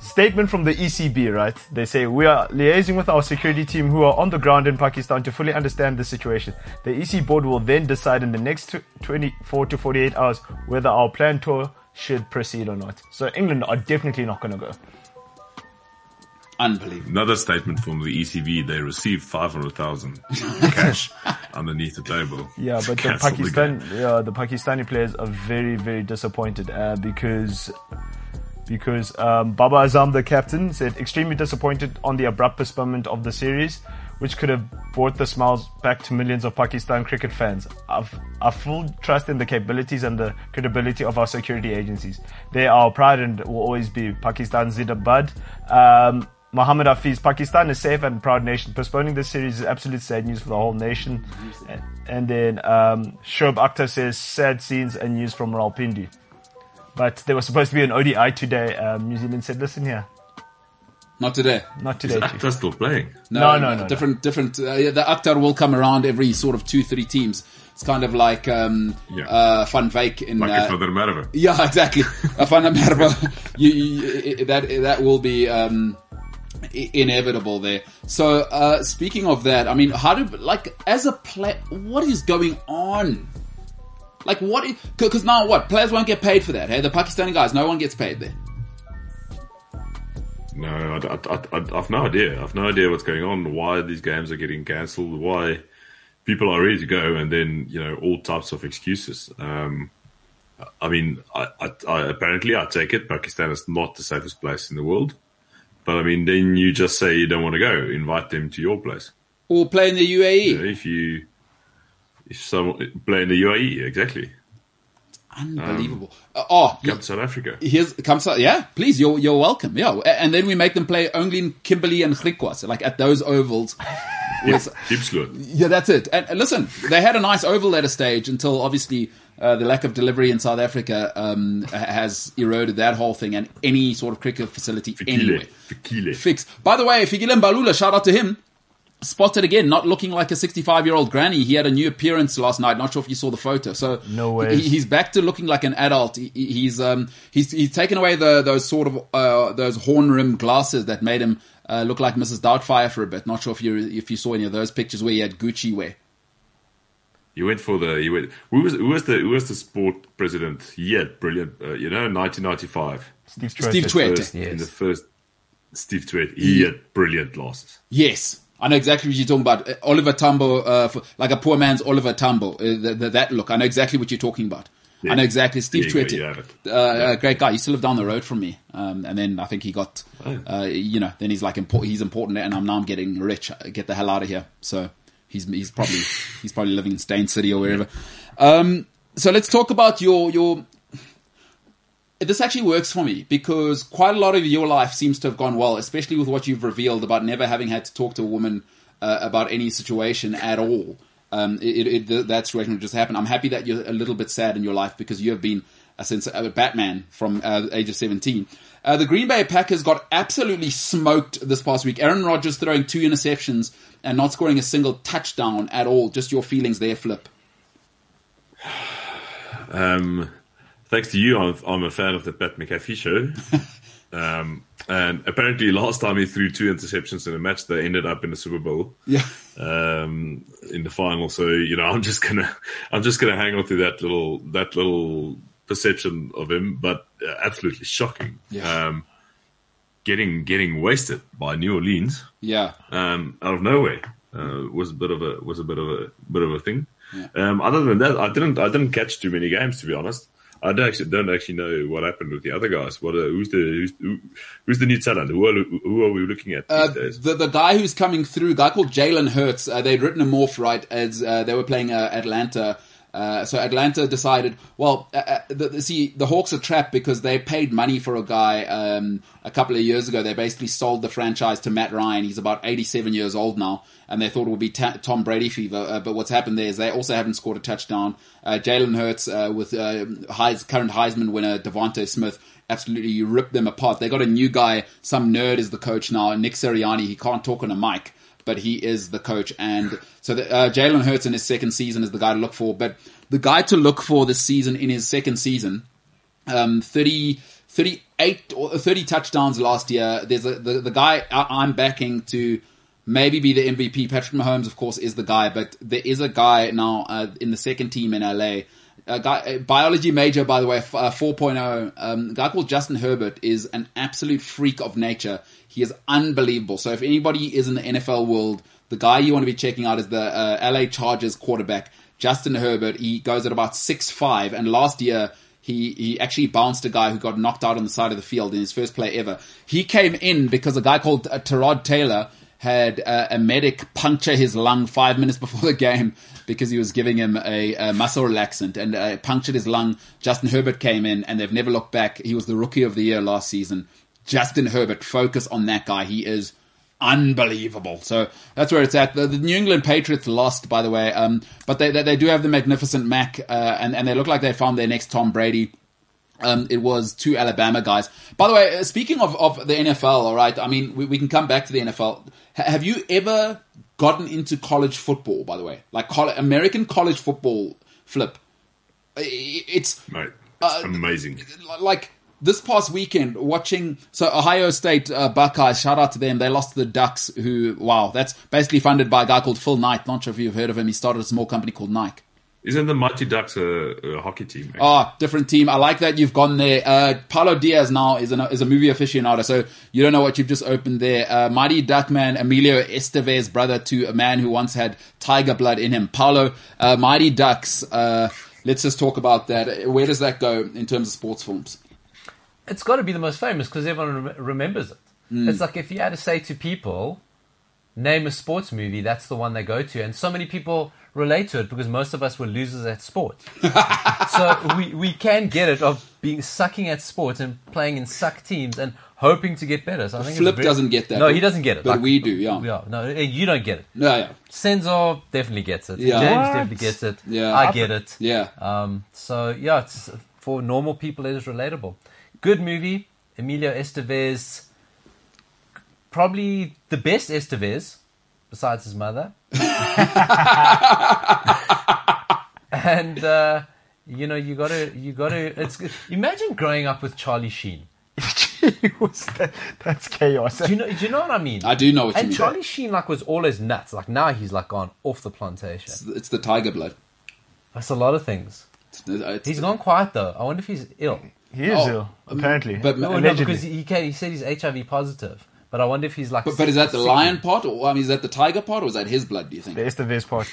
D: Statement from the ECB, right? They say we are liaising with our security team who are on the ground in Pakistan to fully understand the situation. The EC board will then decide in the next tw- 24 to 48 hours whether our planned tour should proceed or not. So England are definitely not going to go.
B: Unbelievable.
G: another statement from the ECB. They received five hundred thousand cash underneath the table.
D: Yeah, but the
G: Cancel
D: Pakistan,
G: game.
D: yeah, the Pakistani players are very, very disappointed uh, because because um, Baba Azam, the captain, said extremely disappointed on the abrupt postponement of the series, which could have brought the smiles back to millions of Pakistan cricket fans. I've I full trust in the capabilities and the credibility of our security agencies. They are our pride and will always be Pakistan Zindabad. Um, Mohammed Hafiz, Pakistan is safe and proud nation. Postponing this series is absolute sad news for the whole nation. And, and then um, Shoaib Akhtar says sad scenes and news from Rawalpindi. But there was supposed to be an ODI today. Um, New Zealand said, "Listen here,
B: Not today.
D: not
G: Is
D: today." Chief."
G: Akhtar still playing?
D: No, no, no, no.
B: Different, different. Uh, yeah, the Akhtar will come around every sort of two, three teams. It's kind of like um,
G: Yeah.
B: uh, Van Vyk in
G: Like
B: uh,
G: it's not a matter of
B: Yeah, exactly. Afana Merwa, you, you, i- that that will be um, i- inevitable there. So uh, speaking of that, I mean, how do like as a play, what is going on? Like what? Because now what? Players won't get paid for that. Hey, the Pakistani guys, no one gets paid there.
G: No, I, I, I, I've no idea. I've no idea what's going on. Why these games are getting cancelled? Why people are ready to go, and then you know all types of excuses. Um, I mean, I, I, I, apparently I take it Pakistan is not the safest place in the world, but I mean, then you just say you don't want to go. Invite them to your place.
B: Or play in the E.
G: You know,
B: UAE.
G: if you if someone play in the UAE, exactly.
B: Unbelievable. Uh, oh,
G: Come to South Africa.
B: here's comes out. Yeah, please, you're you're welcome. Yeah, A- and then we make them play only in Kimberley and Griquas, like at those ovals. with-
G: Deep Sloot.
B: Yeah, that's it. And, and listen, they had a nice oval at a stage until obviously uh, the lack of delivery in South Africa um, ha- has eroded that whole thing and any sort of cricket facility anywhere.
G: Fikile. Fikile.
B: Fix. By the way, Figile Balula, shout out to him. Spotted again, not looking like a 65 year old granny. He had a new appearance last night. Not sure if you saw the photo. So
D: No
B: he-
D: ways.
B: he's back to looking like an adult. He, he- he's um he's he's taken away the those sort of uh, those horn rim glasses that made him uh, look like Mrs. Doubtfire for a bit. Not sure if you if you saw any of those pictures where he had Gucci wear.
G: You went for the you went. Who was who was the who was the sport president? Yeah, brilliant. Uh, you know, 1995.
D: Steve,
B: Steve
D: Trotter.
B: Chwe.
G: First,
C: Yes.
G: In the first, Steve Tweed. He had brilliant glasses.
B: Yes, I know exactly what you're talking about. Uh, Oliver Tambo, uh, for, like a poor man's Oliver Tambo, uh, th- th- that look. I know exactly what you're talking about. I
G: Yeah.
B: know exactly. Steve
G: There you go,
B: Tweeted,
G: you have it.
B: uh, uh, great guy. He used to live down the road from me, um, and then I think he got,
G: Oh.
B: uh, you know, then he's like import- he's important, and I'm now I'm getting rich. Uh, Get the hell out of here. So he's he's probably he's probably living in Stain City or wherever. Um, so let's talk about your your this actually works for me because quite a lot of your life seems to have gone well, especially with what you've revealed about never having had to talk to a woman uh, about any situation at all. Um, it, it, it, that situation just happened. I'm happy that you're a little bit sad in your life because you have been uh, since uh, Batman from uh, the age of 17. Uh, the Green Bay Packers got absolutely smoked this past week. Aaron Rodgers throwing two interceptions and not scoring a single touchdown at all. Just your feelings there, Flip.
G: Um, thanks to you, I'm, I'm a fan of the Pat McAfee show. um, and apparently, last time he threw two interceptions in a match, they ended up in the Super Bowl
B: Yeah.
G: um, in the final. So you know, I'm just gonna I'm just gonna hang on to that little that little perception of him, but uh, absolutely shocking.
B: Yeah.
G: Um, getting getting wasted by New Orleans
B: Yeah.
G: um, out of nowhere uh, was a bit of a was a bit of a bit of a thing. Um, other than that, I didn't I didn't catch too many games to be honest. I don't actually don't actually know what happened with the other guys. What uh, who's the who's, who, who's the new talent? Who are who are we looking at these
B: Uh,
G: days?
B: the the guy who's coming through, guy called Jalen Hurts. Uh, they'd written him off right as uh, they were playing uh, Atlanta. Uh, so Atlanta decided, well, uh, uh, the, the- see, the Hawks are trapped because they paid money for a guy um, a couple of years ago. They basically sold the franchise to Matt Ryan. He's about 87 years old now, and they thought it would be ta- Tom Brady fever. Uh, but what's happened there is they also haven't scored a touchdown. Uh, Jalen Hurts uh, with uh, Heis, current Heisman winner Devontae Smith absolutely you rip them apart. They got a new guy, some nerd is the coach now, Nick Seriani. He can't talk on a mic, but he is the coach. And so the, uh, Jalen Hurts in his second season is the guy to look for. But the guy to look for this season in his second season um, 30, 38 or 30 touchdowns last year. There's a, the, the guy I, I'm backing to maybe be the MVP. Patrick Mahomes, of course, is the guy, but there is a guy now uh, in the second team in LA. A guy, a biology major, by the way, f- uh, 4.0. Um, a guy called Justin Herbert is an absolute freak of nature. He is unbelievable. So if anybody is in the NFL world, the guy you want to be checking out is the uh, LA Chargers quarterback, Justin Herbert. He goes at about six five, and last year he he actually bounced a guy who got knocked out on the side of the field in his first play ever. He came in because a guy called uh, Terod Taylor had uh, a medic puncture his lung five minutes before the game because he was giving him a, a muscle relaxant and uh, punctured his lung. Justin Herbert came in and they've never looked back. He was the rookie of the year last season. Justin Herbert, focus on that guy. He is unbelievable. So that's where it's at. The, the New England Patriots lost, by the way, um, but they, they they do have the magnificent Mac, uh, and and they look like they found their next Tom Brady. Um, it was two Alabama guys. By the way, uh, speaking of, of the NFL, all right, I mean, we, we can come back to the NFL. H- have you ever gotten into college football, by the way? Like coll- American college football, Flip. I- I- It's
G: Mate,
B: uh,
G: it's amazing.
B: like this past weekend watching so ohio state uh, buckeyes shout out to them they lost to the ducks who wow that's basically funded by a guy called phil knight not sure if you've heard of him he started a small company called nike
G: Isn't the Mighty Ducks a, a hockey team? actually?
B: Ah, different team. I like that you've gone there. Uh, Paulo Diaz now is, an, is a movie aficionado, so you don't know what you've just opened there. Uh, Mighty Duckman, Emilio Estevez, brother to a man who once had tiger blood in him. Paulo, uh, Mighty Ducks. Uh, let's just talk about that. Where does that go in terms of sports films?
C: It's got to be the most famous because everyone rem- remembers it.
B: Hmm.
C: It's like if you had to say to people, name a sports movie, that's the one they go to. And so many people relate to it because most of us were losers at sport. so we, we can get it of being sucking at sports and playing in suck teams and hoping to get better. So I think it's a
B: Flip
C: very-
B: doesn't get that.
C: No, he doesn't get it.
B: But
C: Like,
B: we do, yeah.
C: Yeah, no, you don't get it.
B: Yeah, yeah.
C: Sensor definitely gets it.
B: Yeah.
C: James
D: What?
C: definitely gets it.
B: Yeah.
C: I get it.
B: Yeah.
C: Um, so yeah, it's for normal people it is relatable. Good movie, Emilio Estevez, probably the best Estevez, besides his mother. and uh, you know you gotta you gotta it's imagine growing up with Charlie Sheen.
D: was that, that's chaos.
C: Do you know do you know what I mean?
B: I do know what you
C: and
B: mean.
C: Charlie Sheen like was always nuts. Like now he's like gone off the plantation.
B: It's the tiger blood.
C: That's a lot of things.
B: It's- it's-
C: He's gone quiet though. I wonder if he's ill.
D: He is
B: Oh,
D: ill, apparently.
B: But
C: Oh, No, no,
D: Allegedly.
C: because he, he, came, he said he's HIV positive. But I wonder if he's like.
B: But, but is that the lion part, or I mean, is that the tiger part, or is that his blood? Do you think?
D: There's the best part.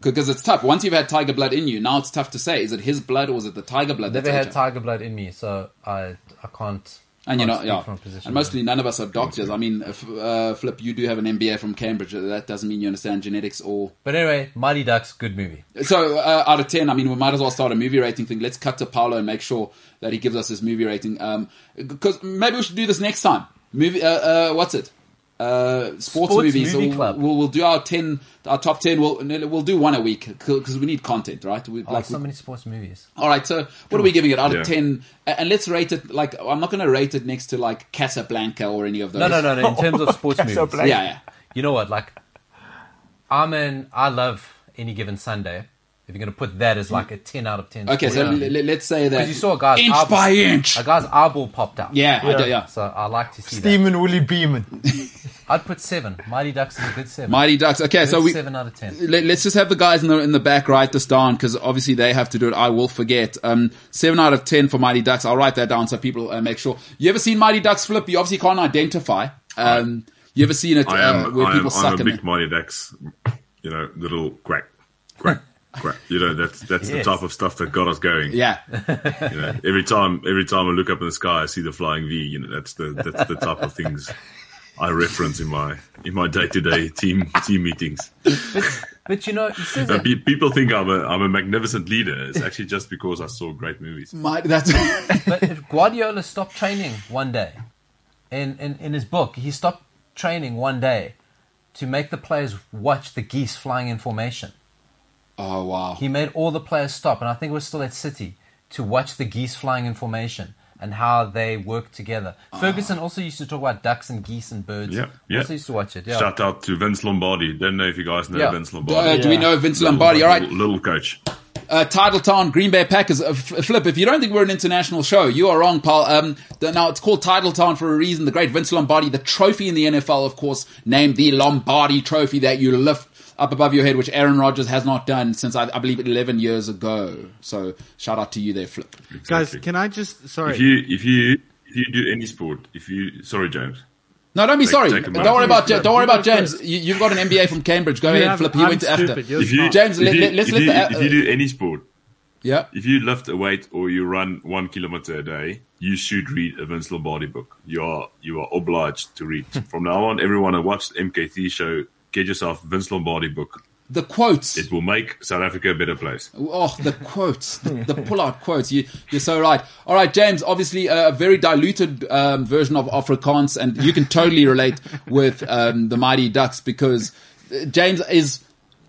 B: Because it's tough. Once you've had tiger blood in you, now it's tough to say: is it his blood or is it the tiger blood?
C: Never
B: how
C: had
B: tough.
C: tiger blood in me, so I I can't.
B: And you
C: can't
B: know,
C: speak from a
B: yeah.
C: position
B: And mostly none of us are doctors. I mean, if, uh, Flip, you do have an MBA from Cambridge. That doesn't mean you understand genetics or.
C: But anyway, Mighty Ducks, good movie.
B: So uh, out of ten, I mean, we might as well start a movie rating thing. Let's cut to Paolo and make sure that he gives us his movie rating. Um, because maybe we should do this next time. Movie, uh, uh, what's it? Uh, sports, movies.
C: Movie
B: we'll,
C: Club.
B: We'll, we'll do our ten, our top ten. We'll no, we'll do one a week because we need content, right? We,
C: Oh,
B: like,
C: so
B: we-
C: many sports movies.
B: all right. So what are we giving it out
G: Yeah.
B: of ten? A- And let's rate it like I'm not going to rate it next to like Casablanca or any of those.
C: No, no, no, no. In terms of sports movies,
D: Casablanca.
B: Yeah, yeah.
C: you know what? Like, I'm an. I love any given Sunday. If you're going to put that as like a ten out of ten.
B: Okay, so
C: sports
B: l-
C: movie.
B: l- let's say that
C: Because you saw a guy's
B: inch
C: eyeball-
B: by inch.
C: a guy's eyeball popped out.
B: yeah, I do, yeah.
C: So I like to see that.
D: Steeman Willie Beeman.
C: I'd put seven. Mighty Ducks is a good seven.
B: Mighty Ducks. Okay,
C: Good
B: so we
C: seven out of ten.
B: Let, us just have the guys in the in the back write this down because obviously they have to do it. I will forget. Um, seven out of ten for Mighty Ducks. I'll write that down so people uh, make sure. You ever seen Mighty Ducks flip? You obviously can't identify. Um, you ever seen it
G: I am,
B: uh, where
G: I am,
B: people
G: I'm
B: suck
G: a
B: in
G: big
B: it?
G: Mighty Ducks, you know, little quack, quack, quack. You know, that's that's
C: Yes.
G: the type of stuff that got us going.
B: Yeah,
G: You know, every time, every time I look up in the sky, I see the flying V. You know, that's the that's the type of things I reference in my in my day to day team team meetings.
C: But you know, he says
G: Uh,
C: it.
G: pe- people think I'm a I'm a magnificent leader. It's actually just because I saw great movies.
B: Mighty, that's
C: But if Guardiola stopped training one day, in, in, in his book, he stopped training one day to make the players watch the geese flying in formation.
B: oh wow.
C: He made all the players stop, and I think it was still at City, to watch the geese flying in formation and how they work together. Ferguson also used to talk about ducks and geese and birds.
G: Ah. Yeah, yeah.
C: Also used to watch it. Yeah.
G: Shout out to Vince Lombardi. Don't know if you guys know
C: Yeah.
G: Vince Lombardi.
B: Uh, do we
D: Yeah.
B: know Vince Lombardi? All right,
G: Little, little coach.
B: uh, Titletown, Green Bay Packers. Uh, F- Flip, if you don't think we're an international show, you are wrong, pal. Um, the, now, it's called Titletown for a reason. The great Vince Lombardi, the trophy in the NFL, of course, named the Lombardi Trophy that you lift up above your head, which Aaron Rodgers has not done since, I, I believe, 11 years ago. So, shout out to you there, Flip.
E: Guys,
G: Exactly.
E: can I just? Sorry.
G: If you if you if you do any sport, if you sorry James,
B: No, don't be
G: Take-
B: sorry.
G: take a
B: Don't
G: moment.
B: worry about Ja-
G: Yeah.
B: don't worry about
E: You go
B: James.
E: first.
B: You, you've got an MBA from Cambridge. Go ahead,
E: have-
B: Flip. He
E: I'm
B: went
E: stupid.
B: after.
E: You're
G: if you
E: smart.
B: James,
G: if
B: let-
G: you,
B: let- let's
G: if
B: let
G: you,
B: the- uh,
G: if you do any sport,
B: Yeah.
G: if you lift a weight or you run one kilometer a day, you should read a Vince Lombardi book. You are you are obliged to read. From now on, everyone that watched the MKT show, get yourself a Vince Lombardi book.
B: The quotes.
G: It will make South Africa a better place.
B: Oh, the quotes, the, the pull-out quotes. You, you're so right. All right, James. Obviously, a very diluted um, version of Afrikaans, and you can totally relate with um, the Mighty Ducks because uh, James is.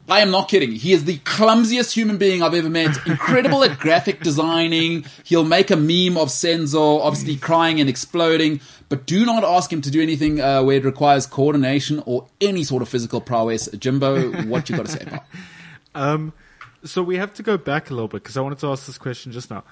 B: I am not kidding. He is the clumsiest human being I've ever met. Incredible at graphic designing. He'll make a meme of Senzo, obviously crying and exploding. But do not ask him to do anything uh, where it requires coordination or any sort of physical prowess. Jimbo, what you got to say about?
E: Um, so we have to go back a little bit because I wanted to ask this question just now.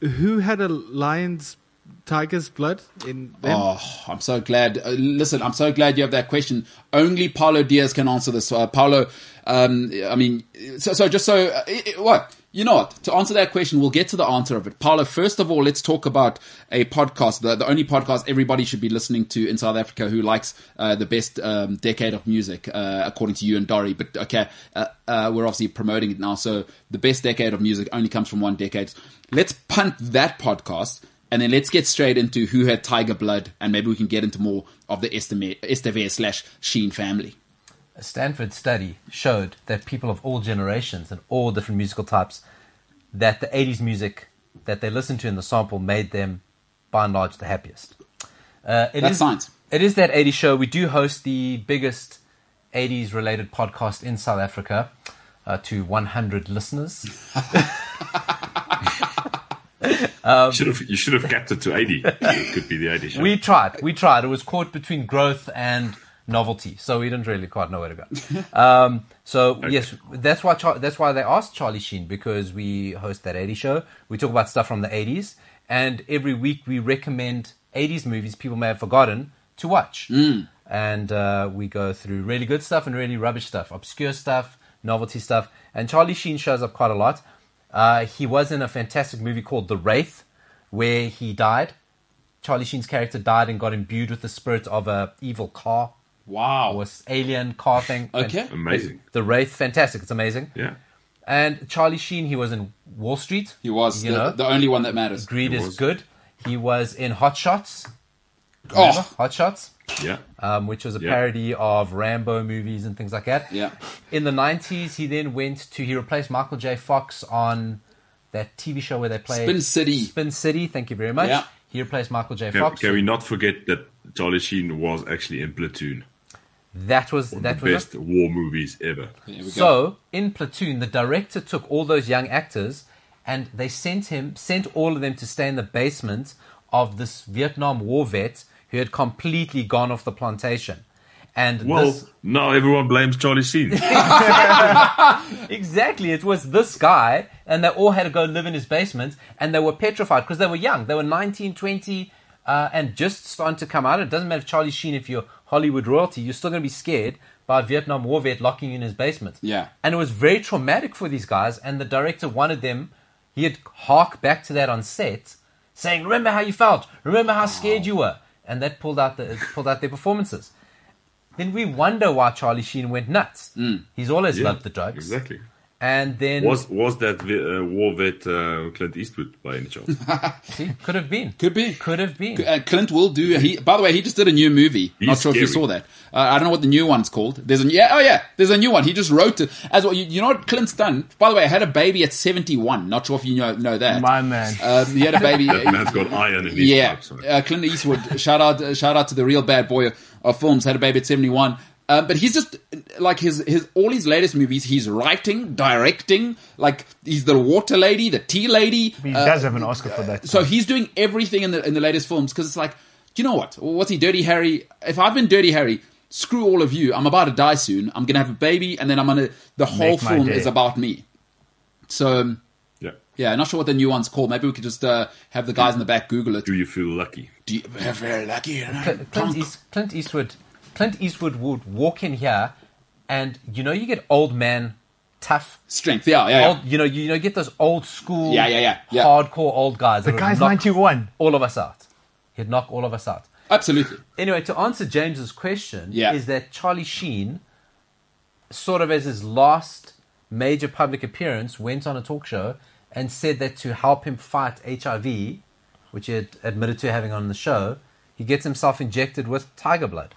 E: Who had a lion's, tiger's blood in them?
B: Oh, I'm so glad. Uh, listen, I'm so glad you have that question. Only Paulo Diaz can answer this. Uh, Paulo, um, I mean, so, so just so, uh, it, it- what? You know what? To answer that question, we'll get to the answer of it. Paulo, first of all, let's talk about a podcast, the, the only podcast everybody should be listening to in South Africa who likes uh, the best um, decade of music, uh, according to you and Dari. But okay, uh, uh, we're obviously promoting it now. So the best decade of music only comes from one decade. Let's punt that podcast. And then let's get straight into who had Tiger Blood, and maybe we can get into more of the Estime- Estevez slash Sheen family.
C: A Stanford study showed that people of all generations and all different musical types, that the 80s music that they listened to in the sample made them, by and large, the happiest. Uh, it
B: That's
C: is-
B: science.
C: It is that 80s show. We do host the biggest 80s related podcast in South Africa uh, to 100 listeners.
G: should have, you should have kept it to 80. it could be the 80 show.
C: We tried. We tried. It was caught between growth and novelty, so we didn't really quite know where to go. Um, so yes, that's why Char- that's why they asked Charlie Sheen because we host that 80s show. We talk about stuff from the 80s, and every week we recommend 80s movies people may have forgotten to watch. And uh, we go through really good stuff and really rubbish stuff, obscure stuff, novelty stuff. And Charlie Sheen shows up quite a lot. Uh, he was in a fantastic movie called The Wraith, where he died. Charlie Sheen's character died and got imbued with the spirit of a evil car
B: Wow.
C: or s- alien car thing.
B: Okay.
G: Amazing.
C: The Wraith, fantastic. It's amazing.
G: Yeah.
C: And Charlie Sheen, he was in Wall Street.
B: He was
C: You
B: the,
C: know?
B: the only one that matters.
C: Greed
G: He
C: is
G: was.
C: good. He was in Hot Shots. Remember?
B: Oh,
C: Hot Shots,
G: Yeah.
B: Uh,
C: um, which was a
G: Yeah.
C: parody of Rambo movies and things like that.
B: yeah.
C: In the 90s, he then went to, he replaced Michael J. Fox on that TV show where they play
B: Spin City.
C: Spin City, thank you very much.
B: Yeah.
C: He replaced Michael J.
G: Can,
C: Fox.
G: can we not forget that Charlie Sheen was actually in Platoon?
C: that was, that
G: the
C: was
G: best war movies ever.
B: Here we go.
C: So in Platoon, the director took all those young actors and they sent him sent all of them to stay in the basement of this Vietnam War vet who had completely gone off the plantation. And
G: Well,
C: this,
G: now everyone blames Charlie Sheen.
C: exactly, it was this guy, and they all had to go live in his basement, and they were petrified because they were young. They were 19, 20, uh, and just starting to come out. It doesn't matter if Charlie Sheen, if you're Hollywood royalty, you're still going to be scared by a Vietnam War vet locking you in his basement.
B: Yeah.
C: And it was very traumatic for these guys, and the director wanted them, he had hark back to that on set, saying, Remember how you felt, remember how scared you were. And that pulled out, the, pulled out their performances. Then we wonder why Charlie Sheen went nuts. He's always
G: Mm. Yeah,
C: loved the drugs.
G: Exactly.
C: And then
G: Was was that vi- uh, war vet uh, Clint Eastwood by any chance?
C: see, could have been.
B: Could be.
C: Could have been.
B: Uh, Clint will do. He, by the way, he just did a new movie.
G: He's
B: Not sure if you
G: scary.
B: saw that. Uh, I don't know what the new one's called. There's a yeah. Oh yeah, there's a new one. He just wrote it as well. You, you know what Clint's done? By the way, had a baby at 71. Not sure if you know know that.
D: My man.
B: Um, he had a baby.
G: that man's got iron in his
B: yeah,
G: pipes, man.
B: uh, Clint Eastwood. shout out, uh, shout out to the real bad boy of films. Had a baby at seventy one. Um, but he's just like his his all his latest movies. He's writing, directing. Like he's the water lady, the tea lady.
D: He
B: uh,
D: does have an Oscar for that.
B: so he's doing everything in the in the latest films because it's like, you know what? What's he, Dirty Harry? If I've been Dirty Harry, screw all of you. I'm about to die soon. I'm gonna have a baby, and then I'm gonna. The whole
D: Make my
B: film
D: day.
B: is about me. So um,
G: yeah.
B: yeah, not sure what the new one's called. Maybe we could just uh, have the guys in the back Google it.
G: Do you feel lucky?
B: Do you- We're very lucky. and I'm
C: Clint, Clint,
B: drunk.
C: East, Clint Eastwood. Clint Eastwood would walk in here, and you know you get old man tough.
B: Strength. Yeah, yeah, yeah.
C: Old, you know you, know get those old school,
B: Yeah, yeah, yeah, yeah.
C: hardcore old guys.
D: The guy's 91.
C: All of us out. He'd knock all of us out.
B: Absolutely.
C: anyway, to answer James's question,
B: Yeah.
C: is that Charlie Sheen, sort of as his last major public appearance, went on a talk show and said that to help him fight HIV, which he had admitted to having on the show, he gets himself injected with tiger blood.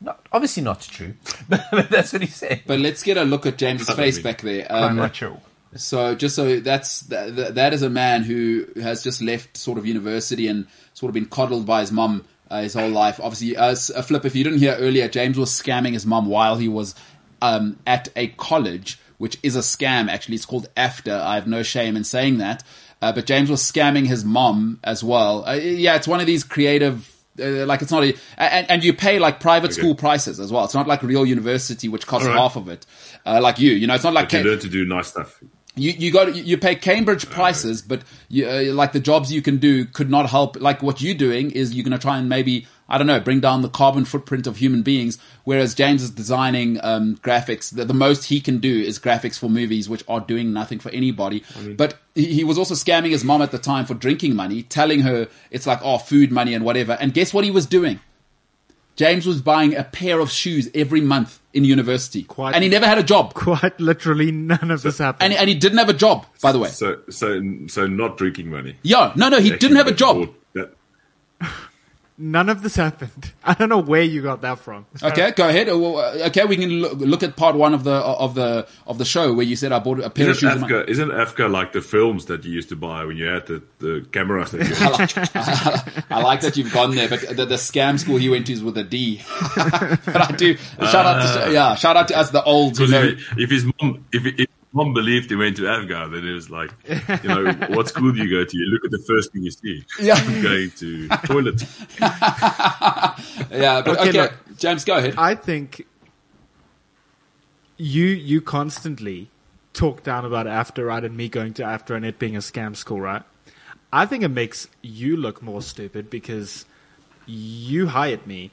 C: Not, obviously not true, but that's what he said.
B: But let's get a look at James's face back there.
D: I'm
B: Um,
D: not sure.
B: so just so that's that, that- that is a man who has just left sort of university and sort of been coddled by his mum uh, his whole life. Obviously, uh, s- uh, Flip, if you didn't hear earlier, James was scamming his mum while he was um, at a college, which is a scam. Actually, it's called after. I have no shame in saying that. Uh, but James was scamming his mum as well. Uh, yeah, it's one of these creative. Uh, like it's not a, and, and you pay like private school prices as well. It's not like real university, which costs
G: All right.
B: half of it. Uh, like you, you know, it's not like
G: You
B: Ca-
G: learn to do nice stuff.
B: you you got you pay Cambridge prices, but you, uh, like the jobs you can do could not help. Like what you're doing is you're going to try and maybe I don't know bring down the carbon footprint of human beings. Whereas James is designing um, graphics. The, the most he can do is graphics for movies, which are doing nothing for anybody. but he, he was also scamming his mom at the time for drinking money, telling her it's like oh food money and whatever. And guess what he was doing? James was buying a pair of shoes every month in university,
E: Quite-
B: and he never had a job.
E: Quite literally, none of this happened.
B: And, and he didn't have a job, by the way.
G: So so so not drinking money.
B: Yeah, no, no, he didn't have a job.
G: That-
E: None of this happened. I don't know where you got that from.
B: Okay, go ahead. Oh, well, uh, Okay, we can look, look at part one of the uh, of the of the show where you said I bought a pair of
G: Isn't
B: shoes. in my-
G: Africa, isn't Africa like the films that you used to buy when you had the, the cameras? That you
B: I like, I like that you've gone there, but the, the scam school he went to is with a D. but I do shout out to yeah, shout out to us the old. You
G: Because
B: know,
G: if, if his mom, if, if his mom believed he went to Afghan, then it was like, you know, what school do you go to? You look at the first thing you see.
B: Yeah.
G: You're going to toilet.
B: yeah, but okay,
E: Okay, look.
B: James, go ahead.
E: I think you you constantly talk down about after right and me going to after and it being a scam school right. I think it makes you look more stupid because you hired me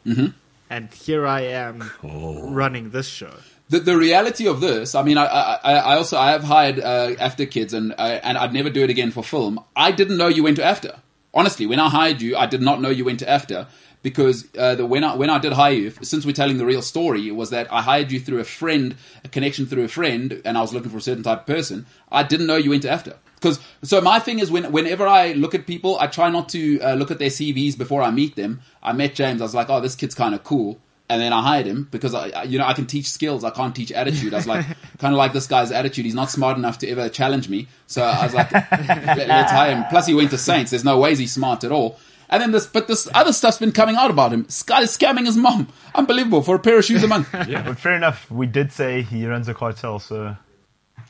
E: and here I am running this show.
B: the, the reality of this, I mean, I, I, I I also uh, I have hired uh, After Kids, and I, and I'd never do it again for film. I didn't know you went to After. honestly, when I hired you, I did not know you went to AFTA because uh, the, when I when I did hire you, since we're telling the real story, was that I hired you through a friend, a connection through a friend, and I was looking for a certain type of person. I didn't know you went to AFTA. Because so my thing is when whenever I look at people, I try not to uh, look at their CVs before I meet them. I met James, I was like, oh, this kid's kind of cool and then I hired him because I, I- you know, I can teach skills. I can't teach attitude. I was like, kind of like this guy's attitude. He's not smart enough to ever challenge me. So I was like, Let, let's hire him. Plus, he went to Saints. There's no ways he's smart at all. And then this, but this other stuff's been coming out about him. This guy is scamming his mom. Unbelievable for a pair of shoes a month.
D: But fair enough, we did say he runs a cartel, so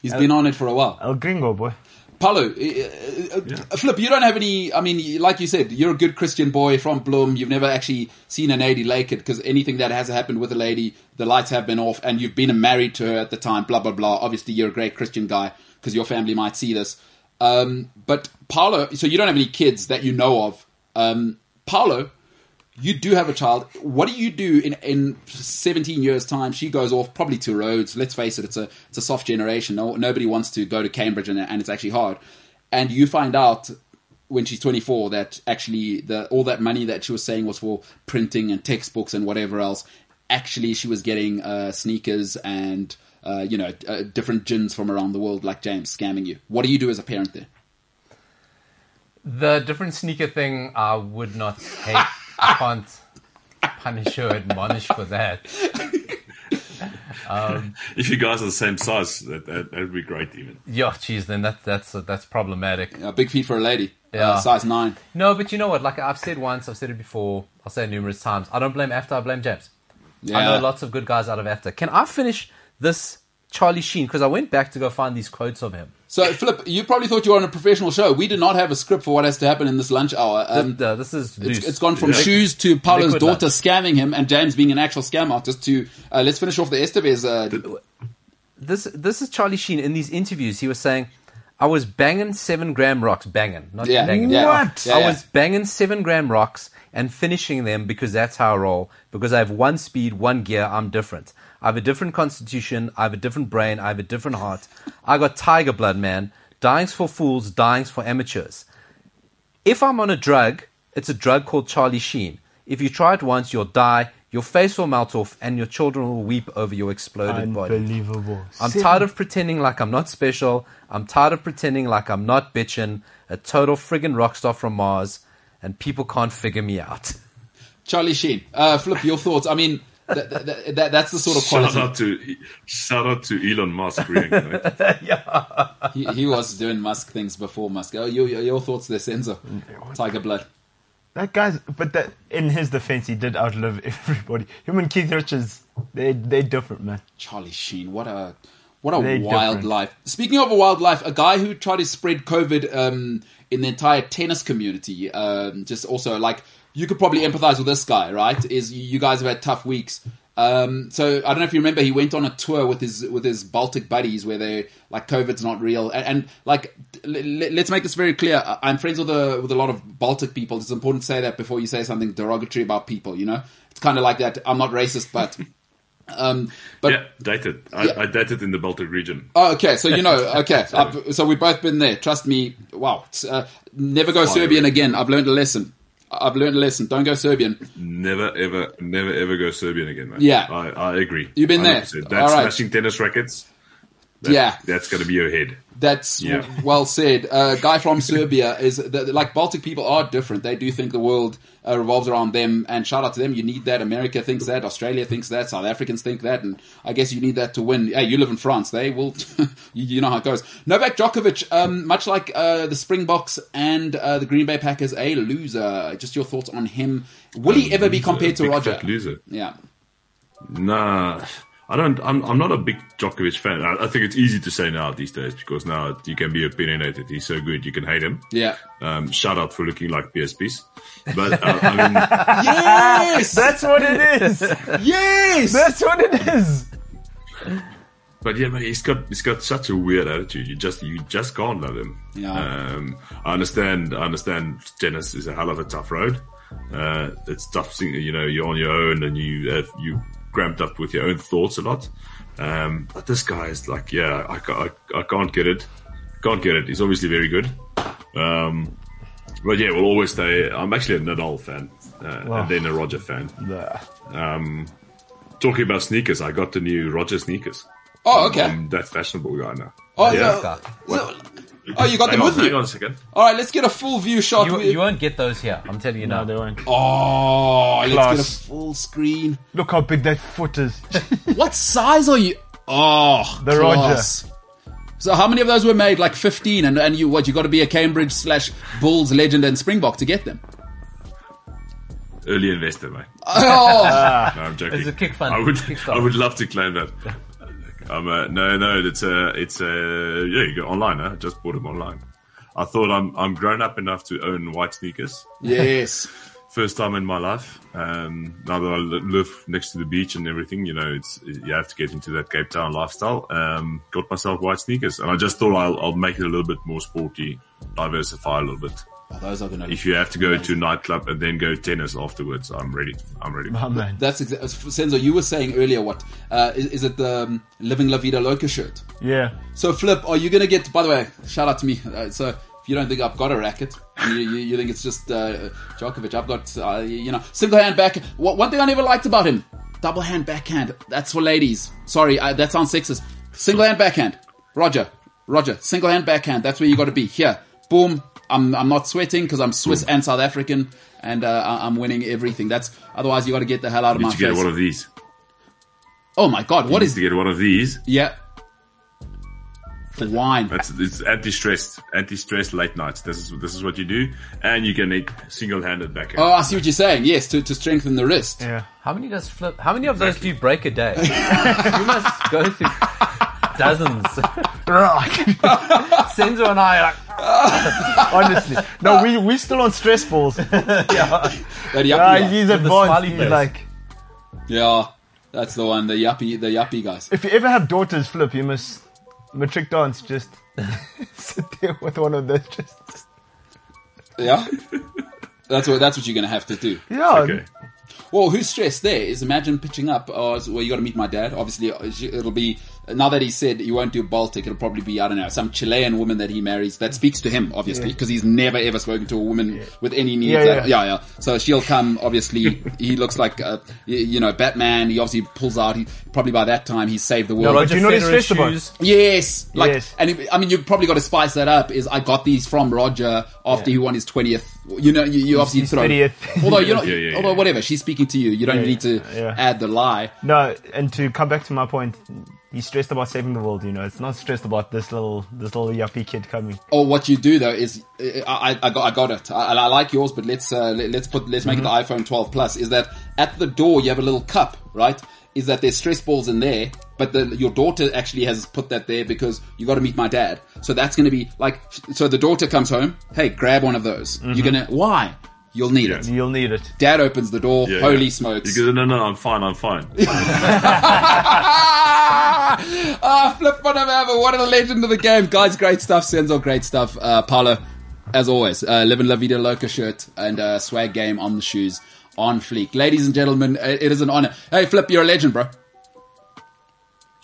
B: He's been on it for a while.
D: El Gringo boy.
B: Paulo, uh, uh, uh Flip, you don't have any. I mean, you- like you said, you're a good Christian boy from Bloom. You've never actually seen a lady naked because anything that has happened with a lady, the lights have been off, and you've been married to her at the time. Blah blah blah. Obviously, you're a great Christian guy because your family might see this. Um, but Paulo, so you don't have any kids that you know of. Um, Paulo, you do have a child. What do you do in, in 17 years' time? She goes off probably to Rhodes. Let's face it, it's a it's a soft generation. No, nobody wants to go to Cambridge, and, and it's actually hard. And you find out when she's 24 that actually the all that money that she was saying was for printing and textbooks and whatever else. Actually, she was getting uh, sneakers and uh, you know uh, different gins from around the world, like James scamming you. What do you do as a parent there?
C: The different sneaker thing, I would not take. I can't punish or admonish for that.
G: If you guys are the same size, that, that, that'd be great, even.
C: Yeah, geez, then that, that's that's problematic.
B: Uh, big feet for a lady,
C: Yeah.
B: uh, size nine.
C: No, but you know what? Like I've said once, I've said it before, I'll say it numerous times. I don't blame after I blame James.
B: Yeah.
C: I know lots of good guys out of after. Can I finish this Charlie Sheen? Because I went back to go find these quotes of him.
B: So, Philip, you probably thought you were on a professional show. We did not have a script for what has to happen in this lunch hour. Um,
C: Uh, this is loose.
B: it's, it's gone from shoes to Paolo's
C: Liquid
B: daughter scamming him and James being an actual scam artist to uh, let's finish off the Estevez. Uh,
C: this this is Charlie Sheen in these interviews. He was saying, "I was banging seven gram rocks, banging, not
B: yeah,
C: banging.
B: yeah,
D: What?
B: Yeah,
C: I
B: yeah.
C: was banging seven gram rocks and finishing them because that's how I roll. Because I have one speed, one gear. I'm different. I have a different constitution. I have a different brain. I have a different heart. I got tiger blood, man. Dying's for fools. Dying's for amateurs. If I'm on a drug, it's a drug called Charlie Sheen. If you try it once, you'll die. Your face will melt off, and your children will weep over your exploded body.
D: Unbelievable.
C: I'm tired of pretending like I'm not special. I'm tired of pretending like I'm not bitchin', a total friggin' rock star from Mars, and people can't figure me out.
B: Charlie Sheen. Uh, Philip, your thoughts. I mean, th- th- th- that, that's the sort of
G: Shout
B: quality.
G: out to shout out to Elon Musk. reignite.
B: He, he was doing Musk things before Musk. Oh, your, your, your thoughts there, Senzo. Tiger Blood.
D: That guy's, but that in his defense, he did outlive everybody. Him and Keith Richards, they they different, man.
B: Charlie Sheen. What a what a
D: They're
B: wild
D: different.
B: life. Speaking of a wild life, a guy who tried to spread COVID um, in the entire tennis community, um, just also like you could probably empathize with this guy, right? Is you you guys have had tough weeks. Um, so I don't know if you remember, he went on a tour with his with his Baltic buddies where they like COVID's not real, and, and like l- l- let's make this very clear. I- I'm friends with a with a lot of Baltic people. It's important to say that before you say something derogatory about people. You know, it's kind of like that. I'm not racist, but um, but
G: yeah, dated. I,
B: Yeah.
G: I dated in the Baltic region.
B: Oh, okay. So you know, okay. I've, so we've both been there. Trust me. Wow. It's, Uh, never go
G: Fiery.
B: Serbian again. I've learned a lesson. I've learned a lesson. Don't go Serbian.
G: Never ever, never ever go Serbian again, man.
B: Yeah.
G: I, I agree.
B: You've been there.
G: 100%.
B: All
G: That's
B: right.
G: smashing tennis rackets.
B: yeah,
G: That's gonna be your head.
B: that's
G: Yeah.
B: well said. uh, guy from Serbia is the, like Baltic people are different. They do think the world uh, revolves around them. And shout out to them. You need that. America thinks that. Australia thinks that. South Africans think that. And I guess you need that to win. Hey, you live in France. They will. you, you know how it goes. Novak Djokovic, um, much like uh, the Springboks and uh, the Green Bay Packers, a loser. Just your thoughts on him. Will he ever be compared to
G: Big
B: Roger?
G: fat Loser.
B: Yeah.
G: Nah, I don't. I'm, I'm not a big Djokovic fan. I, I think it's easy to say now these days because now you can be opinionated. He's so good, you can hate him.
B: Yeah.
G: Um, shout out for looking like PSPs. But uh, I mean,
B: Yes.
D: That's what it is.
B: yes.
D: That's what it is.
G: but yeah, man, he's got he's got such a weird attitude. You just you just can't love him.
B: Yeah.
G: Um, I understand. I understand. Tennis is a hell of a tough road. Uh, it's tough. thing, You know, you're on your own and you have you cramped up with your own thoughts a lot. Um, but this guy is like, yeah, I, ca- I, I can't get it. Can't get it. He's obviously very good. Um, But yeah, we'll always stay. I'm actually a Nadal fan uh,
D: Wow.
G: and then a Roger fan. Um,
D: Blah.
G: Talking about sneakers, I got the new Roger sneakers.
B: Oh, okay.
G: I'm that fashionable guy now.
B: Oh,
G: yeah.
B: yeah. So- oh, you got
G: hang
B: them
G: on,
B: with
G: hang on
B: you.
G: a second.
B: All right, let's get a full view shot.
C: You,
B: We-
C: you won't get those here. I'm telling you
D: No,
C: now.
D: they won't.
B: oh, let's get
D: Class.
B: a full screen.
D: Look how big that foot is.
B: What size are you? Oh,
D: The Roger.
B: So how many of those were made? Like fifteen, and, and you what? You got to be a Cambridge slash Bulls legend and Springbok to get them.
G: Early investor, mate.
B: Oh,
G: No, I'm joking.
C: It's a kick fund.
G: I would,
C: Kickstart.
G: I would love to claim that. I'm uh, no, no. It's a, it's a. Yeah, you go online. Huh? I just bought them online. I thought I'm, I'm grown up enough to own white sneakers.
B: yes.
G: First time in my life. Um, now that I li- live next to the beach and everything, you know, it's you have to get into that Cape Town lifestyle. Um, got myself white sneakers, and I just thought I'll, I'll make it a little bit more sporty, diversify a little bit.
B: Oh, those are gonna.
G: If you have to go to a nightclub and then go tennis afterwards, I'm ready. I'm ready.
D: oh, man.
B: That's exa- Senzo. You were saying earlier what uh, is, is it the um, Living La Vida Loca shirt?
D: Yeah.
B: So Flip, are you gonna get? By the way, shout out to me. Uh, so if you don't think I've got a racket, you, you, you think it's just uh, Djokovic? I've got uh, you know single hand back. What, one thing I never liked about him: double hand backhand. That's for ladies. Sorry, uh, I, that sounds sexist. Single hand backhand. Roger, Roger. Single hand backhand. That's where you got to be. Here, boom. I'm I'm not sweating because I'm Swiss and South African, and uh, I- I'm winning everything. That's otherwise you got to get the hell out of
G: You
B: my
G: need to get
B: face.
G: one of these.
B: oh my god, what
G: What is
B: is
G: to get one of these?
B: yeah? Wine.
G: That's it's anti-stress, anti-stress late nights. This is this is what you do, and you can eat single-handed back.
B: Oh, I see what you're saying. Yes, to, to strengthen the wrist.
D: Yeah.
C: How many does flip? How many of those do you break a day? you must go through dozens.
D: Right.
C: Senzo and I are like,
D: Honestly. No, we, we're still on stress balls.
B: That yuppie
D: Ah,
B: guy.
D: he's
C: the
D: advanced.
C: smiley
D: He's
C: face.
D: like,
B: Yeah, that's the one. The yuppie, the yuppie guys.
D: if you ever have daughters, Flip, you must matric dance. Just sit there with one of those. Just
B: Yeah, that's what that's what you're gonna have to do.
D: yeah.
G: Okay.
B: Well, who's stressed there is imagine pitching up. Uh, well, you got to meet my dad. Obviously, uh, she- it'll be now that he said he won't do Baltic. It'll probably be I don't know some Chilean woman that he marries that speaks to him obviously because he's never ever spoken to a woman with any needs.
D: Yeah,
B: at-
D: yeah.
B: yeah, yeah. So she'll come. Obviously, he looks like uh, y- you know Batman. He obviously pulls out. He probably by that time he's saved the world.
D: Roger
C: Roger
D: you know what he's
C: Federer's
D: stressed about?
C: shoes.
B: Yes, like,
D: Yes.
B: and it, I mean, you probably got to spice that up. Is I got these from Roger after he won his twentieth. You know, you, you obviously
D: his
B: throw.
D: 30th.
B: Although you're not,
G: Yeah, yeah, yeah.
B: although whatever, she's speaking to you. You don't
D: Yeah,
B: need to
D: yeah.
B: add the lie.
D: No, and to come back to my point, he's stressed about saving the world. You know, it's not stressed about this little this little yuppie kid coming.
B: Or oh, what you do though is, uh, I, I, I got, I got it. I, I like yours, but let's uh, let, let's put let's
G: Mm-hmm.
B: make it the iPhone 12 Plus. Is that at the door you have a little cup, right? Is that there's stress balls in there, but the, your daughter actually has put that there because you got to meet my dad. So that's going to be like, so the daughter comes home. Hey, grab one of those.
G: Mm-hmm.
B: You're gonna why? You'll need it.
D: You'll need it.
B: Dad opens the door.
G: Yeah,
B: holy
G: yeah.
B: smokes!
G: You go, no, no, I'm fine. I'm fine.
B: ah, ah, flip on him over. What a legend of the game, guys! Great stuff, Senzo. Great stuff, uh, Paolo. As always, uh, live in La Vida Loca shirt and uh, swag game on the shoes on fleek, ladies and gentlemen. uh, It is an honor. Hey, Flip, you're a legend, bro.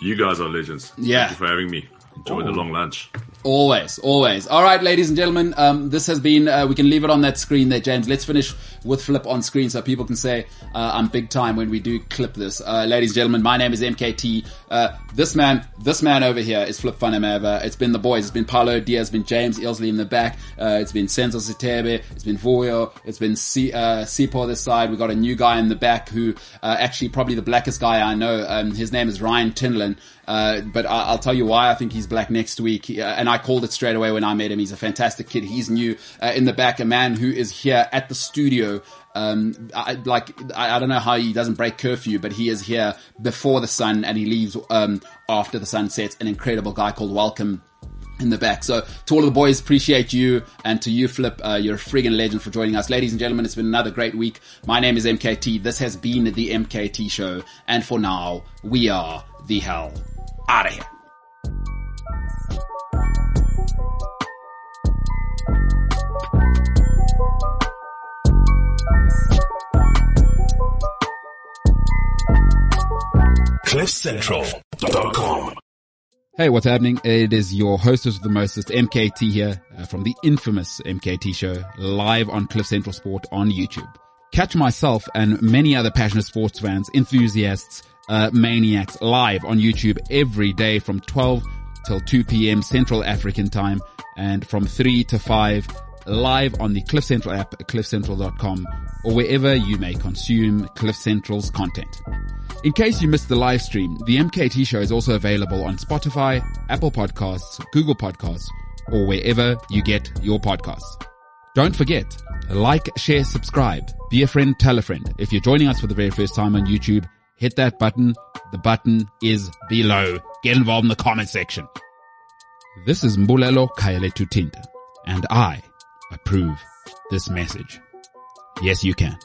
G: you guys are legends.
B: Yeah. Oh.
G: Thank you for having me. Enjoy the long lunch.
B: Always, always. All right, ladies and gentlemen, um, this has been. Uh, we can leave it on that screen there, James. Let's finish with flip on screen so people can say uh, I'm big time when we do clip this. Uh, ladies and gentlemen, my name is MKT. Uh, this man, this man over here is Flip Funamava. It's been the boys. It's been Paulo Diaz. It's been James Ilsley in the back. Uh, it's been Senzo Sitebe. It's been Voyo. It's been C- uh, Sipo this side. We got a new guy in the back who uh, actually probably the blackest guy I know. Um, his name is Ryan Tinlin. Uh, but I, I'll tell you why I think he's black next week. He- Uh, and I called it straight away when I met him. He's a fantastic kid. He's new uh, in the back, a man who is here at the studio. Um, I, I- like I, I don't know how he doesn't break curfew, but he is here before the sun and he leaves um, after the sun sets. An incredible guy called Welcome in the back. So to all of the boys, appreciate you, and to you, Flip, uh, you're a friggin' legend for joining us, ladies and gentlemen. It's been another great week. My name is MKT. This has been the MKT show, and for now, we are the hell out of here.
F: CliffCentral.com.
B: Hey, what's happening? It is your hostess of the mostest, MKT here uh, from the infamous MKT show live on Cliff Central Sport on YouTube. Catch myself and many other passionate sports fans, enthusiasts, uh, maniacs live on YouTube every day from 12 till 2 p.m. Central African time and from 3 to 5 live on the Cliff Central app, cliffcentral.com or wherever you may consume Cliff Central's content. In case you missed the live stream, the MKT show is also available on Spotify, Apple Podcasts, Google Podcasts, or wherever you get your podcasts. Don't forget, like, share, subscribe, be a friend, tell a friend. If you're joining us for the very first time on YouTube, hit that button. The button is below. Get involved in the comment section. This is Mbulelo Kayaletu Tinta, and I approve this message. Yes, you can.